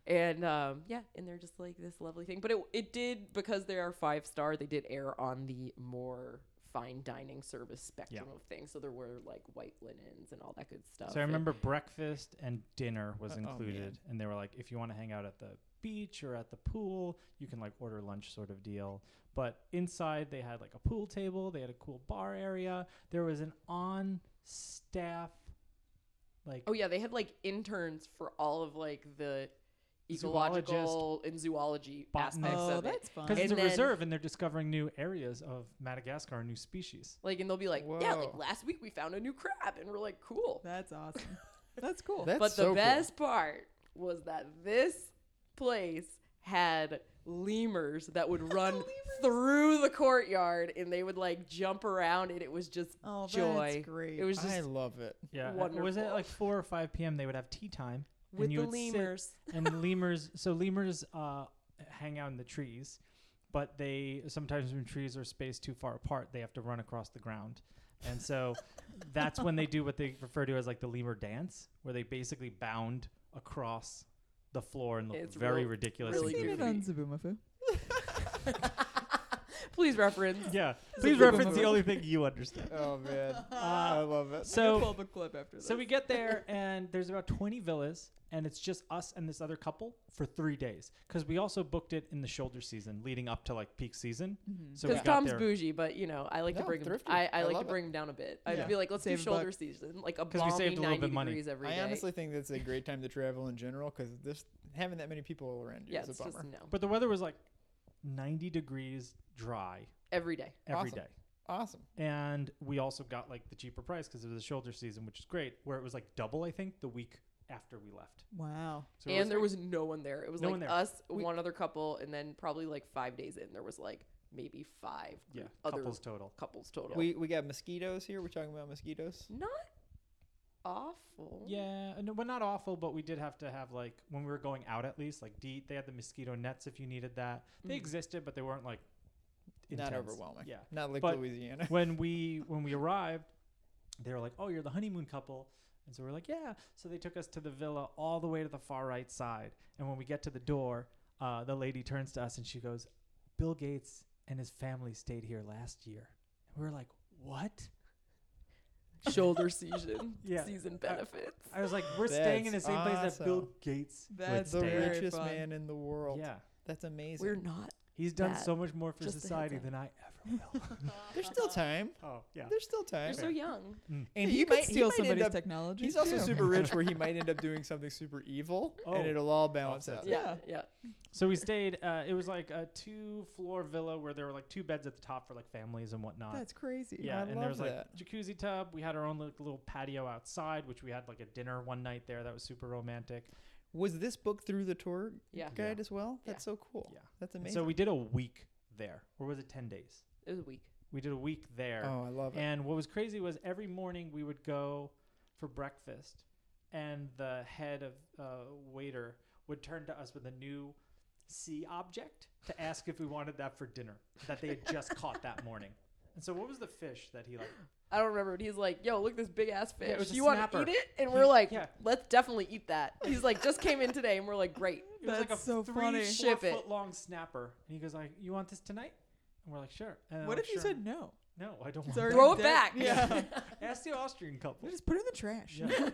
Speaker 3: And um, yeah, and they're just like this lovely thing. But it, it did, because they are five star, they did air on the more fine dining service spectrum of things. So there were like white linens and all that good stuff.
Speaker 4: So I
Speaker 3: And-
Speaker 4: remember breakfast and dinner was
Speaker 2: Oh, man.
Speaker 4: included, and they were like, if you want to hang out at the beach or at the pool, you can like order lunch sort of deal. But inside they had like a pool table, they had a cool bar area. There was an on staff like
Speaker 3: Oh yeah, they had like interns for all of like the ecological and zoology
Speaker 4: Botanist.
Speaker 3: aspects
Speaker 1: Oh,
Speaker 3: of it.
Speaker 1: that's fun.
Speaker 4: because it's a
Speaker 3: And then-
Speaker 4: reserve and they're discovering new areas of Madagascar, new species.
Speaker 3: Like, and they'll be like, yeah, like
Speaker 2: Whoa.
Speaker 3: last week we found a new crab, and we're like, cool.
Speaker 1: That's awesome. That's cool.
Speaker 2: That's
Speaker 3: but the
Speaker 2: so cool.
Speaker 3: best part was that this place had lemurs that would run through the courtyard and they would like jump around and it was just
Speaker 1: oh,
Speaker 3: joy.
Speaker 1: that's great.
Speaker 3: it was just
Speaker 2: I love it.
Speaker 4: Yeah, it was at
Speaker 3: Wonderful.
Speaker 4: like four or five p.m. They would have tea time and
Speaker 3: with
Speaker 4: you
Speaker 3: the
Speaker 4: would sit-
Speaker 3: lemurs.
Speaker 4: and lemurs so lemurs uh, hang out in the trees but they sometimes when trees are spaced too far apart they have to run across the ground and so that's when they do what they refer to as like the lemur dance where they basically bound across the floor and look
Speaker 3: It's
Speaker 4: very
Speaker 3: real-
Speaker 4: ridiculous
Speaker 1: I've
Speaker 3: really
Speaker 4: and
Speaker 1: seen
Speaker 4: goofy.
Speaker 1: it on Zaboomafoo.
Speaker 3: Please reference.
Speaker 4: yeah
Speaker 1: It's
Speaker 4: please
Speaker 1: a good
Speaker 4: reference the
Speaker 1: memory.
Speaker 4: only thing you understand
Speaker 2: Oh man, I
Speaker 1: Uh,
Speaker 2: love it.
Speaker 4: so
Speaker 1: pull up a clip after this.
Speaker 4: So we get there, and there's about 20 villas, and it's just us and this other couple for three days because we also booked it in the shoulder season, leading up to like peak season.
Speaker 1: Mhm.
Speaker 4: So we
Speaker 3: Because Mm-hmm.
Speaker 4: got
Speaker 3: Tom's
Speaker 4: there
Speaker 3: bougie, but you know, I like
Speaker 2: No,
Speaker 3: to bring him.
Speaker 2: thrifty.
Speaker 3: I, I,
Speaker 2: I
Speaker 3: like
Speaker 2: love
Speaker 3: to
Speaker 2: it.
Speaker 3: bring him down a bit. I'd
Speaker 2: Yeah.
Speaker 3: be like, let's
Speaker 1: Save a
Speaker 3: do shoulder
Speaker 1: buck.
Speaker 3: season, like a
Speaker 4: 'Cause we
Speaker 3: balmy
Speaker 4: saved a little
Speaker 3: 90
Speaker 4: bit of money.
Speaker 3: degrees every day.
Speaker 2: I honestly think that's a great time to travel in general because this having that many people around you
Speaker 3: yeah,
Speaker 2: is
Speaker 3: it's
Speaker 2: a
Speaker 3: just
Speaker 2: bummer.
Speaker 3: no
Speaker 4: but the weather was like 90 degrees dry
Speaker 3: every day.
Speaker 4: every
Speaker 2: Awesome.
Speaker 4: day,
Speaker 2: Awesome.
Speaker 4: and we also got like the cheaper price because it was the shoulder season, which is great. Where it was like double, I think, the week after we left.
Speaker 1: wow.
Speaker 4: So it
Speaker 3: and there was no one there. It was
Speaker 4: No one
Speaker 3: like
Speaker 4: there.
Speaker 3: us,
Speaker 4: We-
Speaker 3: one other couple, and then probably like five days in, there was like maybe five
Speaker 4: yeah
Speaker 3: group- other
Speaker 4: couples
Speaker 3: couples,
Speaker 4: total.
Speaker 3: total.
Speaker 2: We we got mosquitoes here. We're talking about mosquitoes.
Speaker 3: Not
Speaker 2: Mm-hmm.
Speaker 3: awful.
Speaker 4: Yeah, no, but not awful. But we did have to have like when we were going out at least like de- they had the mosquito nets if you needed that. They
Speaker 3: Mm.
Speaker 4: existed, but they weren't like
Speaker 2: Mm-hmm. Not
Speaker 4: intense.
Speaker 2: overwhelming.
Speaker 4: Yeah.
Speaker 2: Not like
Speaker 4: But-
Speaker 2: Louisiana.
Speaker 4: when we when we arrived, they were like, "Oh, you're the honeymoon couple," and so we're like, "Yeah." So they took us to the villa all the way to the far right side, and when we get to the door, uh, the lady turns to us and she goes, "Bill Gates and his family stayed here last year." And we were like, "What?"
Speaker 3: Shoulder season.
Speaker 4: Yeah. Uh,
Speaker 3: Season benefits.
Speaker 4: I was like, "We're staying in the
Speaker 2: That's
Speaker 4: same place that Bill
Speaker 2: awesome.
Speaker 4: Gates."
Speaker 1: That's
Speaker 4: With
Speaker 2: the
Speaker 4: Dave.
Speaker 1: very
Speaker 2: richest
Speaker 1: fun.
Speaker 2: man in the world.
Speaker 4: Yeah,
Speaker 2: That's amazing.
Speaker 3: We're not.
Speaker 4: he's done
Speaker 3: That-
Speaker 4: so much more for
Speaker 3: just a heads
Speaker 4: society
Speaker 3: up.
Speaker 4: than I ever will.
Speaker 2: There's still time.
Speaker 4: oh yeah,
Speaker 2: There's still time.
Speaker 3: You're so young.
Speaker 1: And
Speaker 2: and
Speaker 1: you
Speaker 2: he
Speaker 1: could
Speaker 2: might
Speaker 1: steal
Speaker 2: he might end
Speaker 1: somebody's
Speaker 2: up,
Speaker 1: technology.
Speaker 2: He's also
Speaker 1: too.
Speaker 2: super rich, where he might end up doing something super evil,
Speaker 4: Oh.
Speaker 2: and it'll all balance out.
Speaker 4: Offsets
Speaker 3: Yeah. Yeah.
Speaker 4: So we stayed. Uh, it was like a two-floor villa where there were like two beds at the top for like families and whatnot.
Speaker 1: That's crazy.
Speaker 4: yeah,
Speaker 2: I
Speaker 4: and
Speaker 2: love
Speaker 4: there was like
Speaker 2: that.
Speaker 4: jacuzzi tub. We had our own like, little patio outside, which we had like a dinner one night there. That was super romantic.
Speaker 2: Was this book through the tour
Speaker 3: Yeah.
Speaker 2: guide as well?
Speaker 3: Yeah.
Speaker 2: That's so cool.
Speaker 4: Yeah.
Speaker 2: That's
Speaker 4: And
Speaker 2: amazing.
Speaker 4: so we did a week there, or was it ten days?
Speaker 3: It was a week.
Speaker 4: We did a week there.
Speaker 2: oh, I love it.
Speaker 4: And what was crazy was every morning we would go for breakfast, and the head of uh, waiter would turn to us with a new sea object to ask if we wanted that for dinner that they had just caught that morning. And so, what was the fish that he like?
Speaker 3: I don't remember, but he's like, "Yo, look at this big ass fish.
Speaker 4: Yeah, it was a
Speaker 3: you want to
Speaker 4: snapper.
Speaker 3: eat it?" And
Speaker 4: He-
Speaker 3: we're like,
Speaker 4: yeah.
Speaker 3: "Let's definitely eat that." He's like, "Just came in today," and we're like, "Great."
Speaker 4: It was like a
Speaker 1: That's so
Speaker 4: three,
Speaker 1: funny.
Speaker 3: Ship
Speaker 4: four
Speaker 3: it.
Speaker 4: foot long snapper, and he goes like, "You want this tonight?" And we're like, "Sure." And I'm
Speaker 1: What
Speaker 4: like,
Speaker 1: if you
Speaker 4: "Sure."
Speaker 1: said no?
Speaker 4: "No, I don't
Speaker 1: It's already
Speaker 4: want." That.
Speaker 3: Throw it
Speaker 1: dead.
Speaker 3: back.
Speaker 1: Yeah.
Speaker 4: Ask the Austrian couple.
Speaker 1: You just put it in the trash.
Speaker 4: Yeah.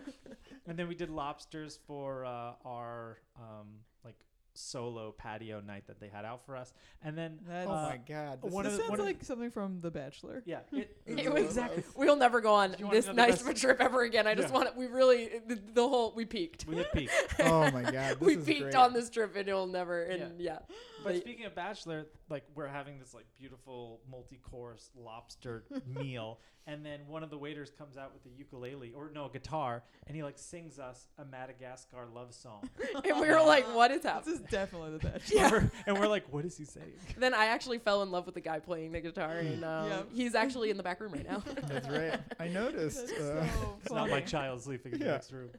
Speaker 4: and then we did lobsters for uh, our um, like solo patio night that they had out for us, and then
Speaker 1: That's-
Speaker 2: oh
Speaker 4: uh,
Speaker 2: my God. This
Speaker 4: one
Speaker 1: This
Speaker 2: is
Speaker 4: of the-
Speaker 1: sounds
Speaker 4: one of-
Speaker 1: like something from The Bachelor.
Speaker 4: yeah, it,
Speaker 2: It
Speaker 4: it
Speaker 3: was-
Speaker 4: was exactly.
Speaker 3: We'll never go on
Speaker 4: Do you wanna
Speaker 3: this
Speaker 4: know the
Speaker 3: nice
Speaker 4: best-
Speaker 3: of a trip ever again. I just
Speaker 4: Yeah.
Speaker 3: want to, we really, the, the whole, we peaked.
Speaker 4: We hit peak.
Speaker 2: oh my God. This
Speaker 3: we
Speaker 2: is
Speaker 3: peaked
Speaker 2: great.
Speaker 3: on this trip and it'll never, and yeah.
Speaker 4: But
Speaker 3: But-
Speaker 4: speaking of bachelor, like we're having this like beautiful multi-course lobster meal, and then one of the waiters comes out with a ukulele or no a guitar, and he like sings us a Madagascar love song,
Speaker 3: and we were like, "What is
Speaker 1: This
Speaker 3: happening?"
Speaker 1: is definitely the best.
Speaker 3: Yeah.
Speaker 4: and, we're, and we're like, what is he saying?
Speaker 3: Then I actually fell in love with the guy playing the guitar, and um,
Speaker 1: Yeah.
Speaker 3: he's actually in the back room right now.
Speaker 2: That's right. I noticed.
Speaker 1: That's
Speaker 2: uh,
Speaker 1: so
Speaker 4: It's not my
Speaker 1: funny.
Speaker 4: child sleeping in the
Speaker 2: Yeah.
Speaker 4: next room.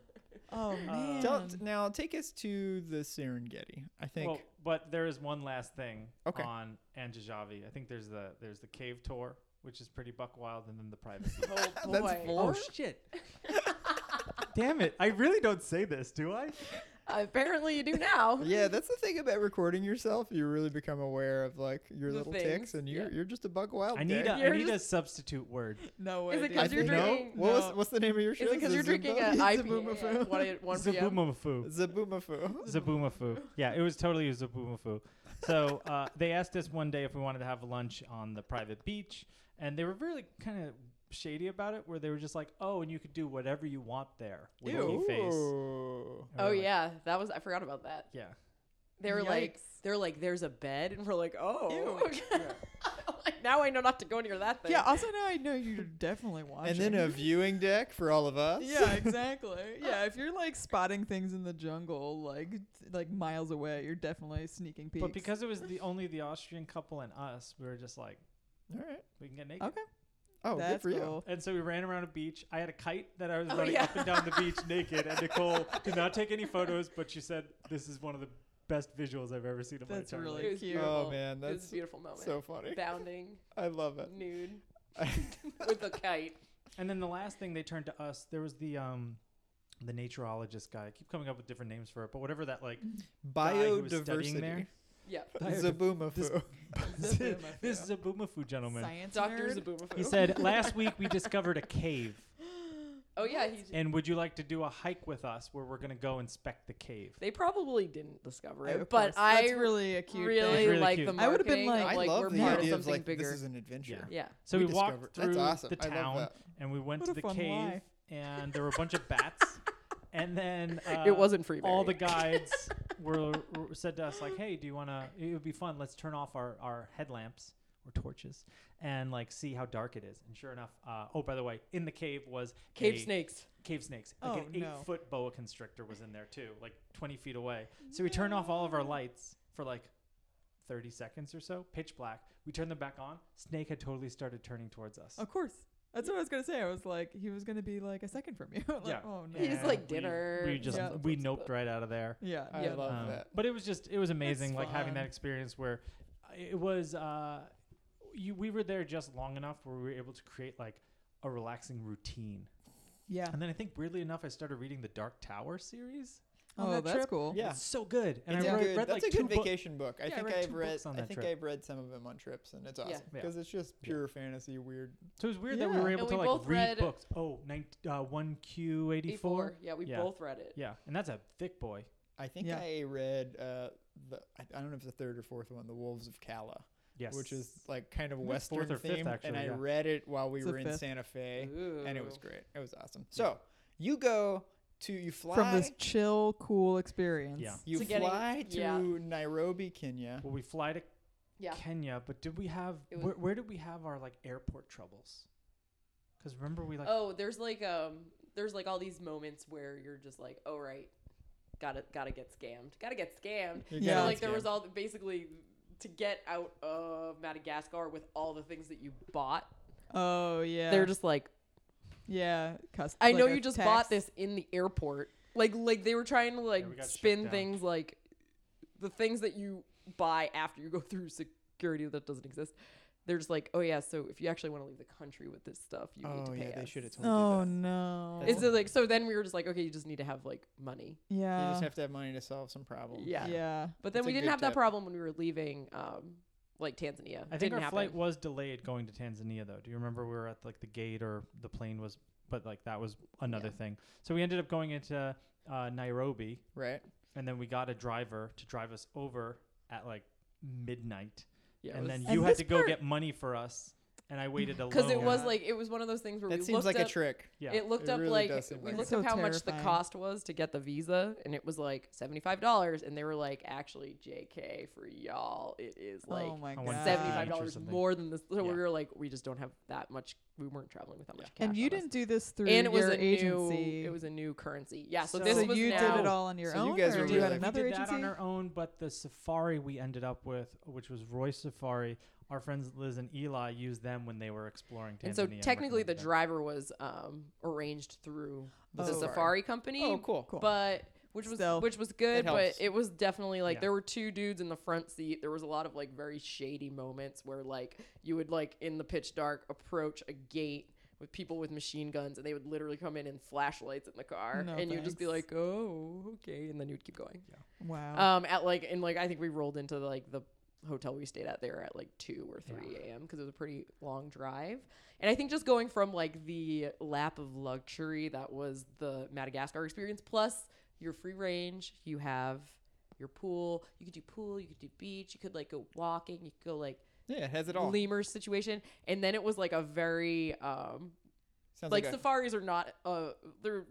Speaker 1: Oh man.
Speaker 2: tell, now take us to the Serengeti. I think.
Speaker 4: Well, but there is one last thing
Speaker 2: Okay.
Speaker 4: on Anjajavi. I think there's the there's the cave tour, which is pretty buck wild, and then the private. beach.
Speaker 3: oh
Speaker 2: That's
Speaker 3: boy.
Speaker 2: four. Oh,
Speaker 4: shit! Damn it! I really don't say this, do I?
Speaker 3: Apparently, you do now.
Speaker 2: yeah, that's the thing about recording yourself. You really become aware of like your
Speaker 3: The
Speaker 2: little
Speaker 3: things,
Speaker 2: ticks, and you're
Speaker 3: yeah.
Speaker 2: you're just a bug wild.
Speaker 4: I need a,
Speaker 2: day.
Speaker 4: I
Speaker 3: You're
Speaker 4: need a substitute word.
Speaker 1: No way.
Speaker 3: Is it
Speaker 1: dude.
Speaker 3: 'cause
Speaker 2: I
Speaker 3: you're
Speaker 2: think- no?
Speaker 3: drinking-
Speaker 2: What was
Speaker 1: no.
Speaker 2: what's the name of your show?
Speaker 3: Is it because you're drinking an IPA at one, at 1 p.m.?
Speaker 4: Zaboomafoo.
Speaker 2: Zaboomafoo.
Speaker 4: Zaboomafoo. Yeah, it was totally a Zaboomafoo. So uh, they asked us one day if we wanted to have lunch on the private beach, and they were really kind of shady about it, where they were just like, "Oh, and you could do whatever you want there." winky face.
Speaker 2: Ooh.
Speaker 4: And
Speaker 3: Oh
Speaker 4: we're like,
Speaker 3: yeah, that was I forgot about that.
Speaker 4: yeah.
Speaker 3: They were like,
Speaker 1: Yikes.
Speaker 3: they were like, there's a bed, and we're like, oh.
Speaker 1: Ew.
Speaker 3: like now I know not to go near that thing.
Speaker 1: Yeah. Also, now I know you're definitely watching.
Speaker 2: And then a viewing deck for all of us.
Speaker 1: Yeah, exactly. Yeah, if you're like spotting things in the jungle, like like miles away, you're definitely sneaking peeks.
Speaker 4: But because it was the only the Austrian couple and us, we were just like,
Speaker 2: All right.
Speaker 4: we can get naked.
Speaker 1: okay,
Speaker 2: Oh,
Speaker 1: that's
Speaker 2: good for you.
Speaker 1: cool.
Speaker 4: And so we ran around a beach. I had a kite that I was
Speaker 3: Oh,
Speaker 4: running
Speaker 3: yeah.
Speaker 4: up and down the beach naked, and Nicole did not take any photos, but she said this is one of the best visuals I've ever seen of
Speaker 1: That's
Speaker 4: my
Speaker 1: really
Speaker 3: it was
Speaker 1: cute.
Speaker 3: beautiful.
Speaker 2: Oh, man,
Speaker 3: it was
Speaker 2: that's
Speaker 3: a beautiful moment.
Speaker 2: So funny.
Speaker 3: bounding
Speaker 2: I love it.
Speaker 3: nude
Speaker 2: I-
Speaker 3: with a kite.
Speaker 4: And then the last thing they turned to us, there was the um the naturologist guy. I keep commes up with different names for it, but whatever that like guy who was studying
Speaker 2: Biodiversity.
Speaker 4: there.
Speaker 3: Yeah,
Speaker 2: Zaboomafoo.
Speaker 1: Zaboomafoo.
Speaker 4: this is a Boomafoo gentleman.
Speaker 1: Science
Speaker 3: Doctor
Speaker 1: nerd.
Speaker 3: Zaboomafoo.
Speaker 4: He said, "Last week we discovered a cave,
Speaker 3: "Oh yeah, he,
Speaker 4: and would you like to do a hike with us where we're going to go inspect the cave?"
Speaker 3: they probably didn't discover
Speaker 1: Of
Speaker 3: it,
Speaker 1: course,
Speaker 3: but I
Speaker 1: that's really a cute
Speaker 3: really
Speaker 1: thing.
Speaker 4: Really
Speaker 3: like
Speaker 4: cute.
Speaker 3: the
Speaker 1: I would've been
Speaker 3: marketing of,
Speaker 1: like,
Speaker 2: I love
Speaker 3: we're
Speaker 2: the
Speaker 3: part of
Speaker 2: idea of
Speaker 3: something
Speaker 2: like
Speaker 3: bigger.
Speaker 2: this is an adventure.
Speaker 3: yeah,
Speaker 4: So we,
Speaker 2: discovered-
Speaker 4: walked
Speaker 2: That's
Speaker 4: through
Speaker 2: awesome.
Speaker 4: the
Speaker 2: I love
Speaker 4: town,
Speaker 2: that.
Speaker 4: and we went
Speaker 1: What
Speaker 4: to
Speaker 1: a
Speaker 4: the
Speaker 1: fun
Speaker 4: cave,
Speaker 1: lie.
Speaker 4: and there were a bunch of bats, and then uh,
Speaker 3: it wasn't free.
Speaker 4: all the guides were, were said to us like, "Hey, do you want to? It would be fun. Let's turn off our our headlamps or torches and like see how dark it is." And sure enough, uh, oh by the way, in the cave was
Speaker 3: cave
Speaker 4: a-
Speaker 3: snakes.
Speaker 4: Cave snakes. Like an
Speaker 1: Oh,
Speaker 4: eight
Speaker 1: no.
Speaker 4: foot boa constrictor was in there too, like twenty feet away. So we turned off all of our lights for like. 30 seconds or so, pitch black. We turned them back on. Snake had totally started turning towards us.
Speaker 1: Of course. That's what I was gonna say. I was like, he was gonna be like a second from you. like,
Speaker 4: Yeah.
Speaker 1: Oh no.
Speaker 3: He's
Speaker 4: And
Speaker 3: like,
Speaker 4: we-
Speaker 3: dinner
Speaker 4: We,
Speaker 3: and
Speaker 4: just
Speaker 1: stuff.
Speaker 4: we noped right out of there.
Speaker 1: Yeah.
Speaker 2: I
Speaker 3: Yeah.
Speaker 2: love
Speaker 4: Um,
Speaker 2: that.
Speaker 4: But it was just it was amazing, like having that
Speaker 1: fun.
Speaker 4: experience where it was uh, you we were there just long enough where we were able to create like a relaxing routine.
Speaker 1: Yeah.
Speaker 4: And then I think weirdly enough, I started reading the Dark Tower series. on
Speaker 1: Oh,
Speaker 4: that
Speaker 1: that's
Speaker 4: trip.
Speaker 1: cool.
Speaker 2: Yeah.
Speaker 4: It's so good. And
Speaker 2: It's
Speaker 4: I
Speaker 2: a
Speaker 4: wrote-
Speaker 2: good-
Speaker 4: read,
Speaker 2: that's
Speaker 4: like
Speaker 2: a
Speaker 4: two
Speaker 2: good
Speaker 4: books.
Speaker 2: vacation book. I
Speaker 4: Yeah, I
Speaker 2: think
Speaker 4: read
Speaker 2: I've
Speaker 4: two
Speaker 2: read.
Speaker 4: books on
Speaker 2: I
Speaker 4: that
Speaker 2: think
Speaker 4: trip.
Speaker 2: I've read some of them on trips, and it's
Speaker 3: Yeah.
Speaker 2: awesome
Speaker 4: Yeah.
Speaker 2: because it's just
Speaker 4: Yeah.
Speaker 2: pure fantasy, weird.
Speaker 4: So it was weird that we
Speaker 1: Yeah.
Speaker 4: were able
Speaker 3: And
Speaker 4: to
Speaker 3: we
Speaker 4: like
Speaker 3: both
Speaker 4: read
Speaker 3: read-
Speaker 4: books. Oh, 19, uh, 1Q84.
Speaker 3: Before, E yeah, we
Speaker 4: Yeah.
Speaker 3: both read it.
Speaker 4: Yeah. And that's a thick boy.
Speaker 2: I think
Speaker 1: Yeah.
Speaker 2: I read uh, the. I, I don't know if it's the third or fourth one, The Wolves of Cala,
Speaker 4: Yes.
Speaker 2: which is like kind of
Speaker 4: think it's fourth
Speaker 2: western
Speaker 4: or fifth,
Speaker 2: themed, and
Speaker 4: actually,
Speaker 2: I
Speaker 4: yeah.
Speaker 2: read it while we
Speaker 1: It's the
Speaker 2: were in
Speaker 1: fifth.
Speaker 2: Santa Fe, and it was
Speaker 3: Ooh.
Speaker 2: great. It was awesome.
Speaker 4: Yeah.
Speaker 2: So you go to you fly
Speaker 1: From this chill, cool experience.
Speaker 4: Yeah.
Speaker 2: You
Speaker 3: To getting-
Speaker 2: fly to
Speaker 3: yeah.
Speaker 2: Nairobi, Kenya.
Speaker 4: Well, we fly to
Speaker 3: Yeah.
Speaker 4: Kenya, but did we have
Speaker 3: It was-
Speaker 4: where, where did we have our like airport troubles? Because remember we like
Speaker 3: oh, there's like um, there's like all these moments where you're just like, oh right, gotta gotta get scammed, gotta get scammed.
Speaker 2: You
Speaker 1: Yeah.
Speaker 2: got
Speaker 3: like there
Speaker 2: scammed.
Speaker 3: was all the- basically to get out of Madagascar with all the things that you bought.
Speaker 1: Oh yeah.
Speaker 3: They're just like,
Speaker 1: yeah. Cust-
Speaker 3: I
Speaker 1: like
Speaker 3: know
Speaker 1: a
Speaker 3: you just
Speaker 1: tax.
Speaker 3: bought this in the airport. Like like they were trying to like
Speaker 4: we got shut
Speaker 3: spin
Speaker 4: down.
Speaker 3: things like the things that you buy after you go through security that doesn't exist. They're just like, oh yeah, so if you actually want to leave the country with this stuff, you need to
Speaker 2: Oh
Speaker 3: pay
Speaker 2: yeah, they
Speaker 3: us."
Speaker 2: should have told you
Speaker 1: Oh
Speaker 2: that.
Speaker 1: no.
Speaker 2: That's
Speaker 3: It's just like so. Then we were just like, okay, you just need to have like money.
Speaker 1: yeah.
Speaker 2: You just have to have money to solve some problems.
Speaker 3: Yeah.
Speaker 1: Yeah.
Speaker 3: But then
Speaker 2: That's
Speaker 3: we
Speaker 2: a
Speaker 3: didn't
Speaker 2: good
Speaker 3: have that
Speaker 2: tip.
Speaker 3: problem when we were leaving, um, like Tanzania.
Speaker 4: I
Speaker 3: It
Speaker 4: think
Speaker 3: didn't
Speaker 4: our
Speaker 3: happen.
Speaker 4: flight was delayed going to Tanzania though. Do you remember we were at like the gate or the plane was, but like that was another
Speaker 3: Yeah.
Speaker 4: thing. So we ended up going into uh, Nairobi,
Speaker 2: Right.
Speaker 4: and then we got a driver to drive us over at like midnight,
Speaker 3: Yeah, it
Speaker 4: and
Speaker 3: was-
Speaker 4: then
Speaker 1: And
Speaker 4: you had
Speaker 1: this
Speaker 4: to go
Speaker 1: part-
Speaker 4: get money for us and I waited alone.
Speaker 3: because it was
Speaker 2: God.
Speaker 3: like it was one of those things where
Speaker 2: That
Speaker 3: we
Speaker 2: seems
Speaker 3: looked
Speaker 2: like
Speaker 3: up,
Speaker 2: a trick.
Speaker 4: yeah.
Speaker 3: It looked
Speaker 2: It
Speaker 3: up
Speaker 2: really does
Speaker 3: like
Speaker 2: seem
Speaker 3: we
Speaker 2: like
Speaker 3: looked
Speaker 1: it.
Speaker 3: up
Speaker 1: So
Speaker 3: how much the
Speaker 1: terrifying.
Speaker 3: cost was to get the visa, and it was like seventy five dollars, and they were like, actually, J.K. for y'all, it is like
Speaker 1: oh my
Speaker 4: I
Speaker 1: god.
Speaker 4: went
Speaker 3: seventy five
Speaker 4: Each or
Speaker 3: dollars
Speaker 4: something.
Speaker 3: more than this. So we
Speaker 4: Yeah.
Speaker 3: were like, we just don't have that much. We weren't traveling with that much cash.
Speaker 1: And you
Speaker 3: on us.
Speaker 1: didn't do this through
Speaker 3: And it was
Speaker 1: your
Speaker 3: a
Speaker 1: agency.
Speaker 3: new. It was a new currency. Yeah. So,
Speaker 4: So-
Speaker 3: this
Speaker 4: So
Speaker 3: was
Speaker 1: you
Speaker 3: now,
Speaker 1: did it all on your
Speaker 2: So you
Speaker 1: own,
Speaker 2: guys
Speaker 1: or
Speaker 2: were
Speaker 1: do you had
Speaker 2: really-
Speaker 1: another
Speaker 4: we did
Speaker 1: agency?
Speaker 4: that on our own, but the safari we ended up with, which was Roy Safari, our friends Liz and Eli used them when they were exploring Tanzania.
Speaker 3: And so
Speaker 4: working
Speaker 3: technically,
Speaker 4: with
Speaker 3: the
Speaker 4: them.
Speaker 3: driver was um, arranged through the
Speaker 1: Oh.
Speaker 3: safari company.
Speaker 2: Oh, cool.
Speaker 1: Cool.
Speaker 3: But which was
Speaker 1: Still,
Speaker 3: which was
Speaker 2: it
Speaker 3: good, but
Speaker 2: helps.
Speaker 3: it was definitely like
Speaker 4: Yeah.
Speaker 3: there were two dudes in the front seat. There was a lot of like very shady moments where like you would like in the pitch dark approach a gate with people with machine guns and they would literally come in and flashlights in the car
Speaker 1: No,
Speaker 3: and you'd just be
Speaker 1: thanks.
Speaker 3: like, "Oh, okay." And then you'd keep going.
Speaker 1: Wow.
Speaker 2: Oh.
Speaker 3: Um at like and like I think we rolled into like the hotel we stayed at there at like 2 or 3 a.m. because it was a pretty long drive. And I think just going from like the lap of luxury that was the Madagascar experience, plus your free range, you have your pool, you could do pool, you could do beach, you could like go walking, you could go like
Speaker 2: Yeah, it has it all.
Speaker 3: lemur situation. And then it was like a very um
Speaker 2: Sounds
Speaker 3: like,
Speaker 2: like, a,
Speaker 3: safaris are not uh they're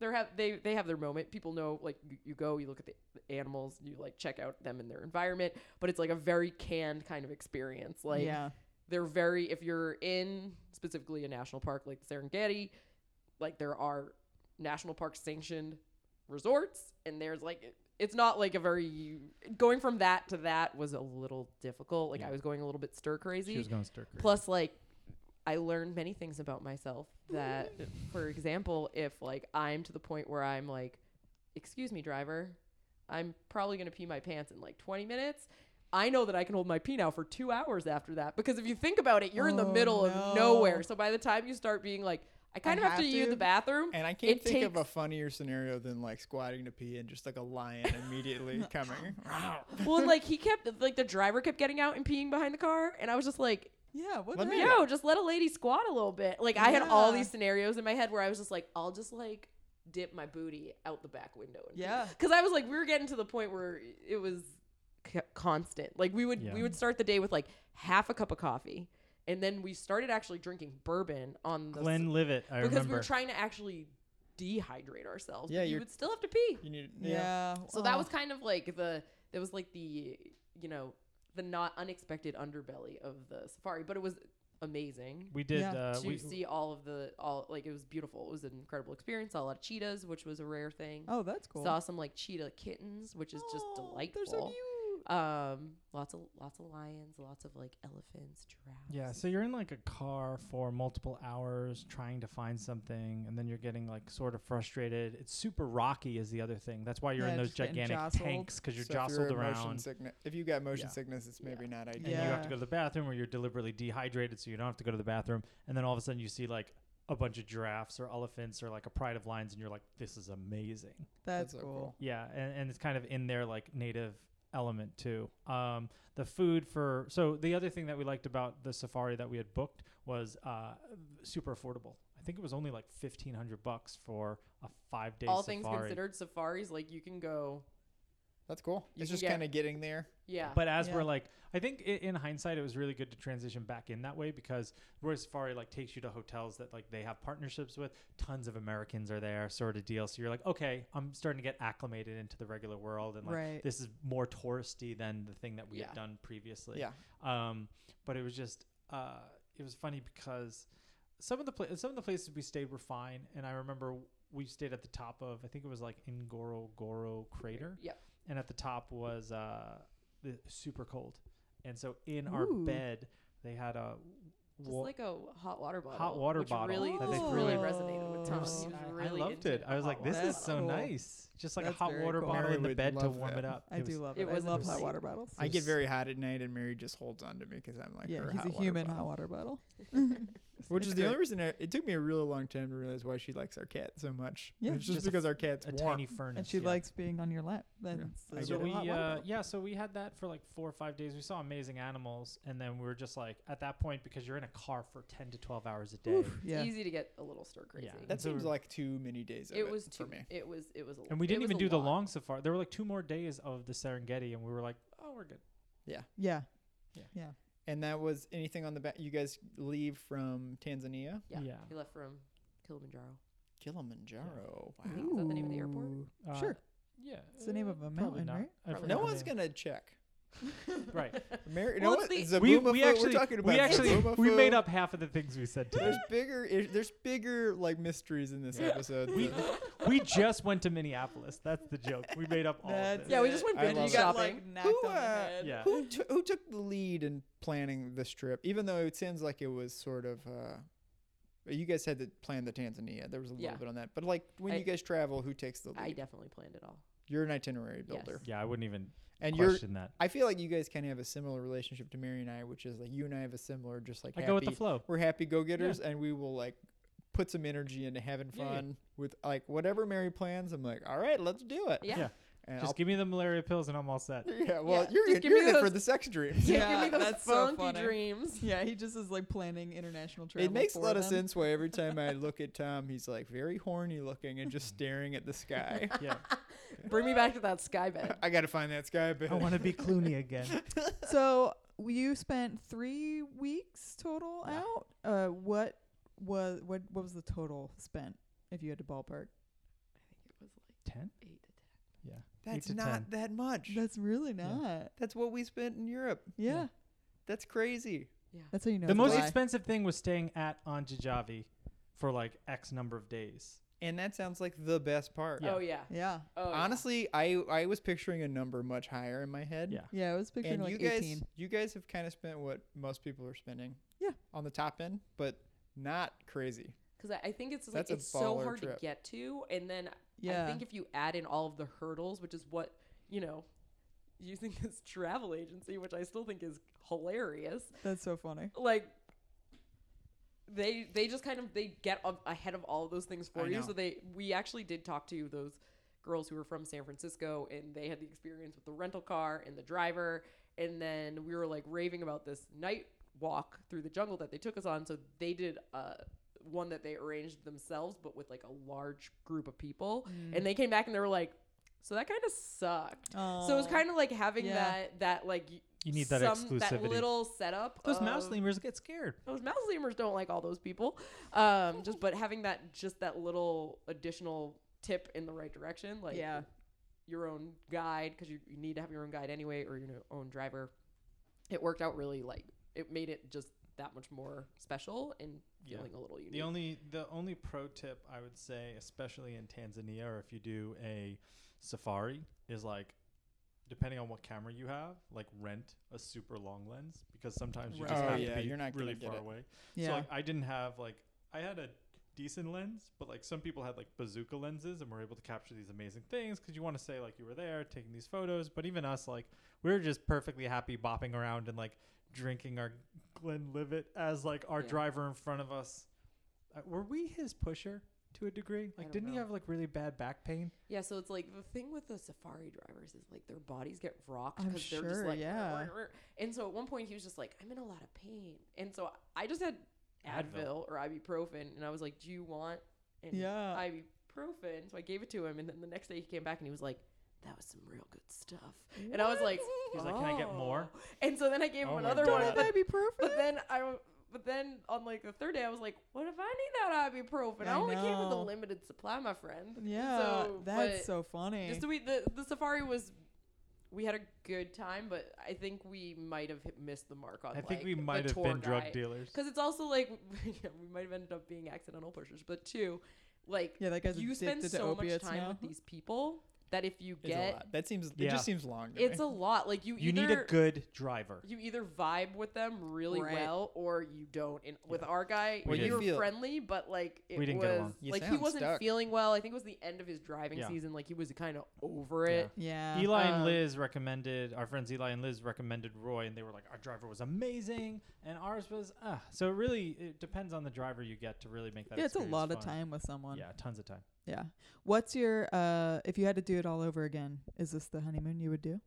Speaker 3: they're have they they have their moment. People know like you, you go, you look at the animals, you like check out them in their environment, but it's like a very canned kind of experience. Like
Speaker 1: yeah.
Speaker 3: they're very if you're in specifically a national park like the Serengeti, like there are national park sanctioned resorts and there's like it- it's not like a very going from that to that was a little difficult. Like
Speaker 4: Yeah.
Speaker 3: I was going a little bit stir crazy.
Speaker 4: She was going stir crazy.
Speaker 3: Plus, like, I learned many things about myself that, for example, if like I'm to the point where I'm like, excuse me, driver, I'm probably gonna pee my pants in like 20 minutes. I know that I can hold my pee now for two hours after that because if you think about it, you're in the
Speaker 1: Oh,
Speaker 3: middle
Speaker 1: no.
Speaker 3: of nowhere. So by the time you start being like, I kind of have,
Speaker 1: have
Speaker 3: to, use
Speaker 1: to.
Speaker 3: the bathroom.
Speaker 2: and I can't
Speaker 3: it
Speaker 2: think of a
Speaker 3: takes-
Speaker 2: funnier scenario than like squatting to pee and just like a lion immediately coming.
Speaker 3: well, and, like he kept like the driver kept getting out and peeing behind the car, and I was just like,
Speaker 1: Yeah. What
Speaker 2: Let
Speaker 1: the
Speaker 2: me
Speaker 1: heck?
Speaker 2: know.
Speaker 3: yo, just let a lady squat a little bit. Like I had all
Speaker 1: Yeah.
Speaker 3: these scenarios in my head where I was just like, I'll just like dip my booty out the back window. And
Speaker 1: Yeah.
Speaker 3: Because I was like, we were getting to the point where it was c- constant. Like we would
Speaker 4: Yeah.
Speaker 3: we would start the day with like half a cup of coffee, and then we started actually drinking bourbon on the
Speaker 4: Glenn Livett, I
Speaker 3: because
Speaker 4: remember.
Speaker 3: we were trying to actually dehydrate ourselves.
Speaker 2: Yeah,
Speaker 3: but you
Speaker 2: you're-
Speaker 3: would still have to pee.
Speaker 2: You need,
Speaker 1: Yeah.
Speaker 3: So that
Speaker 1: wow.
Speaker 3: was kind of like the that was like the you know the not unexpected underbelly of the safari, but it was amazing
Speaker 4: we did.
Speaker 1: Yeah.
Speaker 4: Uh,
Speaker 3: to
Speaker 4: we,
Speaker 3: see all of the all like it was beautiful. It was an incredible experience. Saw a lot of cheetahs, which was a rare thing.
Speaker 1: Oh, that's cool.
Speaker 3: Saw some like cheetah kittens, which is just
Speaker 1: Oh,
Speaker 3: delightful.
Speaker 1: They're so cute.
Speaker 3: Um, lots of lots of lions, lots of like elephants, giraffes.
Speaker 4: Yeah, so you're in like a car for multiple hours trying to find something, and then you're getting like sort of frustrated. It's super rocky, is the other thing. That's why you're
Speaker 1: Yeah,
Speaker 4: in those
Speaker 1: just getting
Speaker 4: gigantic
Speaker 1: jostled.
Speaker 4: tanks because you're
Speaker 2: So if
Speaker 4: jostled
Speaker 2: you're motion
Speaker 4: around,
Speaker 2: sickne- if you got motion
Speaker 4: Yeah.
Speaker 2: sickness, it's maybe not
Speaker 4: and
Speaker 2: ideal.
Speaker 4: you have
Speaker 1: Yeah.
Speaker 4: to go to the bathroom, or you're deliberately dehydrated, so you don't have to go to the bathroom. And then all of a sudden, you see like a bunch of giraffes or elephants or like a pride of lions, and you're like, "This is amazing."
Speaker 1: That's
Speaker 2: so
Speaker 1: cool.
Speaker 4: Yeah, and, and it's kind of in their like native element too. Um, the food for so the other thing that we liked about the safari that we had booked was uh, super affordable. I think it was only like fifteen hundred bucks for a five day
Speaker 3: all
Speaker 4: safari.
Speaker 3: things considered, safaris like you can go.
Speaker 2: That's cool.
Speaker 3: You
Speaker 2: it's
Speaker 3: can
Speaker 2: just
Speaker 3: get-
Speaker 2: kind of getting there.
Speaker 3: Yeah,
Speaker 4: But as
Speaker 1: Yeah.
Speaker 4: we're like, I think i- in hindsight, it was really good to transition back in that way because Roy Safari like takes you to hotels that like they have partnerships with. Tons of Americans are there, sort of deal. So you're like, okay, I'm starting to get acclimated into the regular world, and like
Speaker 1: Right.
Speaker 4: this is more touristy than the thing that we
Speaker 3: Yeah.
Speaker 4: had done previously.
Speaker 2: Yeah.
Speaker 4: Um, but it was just, uh, it was funny because some of the pla- some of the places we stayed were fine, and I remember we stayed at the top of I think it was like Ngorongoro Crater
Speaker 3: Yep.
Speaker 4: and at the top was uh, the super cold, and so in our
Speaker 1: Ooh.
Speaker 4: bed they had a
Speaker 3: just
Speaker 4: wa-
Speaker 3: like a hot water bottle.
Speaker 4: hot water
Speaker 3: which
Speaker 4: bottle
Speaker 3: Really,
Speaker 4: that
Speaker 3: this
Speaker 4: they
Speaker 3: really
Speaker 1: threw in.
Speaker 3: resonated with
Speaker 4: I
Speaker 3: Tom.
Speaker 4: was-
Speaker 3: He was
Speaker 4: I- I
Speaker 3: really
Speaker 4: loved
Speaker 3: into
Speaker 4: it. I
Speaker 3: the
Speaker 4: was
Speaker 3: hot
Speaker 4: like, this
Speaker 3: water
Speaker 4: is so
Speaker 1: cool.
Speaker 4: nice, just like
Speaker 1: That's
Speaker 4: a hot
Speaker 1: very
Speaker 4: water
Speaker 1: cool.
Speaker 4: bottle
Speaker 2: Mary
Speaker 4: in the
Speaker 2: would
Speaker 4: bed to
Speaker 2: love
Speaker 4: warm
Speaker 2: that.
Speaker 4: it up.
Speaker 1: I
Speaker 4: It
Speaker 1: do
Speaker 4: was-
Speaker 1: love
Speaker 3: it
Speaker 1: it. I
Speaker 3: was
Speaker 1: love hot
Speaker 3: amazing.
Speaker 1: water bottles.
Speaker 2: I get
Speaker 4: s-
Speaker 2: very hot at night, and Mary just holds on to me because I'm like,
Speaker 1: yeah,
Speaker 2: her
Speaker 1: he's
Speaker 2: hot
Speaker 1: a
Speaker 2: water
Speaker 1: human
Speaker 2: bottle.
Speaker 1: hot water bottle.
Speaker 2: Which is
Speaker 4: It's
Speaker 2: the
Speaker 4: great.
Speaker 2: only reason I, it took me a really long time to realize why she likes our cat so much.
Speaker 1: Yeah.
Speaker 2: it's just,
Speaker 4: Just a
Speaker 2: because our cat's
Speaker 4: a
Speaker 2: warm.
Speaker 4: tiny furnace.
Speaker 1: And she
Speaker 4: yeah.
Speaker 1: likes being on your lap. Then
Speaker 2: I
Speaker 1: so
Speaker 4: So
Speaker 2: get it.
Speaker 1: we,
Speaker 4: we
Speaker 1: hot water
Speaker 4: uh,
Speaker 1: bottle.
Speaker 4: yeah, so we had that for like four or five days. We saw amazing animals, and then we were just like at that point because you're in a car for ten to twelve hours a day,
Speaker 1: Oof, yeah.
Speaker 3: It's easy to get a little stir crazy.
Speaker 2: That
Speaker 4: That's
Speaker 2: seems
Speaker 4: over.
Speaker 2: like too many days. Of
Speaker 3: it was too.
Speaker 2: for me.
Speaker 3: It was it was. A,
Speaker 4: and we
Speaker 3: it
Speaker 4: didn't
Speaker 3: was
Speaker 4: even
Speaker 3: a
Speaker 4: do the
Speaker 3: lot.
Speaker 4: long safari. There were like two more days of the Serengeti, and we were like, oh, we're good.
Speaker 1: Yeah.
Speaker 2: Yeah.
Speaker 1: Yeah.
Speaker 2: And that was anything on the back. You guys leave from Tanzania,
Speaker 3: Yeah.
Speaker 5: Yeah.
Speaker 3: He left from Kilimanjaro.
Speaker 2: Kilimanjaro.
Speaker 3: I think- Is that the name of the airport?
Speaker 1: Ooh.
Speaker 5: Uh,
Speaker 1: Sure.
Speaker 5: Yeah.
Speaker 1: It's the name of a
Speaker 5: Probably
Speaker 1: mountain,
Speaker 5: not.
Speaker 1: right?
Speaker 5: I
Speaker 3: Probably
Speaker 2: No
Speaker 5: forgot
Speaker 3: not.
Speaker 2: one's
Speaker 5: the name.
Speaker 2: gonna check.
Speaker 5: Right.
Speaker 2: Ameri-
Speaker 3: Well,
Speaker 2: no one,
Speaker 3: it's
Speaker 4: We,
Speaker 2: Zaboomafu-
Speaker 4: we actually
Speaker 2: we're talking about
Speaker 4: we actually we
Speaker 2: Zaboomafoo.
Speaker 4: made up half of the things we said today.
Speaker 2: There's bigger. i- There's bigger like mysteries in this episode.
Speaker 4: We-
Speaker 2: than-
Speaker 4: we just went to Minneapolis. That's the joke. We made up all
Speaker 1: That's
Speaker 4: of
Speaker 3: Yeah,
Speaker 4: this.
Speaker 3: we just went
Speaker 2: I love
Speaker 1: You
Speaker 3: vintage
Speaker 2: it.
Speaker 1: got
Speaker 3: shopping.
Speaker 1: like knocked
Speaker 2: Who,
Speaker 1: on the
Speaker 2: uh,
Speaker 1: head.
Speaker 4: Yeah.
Speaker 3: Uh-huh.
Speaker 2: who t- who took the lead in planning this trip? Even though it seems like it was sort of. Uh, you guys had to plan the Tanzania. There was a little
Speaker 3: Yeah.
Speaker 2: bit on that, but like when
Speaker 3: I-
Speaker 2: you guys travel, who takes the lead?
Speaker 3: I definitely planned it all.
Speaker 2: you're an itinerary builder,
Speaker 3: Yes.
Speaker 4: Yeah, I wouldn't even
Speaker 2: and you're.
Speaker 4: question that.
Speaker 2: I feel like you guys kind of have a similar relationship to Mary and I, which is like you and I have a similar, just like
Speaker 4: I
Speaker 2: happy,
Speaker 4: go with the flow.
Speaker 2: we're happy go getters, and we will like put some energy into having
Speaker 4: Yeah, yeah.
Speaker 2: fun with like whatever Mary plans. I'm like, all right, let's do it.
Speaker 3: Yeah.
Speaker 4: Yeah.
Speaker 2: And
Speaker 4: Just give me the malaria pills and I'm all set.
Speaker 2: Yeah, well,
Speaker 3: Yeah,
Speaker 2: you're
Speaker 3: just
Speaker 2: in,
Speaker 3: give
Speaker 2: you're
Speaker 3: me
Speaker 2: in it for
Speaker 3: those-
Speaker 2: the sex dream.
Speaker 1: Yeah,
Speaker 3: give me those
Speaker 1: that's so
Speaker 3: funky
Speaker 1: funny.
Speaker 3: dreams.
Speaker 1: Yeah, he just is like planning international travel.
Speaker 2: It makes a
Speaker 1: for
Speaker 2: lot of
Speaker 1: them.
Speaker 2: sense why every time I look at Tom, he's like very horny looking and just staring at the sky.
Speaker 4: Yeah.
Speaker 3: Bring me back to that sky bed.
Speaker 2: I gotta find that sky, but
Speaker 4: I want to be Clooney again.
Speaker 1: So you spent three weeks total out. Uh, what was what what was the total spent if you had to ballpark?
Speaker 3: It was like
Speaker 4: 10?
Speaker 3: eight to ten.
Speaker 4: Yeah.
Speaker 2: that's
Speaker 4: Eight to
Speaker 2: not
Speaker 4: 10.
Speaker 2: that much.
Speaker 1: That's really
Speaker 4: Yeah.
Speaker 1: not.
Speaker 2: That's what we spent in Europe.
Speaker 1: Yeah,
Speaker 4: Yeah.
Speaker 2: That's crazy.
Speaker 1: that's how you know.
Speaker 4: the
Speaker 1: it's a
Speaker 4: most
Speaker 1: lie.
Speaker 4: expensive thing was staying at on Jajavi for like X number of days.
Speaker 2: And that sounds like the best part.
Speaker 4: Yeah.
Speaker 3: Oh yeah.
Speaker 1: Yeah,
Speaker 3: Oh, yeah.
Speaker 2: Honestly, I I was picturing a number much higher in my head.
Speaker 4: Yeah.
Speaker 1: yeah. I was picturing
Speaker 2: And
Speaker 1: like
Speaker 2: you guys
Speaker 1: eighteen.
Speaker 2: you guys have kind of spent what most people are spending.
Speaker 1: Yeah.
Speaker 2: On the top end, but not crazy.
Speaker 3: because I, I think it's like
Speaker 2: That's a
Speaker 3: it's so
Speaker 2: baller
Speaker 3: hard
Speaker 2: trip.
Speaker 3: to get to, and then
Speaker 1: Yeah,
Speaker 3: I think if you add in all of the hurdles, which is what you know, using this travel agency, which I still think is hilarious,
Speaker 1: that's so funny.
Speaker 3: like they they just kind of they get a- ahead of all of those things for
Speaker 2: I
Speaker 3: you.
Speaker 2: know.
Speaker 3: So they we actually did talk to those girls who were from San Francisco, and they had the experience with the rental car and the driver, and then we were like raving about this night walk through the jungle that they took us on. So they did uh one that they arranged themselves, but with like a large group of people,
Speaker 4: Mm.
Speaker 3: and they came back and they were like. So that kind of sucked. So it
Speaker 4: Oh.
Speaker 3: was
Speaker 1: Aw.
Speaker 3: kind of like having
Speaker 1: Yeah.
Speaker 3: that that like y-
Speaker 4: You need that
Speaker 3: some-
Speaker 4: exclusivity.
Speaker 3: that little uh, setup.
Speaker 4: Those mouse
Speaker 3: of-
Speaker 4: lemurs get scared.
Speaker 3: those mouse lemurs don't like all those people. Um, just but having that just that little additional tip in the right direction, like
Speaker 1: Yeah.
Speaker 3: your own guide because you, you need to have your own guide anyway or your own driver. It worked out really like it made it just that much more special and
Speaker 4: Yeah.
Speaker 3: feeling a little unique.
Speaker 4: The only the only pro tip I would say, especially in Tanzania or if you do a safari, is like depending on what camera you have, like rent a super long lens because sometimes you just
Speaker 1: Right. Oh,
Speaker 4: have
Speaker 2: yeah,
Speaker 4: to be
Speaker 2: you're not gonna
Speaker 4: really
Speaker 2: get
Speaker 4: far
Speaker 2: it.
Speaker 4: away.
Speaker 1: Yeah,
Speaker 4: So like I didn't have like I had a decent lens, but like some people had like bazooka lenses and were able to capture these amazing things because you want to say like you were there taking these photos. But even us, like we were just perfectly happy bopping around and like drinking our Glenlivet as like our
Speaker 3: Yeah.
Speaker 4: driver in front of us. Uh, were we his pusher to a degree?
Speaker 3: I
Speaker 4: Like
Speaker 3: don't
Speaker 4: didn't he
Speaker 3: know.
Speaker 4: have like really bad back pain?
Speaker 3: yeah, so it's like the thing with the safari drivers is like their bodies get rocked
Speaker 1: I'm
Speaker 3: because they're just
Speaker 1: sure,
Speaker 3: like
Speaker 1: yeah.
Speaker 3: And so at one point he was just like, I'm in a lot of pain, and so I just had Advil
Speaker 4: Advil.
Speaker 3: or ibuprofen, and I was like, Do you want? an
Speaker 1: yeah.
Speaker 3: ibuprofen. So I gave it to him, and then the next day he came back and he was like, "That was some real good stuff." And I was like,
Speaker 4: He was like, "Can I get
Speaker 3: "Oh."
Speaker 4: more?"
Speaker 3: And so then I gave
Speaker 4: Oh
Speaker 3: him
Speaker 4: my
Speaker 3: another
Speaker 4: God.
Speaker 1: Don't
Speaker 3: one.
Speaker 1: have
Speaker 3: But,
Speaker 1: ibuprofen.
Speaker 3: but then I, w- but then on like the third day, I was like, "What if I need that ibuprofen? I,
Speaker 1: I
Speaker 3: only came with a
Speaker 1: know.
Speaker 3: limited supply, my friend."
Speaker 1: Yeah,
Speaker 3: So,
Speaker 1: that's
Speaker 3: but
Speaker 1: so funny.
Speaker 3: Just we the the safari was. We had a good time, but I think we might have hit- missed the mark on.
Speaker 4: I think
Speaker 3: Uh, like,
Speaker 4: we
Speaker 3: the
Speaker 4: might have
Speaker 3: tour
Speaker 4: been drug
Speaker 3: guide.
Speaker 4: dealers.
Speaker 3: Because it's also like yeah, we might have ended up being accidental pushers, but two, like
Speaker 1: yeah, that guy's
Speaker 3: you spend
Speaker 1: addicted to
Speaker 3: so much
Speaker 1: opiates
Speaker 3: time
Speaker 1: now.
Speaker 3: with these people that if you
Speaker 2: It's a
Speaker 3: get
Speaker 2: lot. That seems it
Speaker 4: Yeah.
Speaker 2: just seems long. to
Speaker 3: it's
Speaker 2: me.
Speaker 3: a lot. Like you,
Speaker 4: You
Speaker 3: either
Speaker 4: need a good driver.
Speaker 3: you either vibe with them really
Speaker 1: Right.
Speaker 3: well or you don't. And with our guy,
Speaker 4: We
Speaker 3: we,
Speaker 4: didn't.
Speaker 3: were
Speaker 2: Feel-
Speaker 3: friendly, but like it
Speaker 4: We didn't
Speaker 3: was
Speaker 4: get along.
Speaker 2: You
Speaker 3: like he
Speaker 2: sound
Speaker 3: wasn't
Speaker 2: stuck.
Speaker 3: feeling well. I think it was the end of his driving
Speaker 4: Yeah.
Speaker 3: season. Like he was kind of over
Speaker 4: Yeah.
Speaker 3: it.
Speaker 1: yeah, Uh,
Speaker 4: Eli
Speaker 3: Um,
Speaker 4: and Liz recommended our friends Eli and Liz recommended Roy, and they were like, "Our driver was amazing, and ours was." Uh. So it really, it depends on the driver you get to really make that.
Speaker 1: yeah, it's a
Speaker 4: experience
Speaker 1: lot of
Speaker 4: fun.
Speaker 1: time with someone.
Speaker 4: Yeah, tons of time.
Speaker 1: Yeah. What's your uh if you had to do it all over again, is this the honeymoon you would do?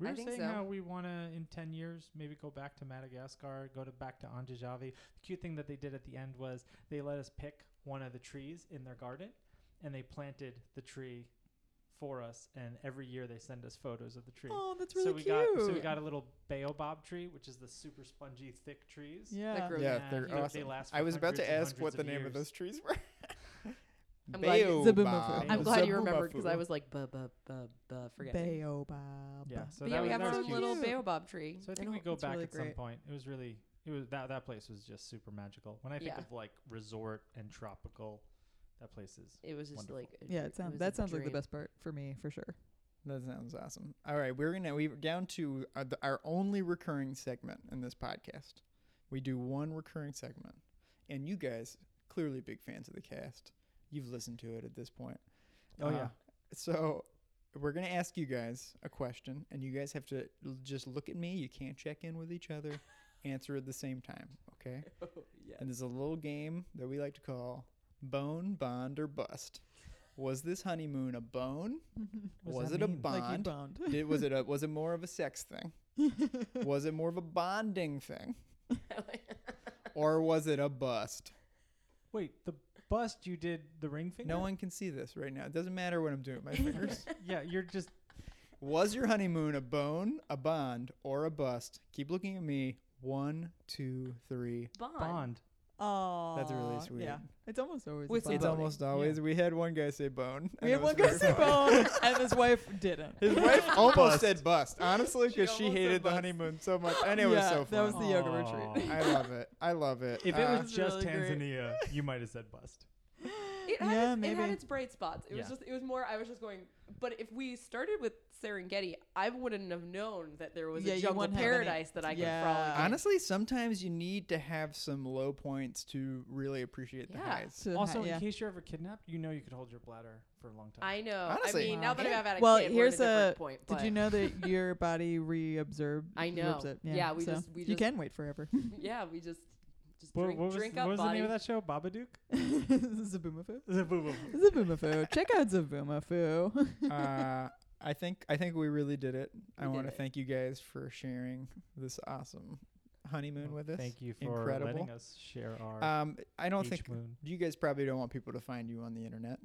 Speaker 4: We
Speaker 3: I
Speaker 4: were
Speaker 3: think
Speaker 4: saying
Speaker 3: so.
Speaker 4: how we want to, in ten years, maybe go back to Madagascar, go to back to Anjajavi. The cute thing that they did at the end was they let us pick one of the trees in their garden, and they planted the tree for us, and every year they send us photos of the tree.
Speaker 1: Oh, that's
Speaker 4: so
Speaker 1: really
Speaker 4: we
Speaker 1: cute.
Speaker 4: got so we got a little baobab tree, which is the super spongy, thick trees.
Speaker 1: yeah.
Speaker 3: grows-
Speaker 4: Yeah,
Speaker 5: Yeah, they're
Speaker 4: they- they
Speaker 5: awesome.
Speaker 4: last
Speaker 5: I
Speaker 4: for
Speaker 5: was about to
Speaker 4: hundreds and
Speaker 5: ask what
Speaker 4: hundreds
Speaker 5: the
Speaker 4: of
Speaker 5: name of
Speaker 4: years.
Speaker 5: those trees were.
Speaker 3: I'm glad you-
Speaker 1: Baobab.
Speaker 3: I'm
Speaker 1: Yeah.
Speaker 3: glad you
Speaker 5: Zabumafu.
Speaker 3: remembered because I was like, buh, buh, buh, buh, forget. it.
Speaker 1: Baobab.
Speaker 4: Yeah, so
Speaker 3: But
Speaker 4: that
Speaker 3: yeah, we
Speaker 4: was,
Speaker 3: have
Speaker 4: that
Speaker 3: our
Speaker 4: was
Speaker 3: own
Speaker 4: cute.
Speaker 3: little
Speaker 1: cute.
Speaker 3: baobab tree.
Speaker 4: So I think
Speaker 1: And
Speaker 4: we go
Speaker 1: it's
Speaker 4: back
Speaker 1: really
Speaker 4: at some
Speaker 1: great.
Speaker 4: point. It was really it was that that place was just super magical. When I think
Speaker 3: Yeah.
Speaker 4: of like resort and tropical, that place is
Speaker 3: It was just
Speaker 4: Wonderful.
Speaker 3: like. a
Speaker 1: Yeah,
Speaker 3: dr-
Speaker 1: it sounds
Speaker 3: was
Speaker 1: that
Speaker 3: a
Speaker 1: sounds like the
Speaker 3: dream.
Speaker 1: best part for me for sure.
Speaker 5: That sounds awesome.
Speaker 2: All right, we're gonna we're down to our, the, our only recurring segment in this podcast. We do one recurring segment, and you guys clearly big fans of the cast. You've listened to it at this point. Uh,
Speaker 4: Oh, yeah.
Speaker 2: So we're gonna ask you guys a question, and you guys have to l- just look at me. You can't check in with each other. Answer at the same time, okay?
Speaker 3: yeah.
Speaker 2: And there's a little game that we like to call Bone, Bond, or Bust. Was this honeymoon a bone?
Speaker 4: What does
Speaker 2: was
Speaker 4: that
Speaker 2: it a
Speaker 4: mean?
Speaker 1: Like you
Speaker 2: bond?
Speaker 1: boned.
Speaker 2: Did, was it a, was it more of a sex thing? was it more of a bonding thing, or was it a bust?
Speaker 4: wait the bust you did the ring finger.
Speaker 2: No one can see this right now. It doesn't matter what I'm doing with my fingers.
Speaker 4: Yeah, you're just
Speaker 2: was your honeymoon a bone, a bond, or a bust? Keep looking at me. One, two, three.
Speaker 3: Bond.
Speaker 4: Bond.
Speaker 1: Oh,
Speaker 2: That's really sweet.
Speaker 1: Yeah, it's almost always. a
Speaker 3: With
Speaker 1: bond.
Speaker 2: It's
Speaker 3: Bonding.
Speaker 2: almost always. We had one guy say bone. and
Speaker 1: We
Speaker 2: it
Speaker 1: had
Speaker 2: was
Speaker 1: one guy
Speaker 2: very
Speaker 1: say
Speaker 2: funny.
Speaker 1: bone, and his wife didn't.
Speaker 2: His wife almost
Speaker 4: Bust.
Speaker 2: said bust, honestly,
Speaker 3: She
Speaker 2: because she,
Speaker 3: almost said
Speaker 2: hated the
Speaker 3: bust.
Speaker 2: honeymoon so much, and it was
Speaker 1: Yeah,
Speaker 2: so
Speaker 1: That
Speaker 2: fun.
Speaker 1: was the yoga retreat.
Speaker 4: Aw.
Speaker 2: I love it. I love it.
Speaker 4: If
Speaker 2: Uh,
Speaker 4: it was
Speaker 1: It's
Speaker 4: just
Speaker 1: really great.
Speaker 4: Tanzania, you might have said bust.
Speaker 3: It had,
Speaker 1: Yeah,
Speaker 3: its, it had
Speaker 1: maybe.
Speaker 3: its bright spots. It was
Speaker 4: Yeah.
Speaker 3: just it was more I was just going but if we started with Serengeti, I wouldn't have known that there was
Speaker 1: Yeah,
Speaker 3: a
Speaker 1: you
Speaker 3: jungle
Speaker 1: wouldn't have any-
Speaker 3: paradise that I could
Speaker 1: Yeah.
Speaker 3: frolic in.
Speaker 2: Honestly, sometimes you need to have some low points to really appreciate the
Speaker 3: Yeah.
Speaker 2: highs.
Speaker 1: To
Speaker 4: Also,
Speaker 1: ha- yeah.
Speaker 4: in case you're ever kidnapped, you know you could hold your bladder for a long time.
Speaker 3: I know.
Speaker 2: Honestly.
Speaker 3: I mean, now that
Speaker 2: Wow.
Speaker 3: I've had a
Speaker 1: Well,
Speaker 3: kid,
Speaker 1: here's
Speaker 3: we're at a different
Speaker 1: a-
Speaker 3: point.
Speaker 1: Did you
Speaker 3: but-
Speaker 1: know that your body reabsorbed?
Speaker 3: I
Speaker 1: absorbs
Speaker 3: know.
Speaker 1: It? Yeah,
Speaker 3: Yeah, we
Speaker 1: so
Speaker 3: just- we
Speaker 1: you
Speaker 3: just-
Speaker 1: can wait forever.
Speaker 3: Yeah, we just just
Speaker 4: Wha-
Speaker 3: drink,
Speaker 4: what was,
Speaker 3: drink
Speaker 4: what
Speaker 3: up
Speaker 4: was the
Speaker 3: body.
Speaker 4: name of that show? Babadook.
Speaker 1: Zaboomafoo.
Speaker 4: Zaboobo.
Speaker 1: Zaboomafoo. Check out Zaboomafoo.
Speaker 2: uh, I think I think we really did it. I
Speaker 3: We
Speaker 2: want to
Speaker 3: did it.
Speaker 2: thank you guys for sharing this awesome honeymoon with us.
Speaker 4: Thank you for
Speaker 2: Incredible.
Speaker 4: letting us share our
Speaker 2: Um, I don't
Speaker 4: beach
Speaker 2: think
Speaker 4: moon.
Speaker 2: you guys probably don't want people to find you on the internet,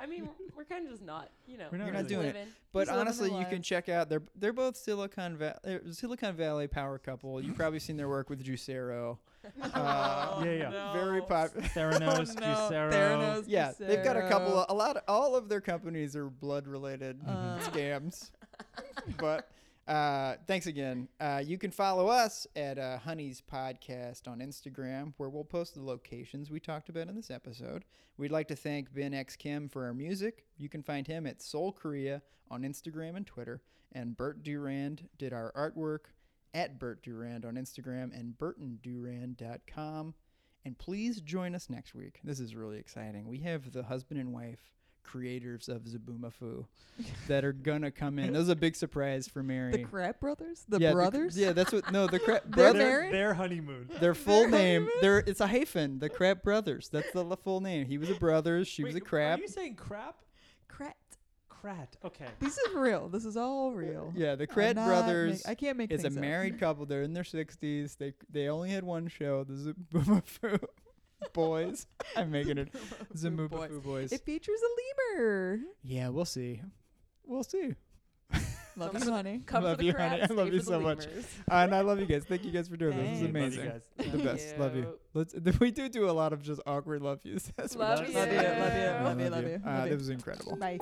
Speaker 3: I mean, we're- we're kind of just not, you know.
Speaker 4: We're not
Speaker 2: You're not
Speaker 4: really.
Speaker 2: doing it.
Speaker 3: living.
Speaker 2: but
Speaker 1: Just living
Speaker 2: honestly,
Speaker 1: their
Speaker 2: you can
Speaker 1: lives.
Speaker 2: check out they're they're both Silicon Valley Silicon Valley power couple. You've probably seen their work with Juicero. Uh,
Speaker 4: Yeah,
Speaker 1: Oh,
Speaker 4: yeah.
Speaker 2: Very popular.
Speaker 4: Theranos, Juicero.
Speaker 1: Theranos,
Speaker 2: Yeah, they've got a couple
Speaker 1: Juicero.
Speaker 2: of a lot. Of, all of their companies are blood related
Speaker 1: Uh.
Speaker 2: Mm-hmm. scams. but uh, thanks again. Uh, you can follow us at uh, Honey's Podcast on Instagram, where we'll post the locations we talked about in this episode. We'd like to thank Ben X Kim for our music. You can find him at Soul Korea on Instagram and Twitter. And Bert Durand did our artwork at Bert Durand on Instagram and burtondurand.com. And please join us next week. This is really exciting. We have the husband and wife creators of Zaboomafoo that are gonna come in. That was a big surprise for Mary.
Speaker 1: The Crab Brothers? The
Speaker 2: Yeah, cr-
Speaker 1: brothers?
Speaker 2: yeah, that's what. No, the Crap
Speaker 1: They're
Speaker 2: Brothers.
Speaker 1: married?
Speaker 4: Their honeymoon.
Speaker 2: Their full
Speaker 1: They're
Speaker 2: name.
Speaker 1: honeymoon?
Speaker 2: They're it's a hyphen. The Crap Brothers. That's the l- full name. He was a brother. She was a
Speaker 4: Wait,
Speaker 2: crap.
Speaker 4: Are you saying crap?
Speaker 1: Crat.
Speaker 4: Crat. Okay.
Speaker 1: This is real. This is all real.
Speaker 2: Yeah, the
Speaker 1: I'm
Speaker 2: Crap
Speaker 1: not
Speaker 2: Brothers.
Speaker 1: Make, I can't make
Speaker 2: is a
Speaker 1: things up.
Speaker 2: married couple. They're in their sixties. They they only had one show. The Zaboomafoo boys. I'm making it. Zaboomafoo boys.
Speaker 1: It features a lemur.
Speaker 2: Yeah, we'll see. We'll see.
Speaker 1: Love
Speaker 3: Sounds
Speaker 1: you, honey.
Speaker 3: Come
Speaker 2: Love
Speaker 3: for the
Speaker 2: you, honey.
Speaker 3: crabs,
Speaker 2: I love
Speaker 3: stay
Speaker 2: you
Speaker 3: for the
Speaker 2: so much.
Speaker 3: lemurs.
Speaker 2: and I love you guys. Thank you guys for doing this. This is
Speaker 1: Thanks.
Speaker 4: Love you
Speaker 2: amazing.
Speaker 4: guys.
Speaker 2: The best. Love you. Let's. We do do a lot of just awkward love yous. That's
Speaker 3: Love
Speaker 4: Love
Speaker 3: you.
Speaker 4: you, love you,
Speaker 1: love you,
Speaker 2: I
Speaker 1: love you, love you.
Speaker 2: Uh, This was incredible.
Speaker 1: Bye.